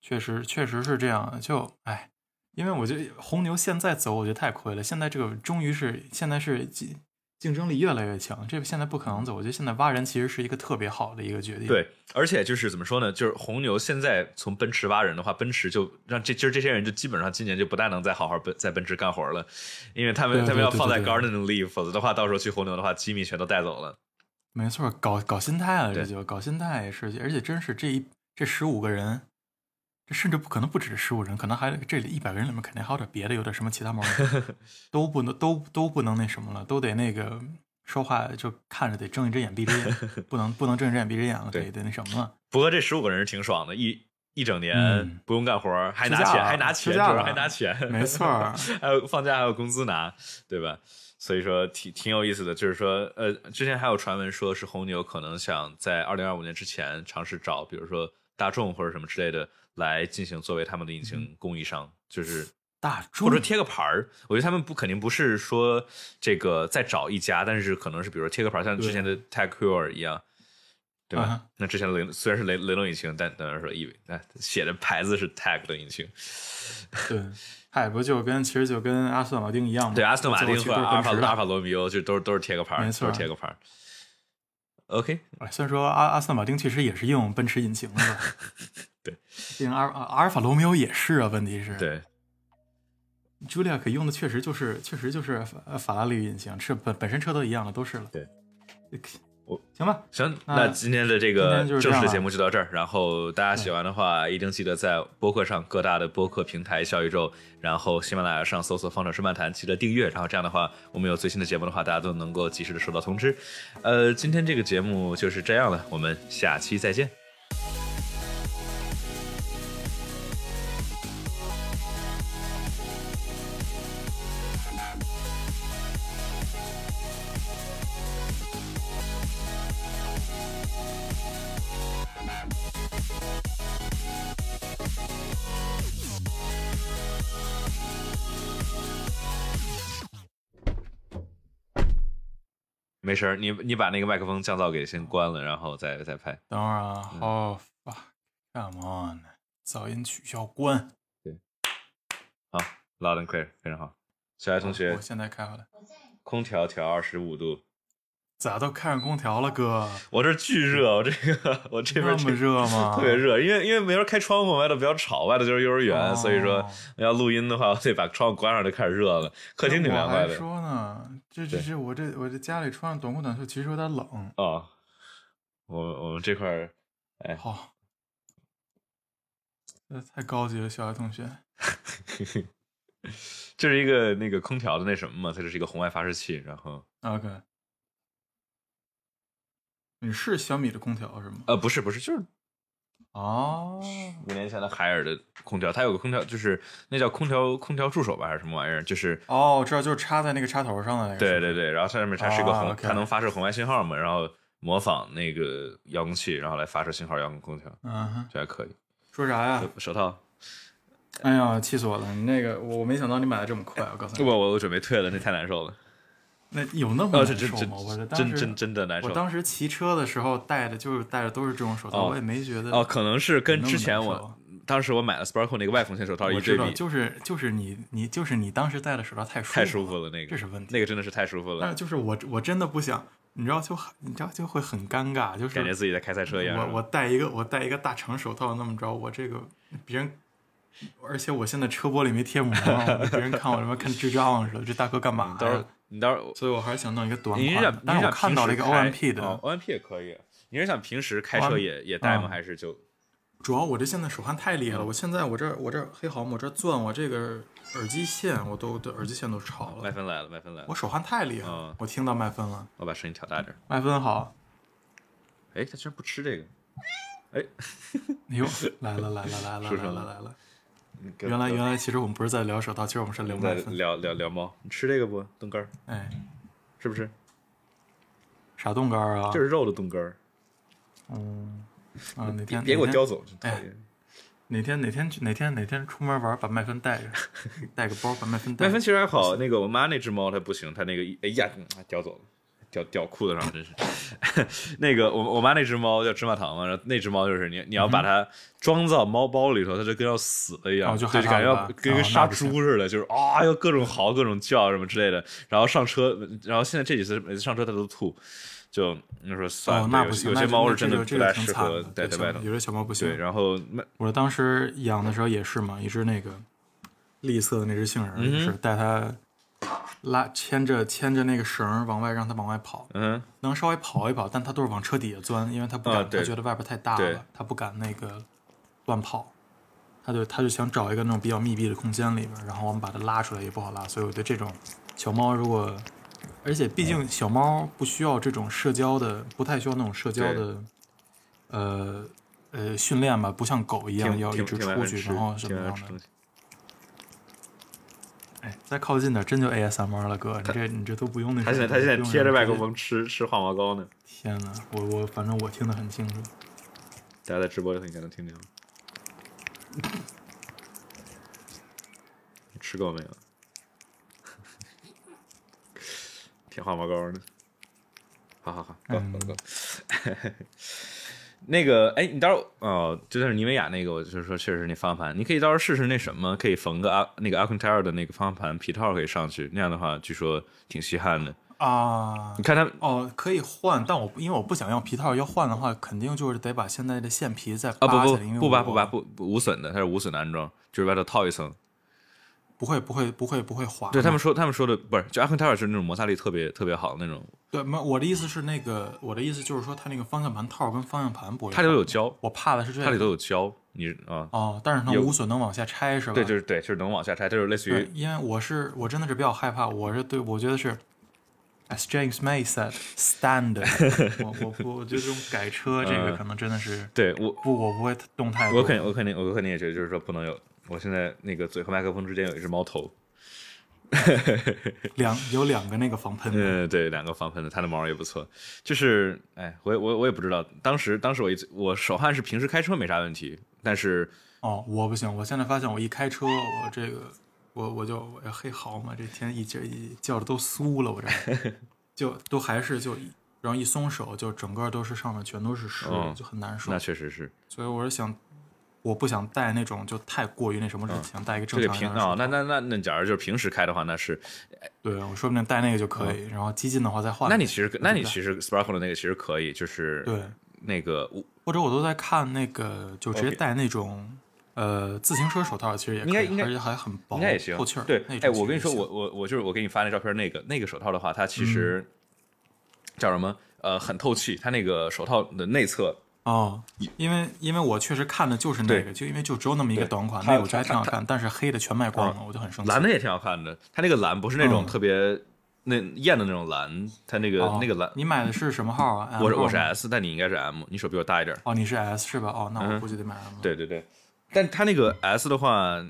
[SPEAKER 2] 确实确实是这样，就哎，因为我觉得红牛现在走，我觉得太亏了。现在这个终于是现在是今竞争力越来越强，这现在不可能走。我觉得现在挖人其实是一个特别好的一个决定。
[SPEAKER 1] 对，而且就是怎么说呢？就是红牛现在从奔驰挖人的话，奔驰就让这就是这些人就基本上今年就不大能再好好奔在奔驰干活了，因为他们
[SPEAKER 2] 对对
[SPEAKER 1] 他们要
[SPEAKER 2] 对
[SPEAKER 1] 放在
[SPEAKER 2] 对对
[SPEAKER 1] Garden Leave，否则的话到时候去红牛的话，基米全都带走了。
[SPEAKER 2] 没错，搞搞心态了，这
[SPEAKER 1] 对
[SPEAKER 2] 就搞心态也是，而且真是这一这十五个人，这甚至不可能不止十五人，可能还这里一百个人里面肯定还有点别的，有点什么其他毛 病，都不能都都不能那什么了，都得那个说话就看着得睁一只眼闭一 只眼，不能不能睁一只眼闭一只眼了，
[SPEAKER 1] 对
[SPEAKER 2] 得得那什么了。
[SPEAKER 1] 不过这十五个人是挺爽的，一一整年
[SPEAKER 2] 嗯
[SPEAKER 1] 不用干活，还拿
[SPEAKER 2] 休假
[SPEAKER 1] 钱，
[SPEAKER 2] 了
[SPEAKER 1] 还拿钱，主
[SPEAKER 2] 休假
[SPEAKER 1] 要
[SPEAKER 2] 了
[SPEAKER 1] 还拿钱，
[SPEAKER 2] 没错儿
[SPEAKER 1] 还有放假还有工资拿，对吧？所以说挺挺有意思的，就是说，呃，之前还有传闻说是红牛可能想在二零二五年之前尝试找，比如说大众或者什么之类的来进行作为他们的引擎供应商，就是
[SPEAKER 2] 大众
[SPEAKER 1] 或者贴个牌儿。我觉得他们不肯定不是说这个再找一家，但是可能是比如说贴个牌儿，像之前的 t a c u r 一样，对吧？
[SPEAKER 2] 啊哈
[SPEAKER 1] 那之前的雷虽然是雷雷诺引擎，但当然说意味，那写的牌子是 Tag 的引擎。
[SPEAKER 2] 对，嗨，不就跟其实就跟阿斯顿马丁一样嘛，
[SPEAKER 1] 对，阿斯顿马丁
[SPEAKER 2] 最
[SPEAKER 1] 和
[SPEAKER 2] 后
[SPEAKER 1] 阿尔法
[SPEAKER 2] 去都是奔驰
[SPEAKER 1] 阿尔
[SPEAKER 2] 的。
[SPEAKER 1] 法罗密欧就都是都是贴个牌儿，
[SPEAKER 2] 没
[SPEAKER 1] 都
[SPEAKER 2] 错
[SPEAKER 1] 是贴个牌儿。OK，，
[SPEAKER 2] 哎虽然说阿阿斯顿马丁确实也是用奔驰引擎的吧
[SPEAKER 1] 对，
[SPEAKER 2] 毕竟阿尔阿尔法罗密欧也是啊，问题是，
[SPEAKER 1] 对，
[SPEAKER 2] Julia 可用的确实就是确实就是法法拉利引擎，是本本身车都一样了，都是了。
[SPEAKER 1] 对，我
[SPEAKER 2] 行吧，
[SPEAKER 1] 行，
[SPEAKER 2] 那
[SPEAKER 1] 那今天的这
[SPEAKER 2] 今
[SPEAKER 1] 个
[SPEAKER 2] 天就是这
[SPEAKER 1] 正
[SPEAKER 2] 样
[SPEAKER 1] 式
[SPEAKER 2] 了
[SPEAKER 1] 节目就到这儿。然后大家喜欢的话，一定记得在播客上各大的播客平台小宇宙，然后喜马拉雅上搜索“方程式漫谈”，记得订阅。然后这样的话，我们有最新的节目的话，大家都能够及时的收到通知。呃，今天这个节目就是这样了，我们下期再见。没事儿，你你把那个麦克风降噪给先关了，然后再再拍。
[SPEAKER 2] 等会儿啊，好、fuck，come on，噪音取消关。
[SPEAKER 1] 好，loud and clear，非常好。小爱同学
[SPEAKER 2] 我，现在开回来，
[SPEAKER 1] 空调调二十五度，
[SPEAKER 2] 咋都开上空调了，哥？
[SPEAKER 1] 我这巨热，我这个我这边
[SPEAKER 2] 那
[SPEAKER 1] 这
[SPEAKER 2] 么热啊吗？
[SPEAKER 1] 特别热，因为因为没人开窗户，外头比较吵，外头就是幼儿园，
[SPEAKER 2] 哦
[SPEAKER 1] 所以说要录音的话，我得把窗户关上，就开始热了。客厅挺凉快
[SPEAKER 2] 我还
[SPEAKER 1] 的
[SPEAKER 2] 说呢，这这
[SPEAKER 1] 对
[SPEAKER 2] 这，我这我这家里穿上短裤短袖，其实有点冷。
[SPEAKER 1] 啊。我我们这块儿，哎，
[SPEAKER 2] 好、这太高级了，小爱同学。
[SPEAKER 1] 这是一个那个空调的那什么嘛，它就是一个红外发射器，然后
[SPEAKER 2] OK，你是小米的空调是吗？
[SPEAKER 1] 呃不是不是，就是
[SPEAKER 2] 哦，
[SPEAKER 1] 五年前的海尔的空调，它有个空调就是那叫空调空调助手吧还是什么玩意儿，就是
[SPEAKER 2] 哦，我知道，就是插在那个插头上的那个。
[SPEAKER 1] 对对，对，然后它上面它是一个
[SPEAKER 2] 啊
[SPEAKER 1] 红，
[SPEAKER 2] ，OK
[SPEAKER 1] 它能发射红外信号嘛，然后模仿那个遥控器，然后来发射信号遥控空调，
[SPEAKER 2] 嗯哼，
[SPEAKER 1] 这还可以。
[SPEAKER 2] 说啥呀？
[SPEAKER 1] 啊手套。
[SPEAKER 2] 哎呀，气死我了！你那个，我我没想到你买的这么快，我告诉
[SPEAKER 1] 不，
[SPEAKER 2] 你，
[SPEAKER 1] 我我准备退了，那太难受了。
[SPEAKER 2] 那有那么
[SPEAKER 1] 哦，
[SPEAKER 2] 难
[SPEAKER 1] 这真
[SPEAKER 2] 受
[SPEAKER 1] 真
[SPEAKER 2] 吗？我这当
[SPEAKER 1] 真
[SPEAKER 2] 时
[SPEAKER 1] 真真的难受
[SPEAKER 2] 我。当时骑车的时候戴的就是戴的都是这种手套，
[SPEAKER 1] 哦
[SPEAKER 2] 我也没觉得
[SPEAKER 1] 哦，可能是跟
[SPEAKER 2] 有那么
[SPEAKER 1] 之前
[SPEAKER 2] 难
[SPEAKER 1] 我
[SPEAKER 2] 受啊
[SPEAKER 1] 当时我买了 Sparkle 那个外缝线手套一
[SPEAKER 2] 我
[SPEAKER 1] 对
[SPEAKER 2] 知道，
[SPEAKER 1] 比，
[SPEAKER 2] 就是就是你你就是你当时戴的手套太舒
[SPEAKER 1] 太舒
[SPEAKER 2] 服
[SPEAKER 1] 服
[SPEAKER 2] 了，
[SPEAKER 1] 了那个，
[SPEAKER 2] 这是问题
[SPEAKER 1] 那个真的是太舒服
[SPEAKER 2] 但
[SPEAKER 1] 了
[SPEAKER 2] 是，就是我我真的不想，你知道就很你知道就会很尴尬，就是
[SPEAKER 1] 感觉自己在开赛车一样。
[SPEAKER 2] 我我戴一个我戴一个大长手套，那么着，我这个别人，而且我现在车玻璃没贴膜，别人看我他妈看智障似的，这大哥干嘛
[SPEAKER 1] 你嗯到时
[SPEAKER 2] 呀
[SPEAKER 1] 候？你到时候
[SPEAKER 2] 所以我还是想弄一个短
[SPEAKER 1] 你是想
[SPEAKER 2] 款
[SPEAKER 1] 你
[SPEAKER 2] 的
[SPEAKER 1] 是，
[SPEAKER 2] 但是
[SPEAKER 1] 想
[SPEAKER 2] 我看到了一个 OMP 的，
[SPEAKER 1] 哦 O M P 也可以。你是想平时开车也也戴吗？
[SPEAKER 2] 嗯
[SPEAKER 1] 还是就
[SPEAKER 2] 主要我这现在手汗太厉
[SPEAKER 1] 嗯
[SPEAKER 2] 害了，我现在我这我这黑毫毛我这钻我这个耳机线我都我的耳机线都潮
[SPEAKER 1] 麦
[SPEAKER 2] 了，
[SPEAKER 1] 芬来了？麦芬来了
[SPEAKER 2] 我，手汗太厉害
[SPEAKER 1] 嗯
[SPEAKER 2] 了，我听到麦芬了，
[SPEAKER 1] 我把声音调大点儿。
[SPEAKER 2] 麦芬好，
[SPEAKER 1] 哎，他居然不吃这个，
[SPEAKER 2] 哎呦来了来了来了
[SPEAKER 1] 是不是
[SPEAKER 2] 来了来了，
[SPEAKER 1] 你跟
[SPEAKER 2] 原来原来其实我们不是在聊手套，其实我们是聊
[SPEAKER 1] 在
[SPEAKER 2] 麦芬，
[SPEAKER 1] 聊聊聊猫，你吃这个不？冻干儿
[SPEAKER 2] 哎，
[SPEAKER 1] 是不是？
[SPEAKER 2] 啥冻干儿啊？
[SPEAKER 1] 这是肉的冻干儿，
[SPEAKER 2] 嗯，啊，哪
[SPEAKER 1] 别
[SPEAKER 2] 天
[SPEAKER 1] 别给我
[SPEAKER 2] 哪天
[SPEAKER 1] 叼走，真讨
[SPEAKER 2] 哎
[SPEAKER 1] 厌。
[SPEAKER 2] 哪天哪天去哪天哪天出门玩，把麦芬带着，带个包，把麦芬带
[SPEAKER 1] 麦
[SPEAKER 2] 着
[SPEAKER 1] 芬。其实还好，那个我妈那只猫它不行，它那个一哎呀，嗯叼走了，掉掉裤子上，真是。 那个我我妈那只猫叫芝麻糖嘛，然后那只猫就是你你
[SPEAKER 2] 嗯
[SPEAKER 1] 要把它装到猫包里头，它就跟要死了一样，
[SPEAKER 2] 哦就
[SPEAKER 1] 对，
[SPEAKER 2] 害
[SPEAKER 1] 就
[SPEAKER 2] 怕
[SPEAKER 1] 感觉要
[SPEAKER 2] 了
[SPEAKER 1] 跟跟
[SPEAKER 2] 哦
[SPEAKER 1] 杀
[SPEAKER 2] 那不行
[SPEAKER 1] 猪似的，就是啊要各种嚎、各种叫什么之类的。然后上车，然后现在这几次每次上车它都吐，就你说算了，
[SPEAKER 2] 哦，那
[SPEAKER 1] 有
[SPEAKER 2] 不行，
[SPEAKER 1] 有
[SPEAKER 2] 那
[SPEAKER 1] 些
[SPEAKER 2] 这
[SPEAKER 1] 猫
[SPEAKER 2] 个
[SPEAKER 1] 是真的不
[SPEAKER 2] 这个这个
[SPEAKER 1] 太
[SPEAKER 2] 挺
[SPEAKER 1] 适
[SPEAKER 2] 惨
[SPEAKER 1] 合
[SPEAKER 2] 的
[SPEAKER 1] 待
[SPEAKER 2] 对
[SPEAKER 1] 在
[SPEAKER 2] 小
[SPEAKER 1] 外头。
[SPEAKER 2] 有的小猫不行。
[SPEAKER 1] 对，然后那
[SPEAKER 2] 我当时养的时候也是嘛，一只那个栗色的那只杏仁儿，
[SPEAKER 1] 嗯哼
[SPEAKER 2] 就是带它拉牵着牵着那个绳儿往外，让它往外跑，
[SPEAKER 1] 嗯
[SPEAKER 2] 能稍微跑一跑，但它都是往车底下钻，因为它不
[SPEAKER 1] 啊
[SPEAKER 2] 敢，
[SPEAKER 1] 对
[SPEAKER 2] 它觉得外边太大
[SPEAKER 1] 对
[SPEAKER 2] 了，它不敢那个乱跑，它就它就想找一个那种比较密闭的空间里边，然后我们把它拉出来也不好拉，所以我对这种小猫如果，而且毕竟小猫不需要这种社交的，不太需要那种社交
[SPEAKER 1] 对
[SPEAKER 2] 的，呃呃训练吧，不像狗一样
[SPEAKER 1] 挺
[SPEAKER 2] 要一
[SPEAKER 1] 挺
[SPEAKER 2] 直
[SPEAKER 1] 挺蛮
[SPEAKER 2] 出
[SPEAKER 1] 能
[SPEAKER 2] 去，
[SPEAKER 1] 吃，
[SPEAKER 2] 然后什
[SPEAKER 1] 挺
[SPEAKER 2] 么
[SPEAKER 1] 蛮能
[SPEAKER 2] 样
[SPEAKER 1] 吃
[SPEAKER 2] 的
[SPEAKER 1] 东。西。
[SPEAKER 2] 哎，再靠近点，真就 ASMR 了，哥，你这你这都不用那
[SPEAKER 1] 他
[SPEAKER 2] 什
[SPEAKER 1] 现
[SPEAKER 2] 么。
[SPEAKER 1] 在他现在
[SPEAKER 2] 不用
[SPEAKER 1] 贴着
[SPEAKER 2] 人
[SPEAKER 1] 麦克
[SPEAKER 2] 直接。
[SPEAKER 1] 风吃吃化毛膏呢，
[SPEAKER 2] 天哪，我我反正我听得很清
[SPEAKER 1] 哦
[SPEAKER 2] 楚。
[SPEAKER 1] 大家在直播里头应该能听见。你吃够没有？ 贴化毛膏呢？好好好，够够
[SPEAKER 2] 嗯
[SPEAKER 1] 够。那个，哎，你到时候哦，就像是妮维雅那个，我就是说，确实是那方向盘，你可以到时候试试那什么，可以缝个阿那个阿昆泰尔的那个方向盘皮套可以上去，那样的话，据说挺稀罕的。
[SPEAKER 2] 啊
[SPEAKER 1] 你，看他们
[SPEAKER 2] 哦，可以换，但我不因为我不想要皮套，要换的话，肯定就是得把现在的线皮再
[SPEAKER 1] 啊，
[SPEAKER 2] 扒
[SPEAKER 1] 不
[SPEAKER 2] 下
[SPEAKER 1] 不
[SPEAKER 2] 来，因为
[SPEAKER 1] 不扒
[SPEAKER 2] 我
[SPEAKER 1] 不扒不不无损的，它是无损的安装，就是外头套一层，
[SPEAKER 2] 不会不会不会不会滑嘛。
[SPEAKER 1] 对他们说，他们说的不是，就阿昆泰尔是那种摩擦力特别特别好的那种，
[SPEAKER 2] 对，没有我的意思是那个，我的意思就是说，它那个方向盘套跟方向盘不会滑，
[SPEAKER 1] 它里头有胶，
[SPEAKER 2] 我怕的是这
[SPEAKER 1] 它里头
[SPEAKER 2] 个
[SPEAKER 1] 有胶，你啊，
[SPEAKER 2] 哦，但是它
[SPEAKER 1] 有
[SPEAKER 2] 无损能往下拆是吧？
[SPEAKER 1] 对，就是对，就是能往下拆，就是类似
[SPEAKER 2] 对
[SPEAKER 1] 于，
[SPEAKER 2] 因为我是我真的是比较害怕，我是对我觉得是，as James May said stand，我我不我觉得这种改车这
[SPEAKER 1] 嗯
[SPEAKER 2] 个可能真的是
[SPEAKER 1] 对我
[SPEAKER 2] 不我不会动太多，
[SPEAKER 1] 我肯我肯定我肯定也觉得就是说不能有，我现在那个嘴和麦克风之间有一只猫头，
[SPEAKER 2] 两有两个那 个防喷的，
[SPEAKER 1] 嗯，对，两个防喷的，它的毛也不错。就是，哎，我也我也我也不知道，当时当时我一直我手汗是平时开车没啥问题，但是
[SPEAKER 2] 哦，我不行，我现在发现我一开车，我这个我我就我要黑嚎嘛，这天一觉一觉的都酥了，我这儿 就都还是就一，然后一松手就整个都是上面全都是湿的，
[SPEAKER 1] 嗯
[SPEAKER 2] 就很难受
[SPEAKER 1] 那。确实是
[SPEAKER 2] 所以我是想，我不想戴那种就太过于那什么，只想戴一个
[SPEAKER 1] 这
[SPEAKER 2] 正
[SPEAKER 1] 个
[SPEAKER 2] 常一
[SPEAKER 1] 嗯平
[SPEAKER 2] 点的
[SPEAKER 1] 啊、
[SPEAKER 2] 手
[SPEAKER 1] 那那那那，假如就是平时开的话，那是
[SPEAKER 2] 对，我说不定戴那个就可以，然后激进的话再
[SPEAKER 1] 嗯
[SPEAKER 2] 换。
[SPEAKER 1] 那你其实那你
[SPEAKER 2] 啊对
[SPEAKER 1] 其实 Sparkle 的那个其实可以，就是
[SPEAKER 2] 对，
[SPEAKER 1] 那个我
[SPEAKER 2] 或者我都在看那个，就直接
[SPEAKER 1] OK
[SPEAKER 2] 戴那种。呃，自行车手套其实也可以，
[SPEAKER 1] 应该应该
[SPEAKER 2] 而且还很薄，
[SPEAKER 1] 应该也行
[SPEAKER 2] 透气儿。
[SPEAKER 1] 对
[SPEAKER 2] 那，种
[SPEAKER 1] 哎，
[SPEAKER 2] 其实
[SPEAKER 1] 我跟你
[SPEAKER 2] 也
[SPEAKER 1] 说，
[SPEAKER 2] 行
[SPEAKER 1] 我我我就是我给你发那照片，那个那个手套的话，它其实
[SPEAKER 2] 嗯
[SPEAKER 1] 叫什么？呃，很透气，它那个手套的内侧
[SPEAKER 2] 哦，因为因为我确实看的就是那
[SPEAKER 1] 对
[SPEAKER 2] 个，就因为就只有那么一个
[SPEAKER 1] 对
[SPEAKER 2] 短款，
[SPEAKER 1] 它
[SPEAKER 2] 那个我觉得还
[SPEAKER 1] 它
[SPEAKER 2] 挺好看，但是黑的全卖光
[SPEAKER 1] 啊
[SPEAKER 2] 了，我就很生气。
[SPEAKER 1] 蓝的也挺好看的，它那个蓝不是那种
[SPEAKER 2] 嗯
[SPEAKER 1] 特别那艳的那种蓝，它那个
[SPEAKER 2] 哦
[SPEAKER 1] 那个蓝，
[SPEAKER 2] 你买的是什么号啊？
[SPEAKER 1] 我是
[SPEAKER 2] M 号
[SPEAKER 1] 我是
[SPEAKER 2] 吗
[SPEAKER 1] S，但你应该是 M，你手比我大一点儿。
[SPEAKER 2] 哦，你是 S 是吧？哦，那
[SPEAKER 1] 嗯
[SPEAKER 2] 我估计得买 M。，
[SPEAKER 1] 对对对，但它那个 S 的话，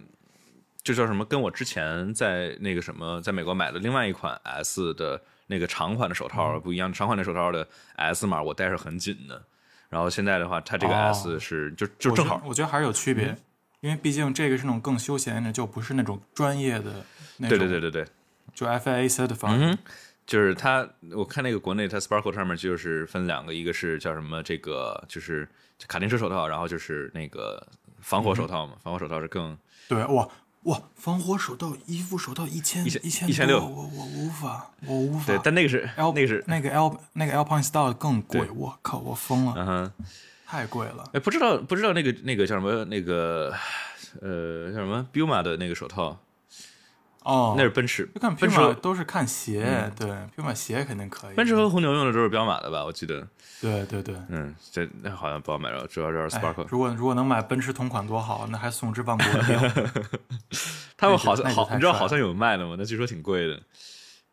[SPEAKER 1] 就叫什么？跟我之前在那个什么，在美国买的另外一款 S 的那个长款的手套不一样，长款的手套的 S 码我戴是很紧的。然后现在的话，它这个
[SPEAKER 2] 哦
[SPEAKER 1] S 是、就就正好，嗯
[SPEAKER 2] 我觉得还是有区别，因为毕竟这个是那种更休闲的，就不是那种专业的那
[SPEAKER 1] 对
[SPEAKER 2] 种，
[SPEAKER 1] 对对对对，
[SPEAKER 2] 就 FIA certified。
[SPEAKER 1] 嗯哼，就是它，我看那个国内它 Sparkle 上面就是分两个，一个是叫什么这个就是卡丁车手套，然后就是那个防火手套嘛，防火手套是更
[SPEAKER 2] 对，哇哇，防火手套、衣服手套一千
[SPEAKER 1] 一千
[SPEAKER 2] 千
[SPEAKER 1] 一千
[SPEAKER 2] 多
[SPEAKER 1] 六
[SPEAKER 2] 我我无法，我无法。
[SPEAKER 1] 对，但那个是
[SPEAKER 2] L
[SPEAKER 1] 那个是
[SPEAKER 2] 那个 L 那个 Alpine Style 更贵
[SPEAKER 1] 对，
[SPEAKER 2] 我靠，我疯了，
[SPEAKER 1] 嗯哼。
[SPEAKER 2] 太贵了。
[SPEAKER 1] 哎，不知道不知道那个那个叫什么那个呃叫什么 Buma 的那个手套，
[SPEAKER 2] 哦，
[SPEAKER 1] 那是奔驰，
[SPEAKER 2] 就看
[SPEAKER 1] 奔驰和
[SPEAKER 2] Puma 都是看鞋，
[SPEAKER 1] 嗯
[SPEAKER 2] 对，Puma 鞋肯定可以。
[SPEAKER 1] 奔驰和红牛用的都是彪马的吧？我记得，
[SPEAKER 2] 对对对。
[SPEAKER 1] 嗯，这那好像不好买着，主要就是
[SPEAKER 2] 哎
[SPEAKER 1] Sparkle，、
[SPEAKER 2] 如果如果能买奔驰同款多好，那还送之万国 的表，
[SPEAKER 1] 他们好像
[SPEAKER 2] 那
[SPEAKER 1] 好
[SPEAKER 2] 就太
[SPEAKER 1] 你知道
[SPEAKER 2] 帅
[SPEAKER 1] 好
[SPEAKER 2] 了
[SPEAKER 1] 像有卖的吗？那据说挺贵的，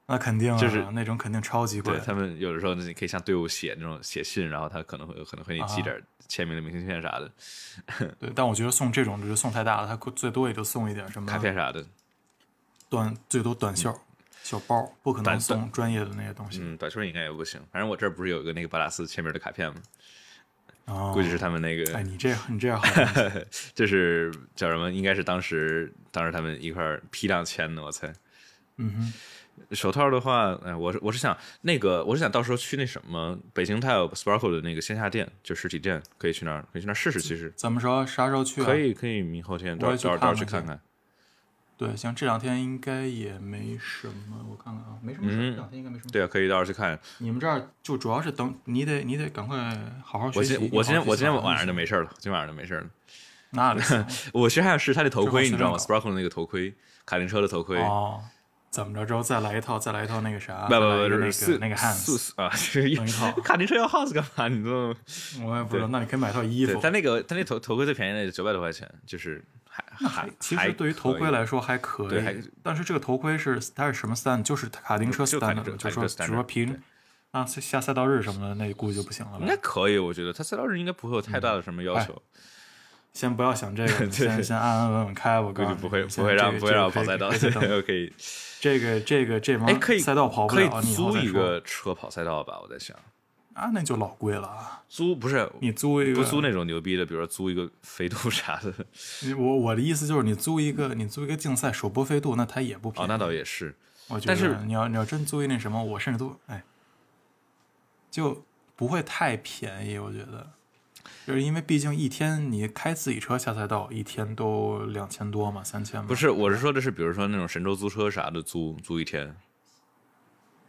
[SPEAKER 2] 那肯定啊，
[SPEAKER 1] 就是
[SPEAKER 2] 那种肯定超级
[SPEAKER 1] 对
[SPEAKER 2] 贵。
[SPEAKER 1] 他们有的时候你可以向队伍写那种写信，然后他可能会可能会给你寄
[SPEAKER 2] 啊
[SPEAKER 1] 点签名的明信片啥的，
[SPEAKER 2] 对，但我觉得送这种就是送太大了，它最多也就送一点什么
[SPEAKER 1] 卡片啥的，
[SPEAKER 2] 短，最多短袖、小包，不可
[SPEAKER 1] 短
[SPEAKER 2] 能送专业的那些东西。
[SPEAKER 1] 嗯，短袖应该也不行，反正我这儿不是有一个那个巴拉斯签名的卡片吗？
[SPEAKER 2] 哦
[SPEAKER 1] 估计是他们那个
[SPEAKER 2] 哎，你这 你这好东西
[SPEAKER 1] 这是叫什么？应该是当时当时他们一块儿批量签的，我猜。
[SPEAKER 2] 嗯哼，
[SPEAKER 1] 手套的话，哎，我是我是想那个，我是想到时候去那什么北京，它有 Sparkle 的那个线下店，就实体店，可以去那儿，可以去那儿试试。其实
[SPEAKER 2] 怎么说？啥时候去、啊？
[SPEAKER 1] 可以，可以，明后天到
[SPEAKER 2] 我也
[SPEAKER 1] 时
[SPEAKER 2] 去
[SPEAKER 1] 候到时候去
[SPEAKER 2] 看看
[SPEAKER 1] 看看。
[SPEAKER 2] 对，像这两天应该也没什么，我看看啊，没什么事儿，
[SPEAKER 1] 嗯
[SPEAKER 2] 这两天应该没什么事儿。
[SPEAKER 1] 对啊，可以到时候去看。
[SPEAKER 2] 你们这儿就主要是等你得你得赶快好好学
[SPEAKER 1] 我
[SPEAKER 2] 习。
[SPEAKER 1] 今我今天我今天晚上就
[SPEAKER 2] 没
[SPEAKER 1] 没事儿了，今天晚上就没事儿了。嗯
[SPEAKER 2] 那里行
[SPEAKER 1] 我其实还想试他那头盔，
[SPEAKER 2] 正好
[SPEAKER 1] 你知道吗
[SPEAKER 2] 随
[SPEAKER 1] ？Sparkle 的那个头盔，卡丁车的头盔。
[SPEAKER 2] 哦，怎么着之后再来一套，再来一套那个啥，
[SPEAKER 1] 不不
[SPEAKER 2] 再来一个
[SPEAKER 1] 不，
[SPEAKER 2] 那
[SPEAKER 1] 四
[SPEAKER 2] 个那个
[SPEAKER 1] 四
[SPEAKER 2] Hans，
[SPEAKER 1] 四啊，是一
[SPEAKER 2] 弄一套
[SPEAKER 1] 卡丁车要 Hans 干嘛？你都
[SPEAKER 2] 我也不知道，那你可以买套衣
[SPEAKER 1] 对
[SPEAKER 2] 服，。
[SPEAKER 1] 但那个但那头头盔最便宜的也九百多块钱，就是还还
[SPEAKER 2] 其
[SPEAKER 1] 还
[SPEAKER 2] 实对于头
[SPEAKER 1] 可以
[SPEAKER 2] 盔来说还可
[SPEAKER 1] 对还
[SPEAKER 2] 以，但是这个头盔是它是什么 stand？就是卡丁车
[SPEAKER 1] 就卡
[SPEAKER 2] stand，
[SPEAKER 1] 丁车
[SPEAKER 2] 的就
[SPEAKER 1] 卡丁车
[SPEAKER 2] 说
[SPEAKER 1] standard，
[SPEAKER 2] 只说
[SPEAKER 1] 对
[SPEAKER 2] 平啊下下赛道日什么的，那估计就不行了
[SPEAKER 1] 应该
[SPEAKER 2] 吧。
[SPEAKER 1] 可以，我觉得他赛道日应该不会有太大的什么要求，
[SPEAKER 2] 先不要想这 个，
[SPEAKER 1] 对
[SPEAKER 2] 先先安安稳稳开。我
[SPEAKER 1] 估
[SPEAKER 2] 估
[SPEAKER 1] 计不会不会让不会让我跑赛道， 对，可以。
[SPEAKER 2] 这个这个这
[SPEAKER 1] 哎，
[SPEAKER 2] 门
[SPEAKER 1] 可以
[SPEAKER 2] 啊赛道跑不
[SPEAKER 1] 可以
[SPEAKER 2] 了，你以后
[SPEAKER 1] 租
[SPEAKER 2] 再
[SPEAKER 1] 一
[SPEAKER 2] 说
[SPEAKER 1] 个车跑赛道吧？我在想，
[SPEAKER 2] 啊，那就老贵了啊。
[SPEAKER 1] 租不是
[SPEAKER 2] 你租一
[SPEAKER 1] 不
[SPEAKER 2] 个，
[SPEAKER 1] 租那种牛逼的，比如说租一个飞度啥 的。
[SPEAKER 2] 你我我的意思就是，你租一个，你租一个竞赛首播飞度，那它也不便
[SPEAKER 1] 哦，
[SPEAKER 2] 宜。
[SPEAKER 1] 那倒也是，
[SPEAKER 2] 我觉得
[SPEAKER 1] 但是
[SPEAKER 2] 你要你要真租一那什么，我甚至都哎，就不会太便宜。我觉得，就是因为毕竟一天你开自己车下赛道，一天都两千多嘛，三千嘛。
[SPEAKER 1] 不是，我是说的是，比如说那种神州租车啥的，租租一天。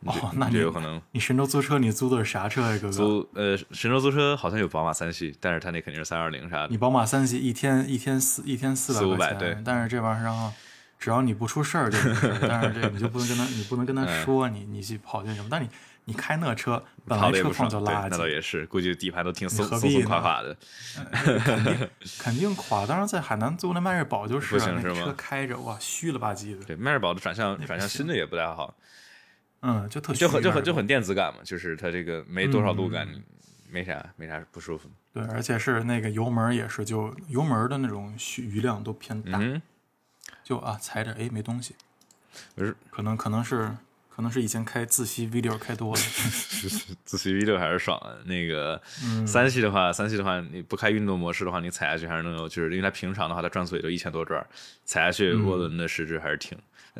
[SPEAKER 2] 哦，那
[SPEAKER 1] 这
[SPEAKER 2] 你
[SPEAKER 1] 有可能
[SPEAKER 2] 你神州租车，你租的是啥车呀、哥哥？
[SPEAKER 1] 租呃，神州租车好像有宝马三系，但是它那肯定是三二零啥的
[SPEAKER 2] 你。宝马三系一天一天四一天四
[SPEAKER 1] 四五
[SPEAKER 2] 百块
[SPEAKER 1] 百
[SPEAKER 2] 钱，
[SPEAKER 1] 对
[SPEAKER 2] 但是这玩意儿然后。只要你不出事儿就没事儿，但是这你就不能跟他，你不能跟他
[SPEAKER 1] 嗯
[SPEAKER 2] 说你你去跑那什么，但你你开那车，本
[SPEAKER 1] 跑
[SPEAKER 2] 来
[SPEAKER 1] 的也
[SPEAKER 2] 车
[SPEAKER 1] 不
[SPEAKER 2] 况
[SPEAKER 1] 爽，
[SPEAKER 2] 就
[SPEAKER 1] 对，
[SPEAKER 2] 垃
[SPEAKER 1] 那倒
[SPEAKER 2] 圾，
[SPEAKER 1] 也是，估计底盘都挺松
[SPEAKER 2] 何
[SPEAKER 1] 松
[SPEAKER 2] 必
[SPEAKER 1] 松
[SPEAKER 2] 呢
[SPEAKER 1] 垮垮的。
[SPEAKER 2] 肯定垮。当时在海南租那迈锐宝就是、
[SPEAKER 1] 不
[SPEAKER 2] 啊，
[SPEAKER 1] 行
[SPEAKER 2] 那
[SPEAKER 1] 是吗
[SPEAKER 2] 车开着哇，虚了吧唧的，
[SPEAKER 1] 对，迈锐宝的转 向转向新的也不太好，
[SPEAKER 2] 嗯，就特虚
[SPEAKER 1] 就很就很
[SPEAKER 2] 迈锐宝
[SPEAKER 1] 就很电子感嘛，就是它这个没多少路感，没啥没啥不舒服。
[SPEAKER 2] 对，而且是那个油门也是，就油门的那种虚余量都偏大，
[SPEAKER 1] 嗯，
[SPEAKER 2] 就啊踩着哎没东西，
[SPEAKER 1] 不是
[SPEAKER 2] 可能可能是可能是以前开自吸 video 开 多了，
[SPEAKER 1] 自吸 V 六还是爽的。那个三系的话，三系的话，你不开运动模式的话，你踩下去还是能有，就是因为它平常的话，它转速也就一千多转儿，踩下去涡轮的实质还是挺。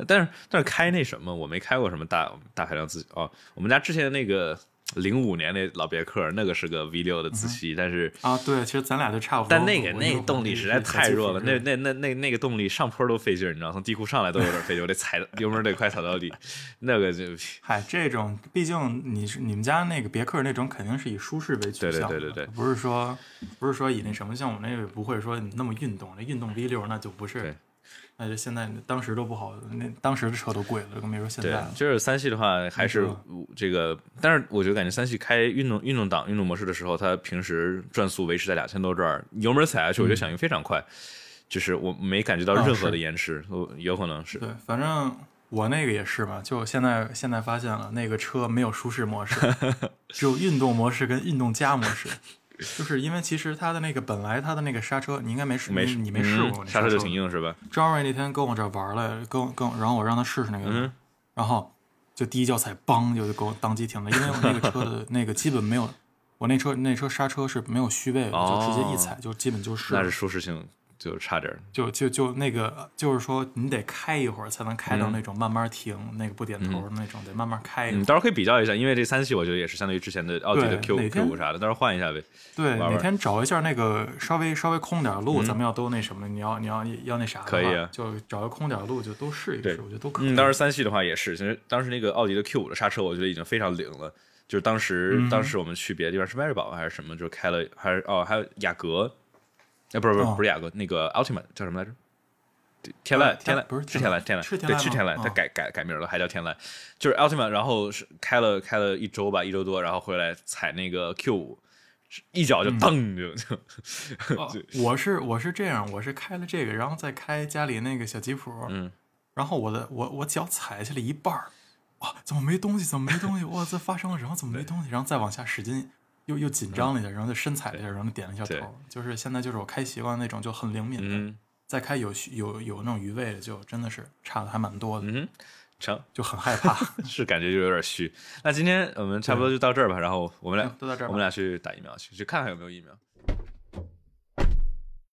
[SPEAKER 1] 但是但是开那什么，我没开过什么大大排量自哦，我们家之前那个零五年那老别克，那个是个 V 六的自吸，但是。
[SPEAKER 2] 啊，对，其实咱俩就差不多。
[SPEAKER 1] 但那个
[SPEAKER 2] 哦我我
[SPEAKER 1] 那
[SPEAKER 2] 就
[SPEAKER 1] 动力实在太弱了，
[SPEAKER 2] 我就
[SPEAKER 1] 那那那那那个动力上坡都费劲儿，你知道，从地库上来都有点费劲，我得踩油门得快踩到底，那个 就
[SPEAKER 2] 嗨，这种毕竟你是你们家那个别克那种，肯定是以舒适为取
[SPEAKER 1] 对对
[SPEAKER 2] 向的，
[SPEAKER 1] 对对对
[SPEAKER 2] 不是说不是说以那什么，像我们那个不会说你那么运动，那运动 V 六那就不
[SPEAKER 1] 对
[SPEAKER 2] 是，那就现在当时都不好，那当时的车都贵了，更别说现在
[SPEAKER 1] 对啊
[SPEAKER 2] 了，。
[SPEAKER 1] 就是三系的话，还是
[SPEAKER 2] 啊
[SPEAKER 1] 这个，但是我觉得感觉三系开运动运动档运动模式的时候，它平时转速维持在两千多转儿，油门踩下去我
[SPEAKER 2] 嗯
[SPEAKER 1] 就响应非常快，就是我没感觉到任何的延迟，我有可能是
[SPEAKER 2] 哦对，反正我那个也是嘛，就现在现在发现了，那个车没有舒适模式，只有运动模式跟运动加模式。就是因为其实它的那个本来它的那个刹车，你应该没试，
[SPEAKER 1] 没
[SPEAKER 2] 你你没试
[SPEAKER 1] 嗯
[SPEAKER 2] 过、那
[SPEAKER 1] 刹车就挺
[SPEAKER 2] 吧
[SPEAKER 1] 硬是吧？
[SPEAKER 2] Jory 那天跟我这玩儿来，跟我跟我然后我让他试试那个，
[SPEAKER 1] 嗯
[SPEAKER 2] 然后就第一脚踩，梆就就给我当机停了，因为我那个车的那个基本没有，我那车那车刹车是没有虚位的，就直接一踩就基本就是
[SPEAKER 1] 哦那
[SPEAKER 2] 了，
[SPEAKER 1] 是舒适性就差点儿，
[SPEAKER 2] 就就就那个就是说你得开一会儿才能开到那种慢慢停，那个不点头的那种，得慢慢开一会儿。
[SPEAKER 1] 嗯嗯，到时候可以比较一下，因为这三系我觉得也是相对于之前的奥迪的
[SPEAKER 2] 哎对
[SPEAKER 1] Q
[SPEAKER 2] 哪
[SPEAKER 1] Q
[SPEAKER 2] 天
[SPEAKER 1] 五啥的，到时候换一下呗。
[SPEAKER 2] 对，
[SPEAKER 1] 玩
[SPEAKER 2] 哪天找一下那个稍微稍微空点儿的路，
[SPEAKER 1] 嗯
[SPEAKER 2] 咱们要都那什么，你要你要要那啥的话，
[SPEAKER 1] 可以啊
[SPEAKER 2] 就找个空点儿的路就都试一
[SPEAKER 1] 对
[SPEAKER 2] 试，我觉得都可以。
[SPEAKER 1] 嗯，当时三系的话也是，其实当时那个奥迪的 Q 五的刹车，我觉得已经非常灵了。就是当时，
[SPEAKER 2] 嗯
[SPEAKER 1] 当时我们去别的地方是迈锐宝还是什么，就是开了，还是哦，还有雅阁，哎，不是不是
[SPEAKER 2] 哦
[SPEAKER 1] 不是雅阁，那个 Ultima 叫什么来着？天籁，
[SPEAKER 2] 天
[SPEAKER 1] 天籁
[SPEAKER 2] 不是
[SPEAKER 1] 是天
[SPEAKER 2] 天
[SPEAKER 1] 籁，
[SPEAKER 2] 籁
[SPEAKER 1] 天籁，
[SPEAKER 2] 是天
[SPEAKER 1] 对，
[SPEAKER 2] 籁
[SPEAKER 1] 是
[SPEAKER 2] 吗
[SPEAKER 1] 天籁，它
[SPEAKER 2] 哦
[SPEAKER 1] 改改改名了，还叫天籁，就是 Ultima，然后是开了开了一周吧，一周多，然后回来踩那个 Q 五，一脚就蹬就 就
[SPEAKER 2] 嗯哦我是我是这样，我是开了这个，然后再开家里那个小吉普，
[SPEAKER 1] 嗯，
[SPEAKER 2] 然后我的我我脚踩下来一半儿，哇，怎么没东西？怎么没东西？哇，这发生了什么？怎么没东西？然后再往下使劲，又又紧张了一下，然后再深踩了一下，然后点了一下
[SPEAKER 1] 嗯对
[SPEAKER 2] 头，就是现在就是我开习惯那种就很灵敏的，
[SPEAKER 1] 嗯
[SPEAKER 2] 再开有有有那种余味的，就真的是差的还蛮多的，
[SPEAKER 1] 嗯，成，
[SPEAKER 2] 就很害怕。
[SPEAKER 1] 是感觉就有点虚。那今天我们差不多就到这儿吧，然后我们俩
[SPEAKER 2] 嗯都到这儿吧
[SPEAKER 1] 我们俩去打疫苗去，去看看有没有疫苗。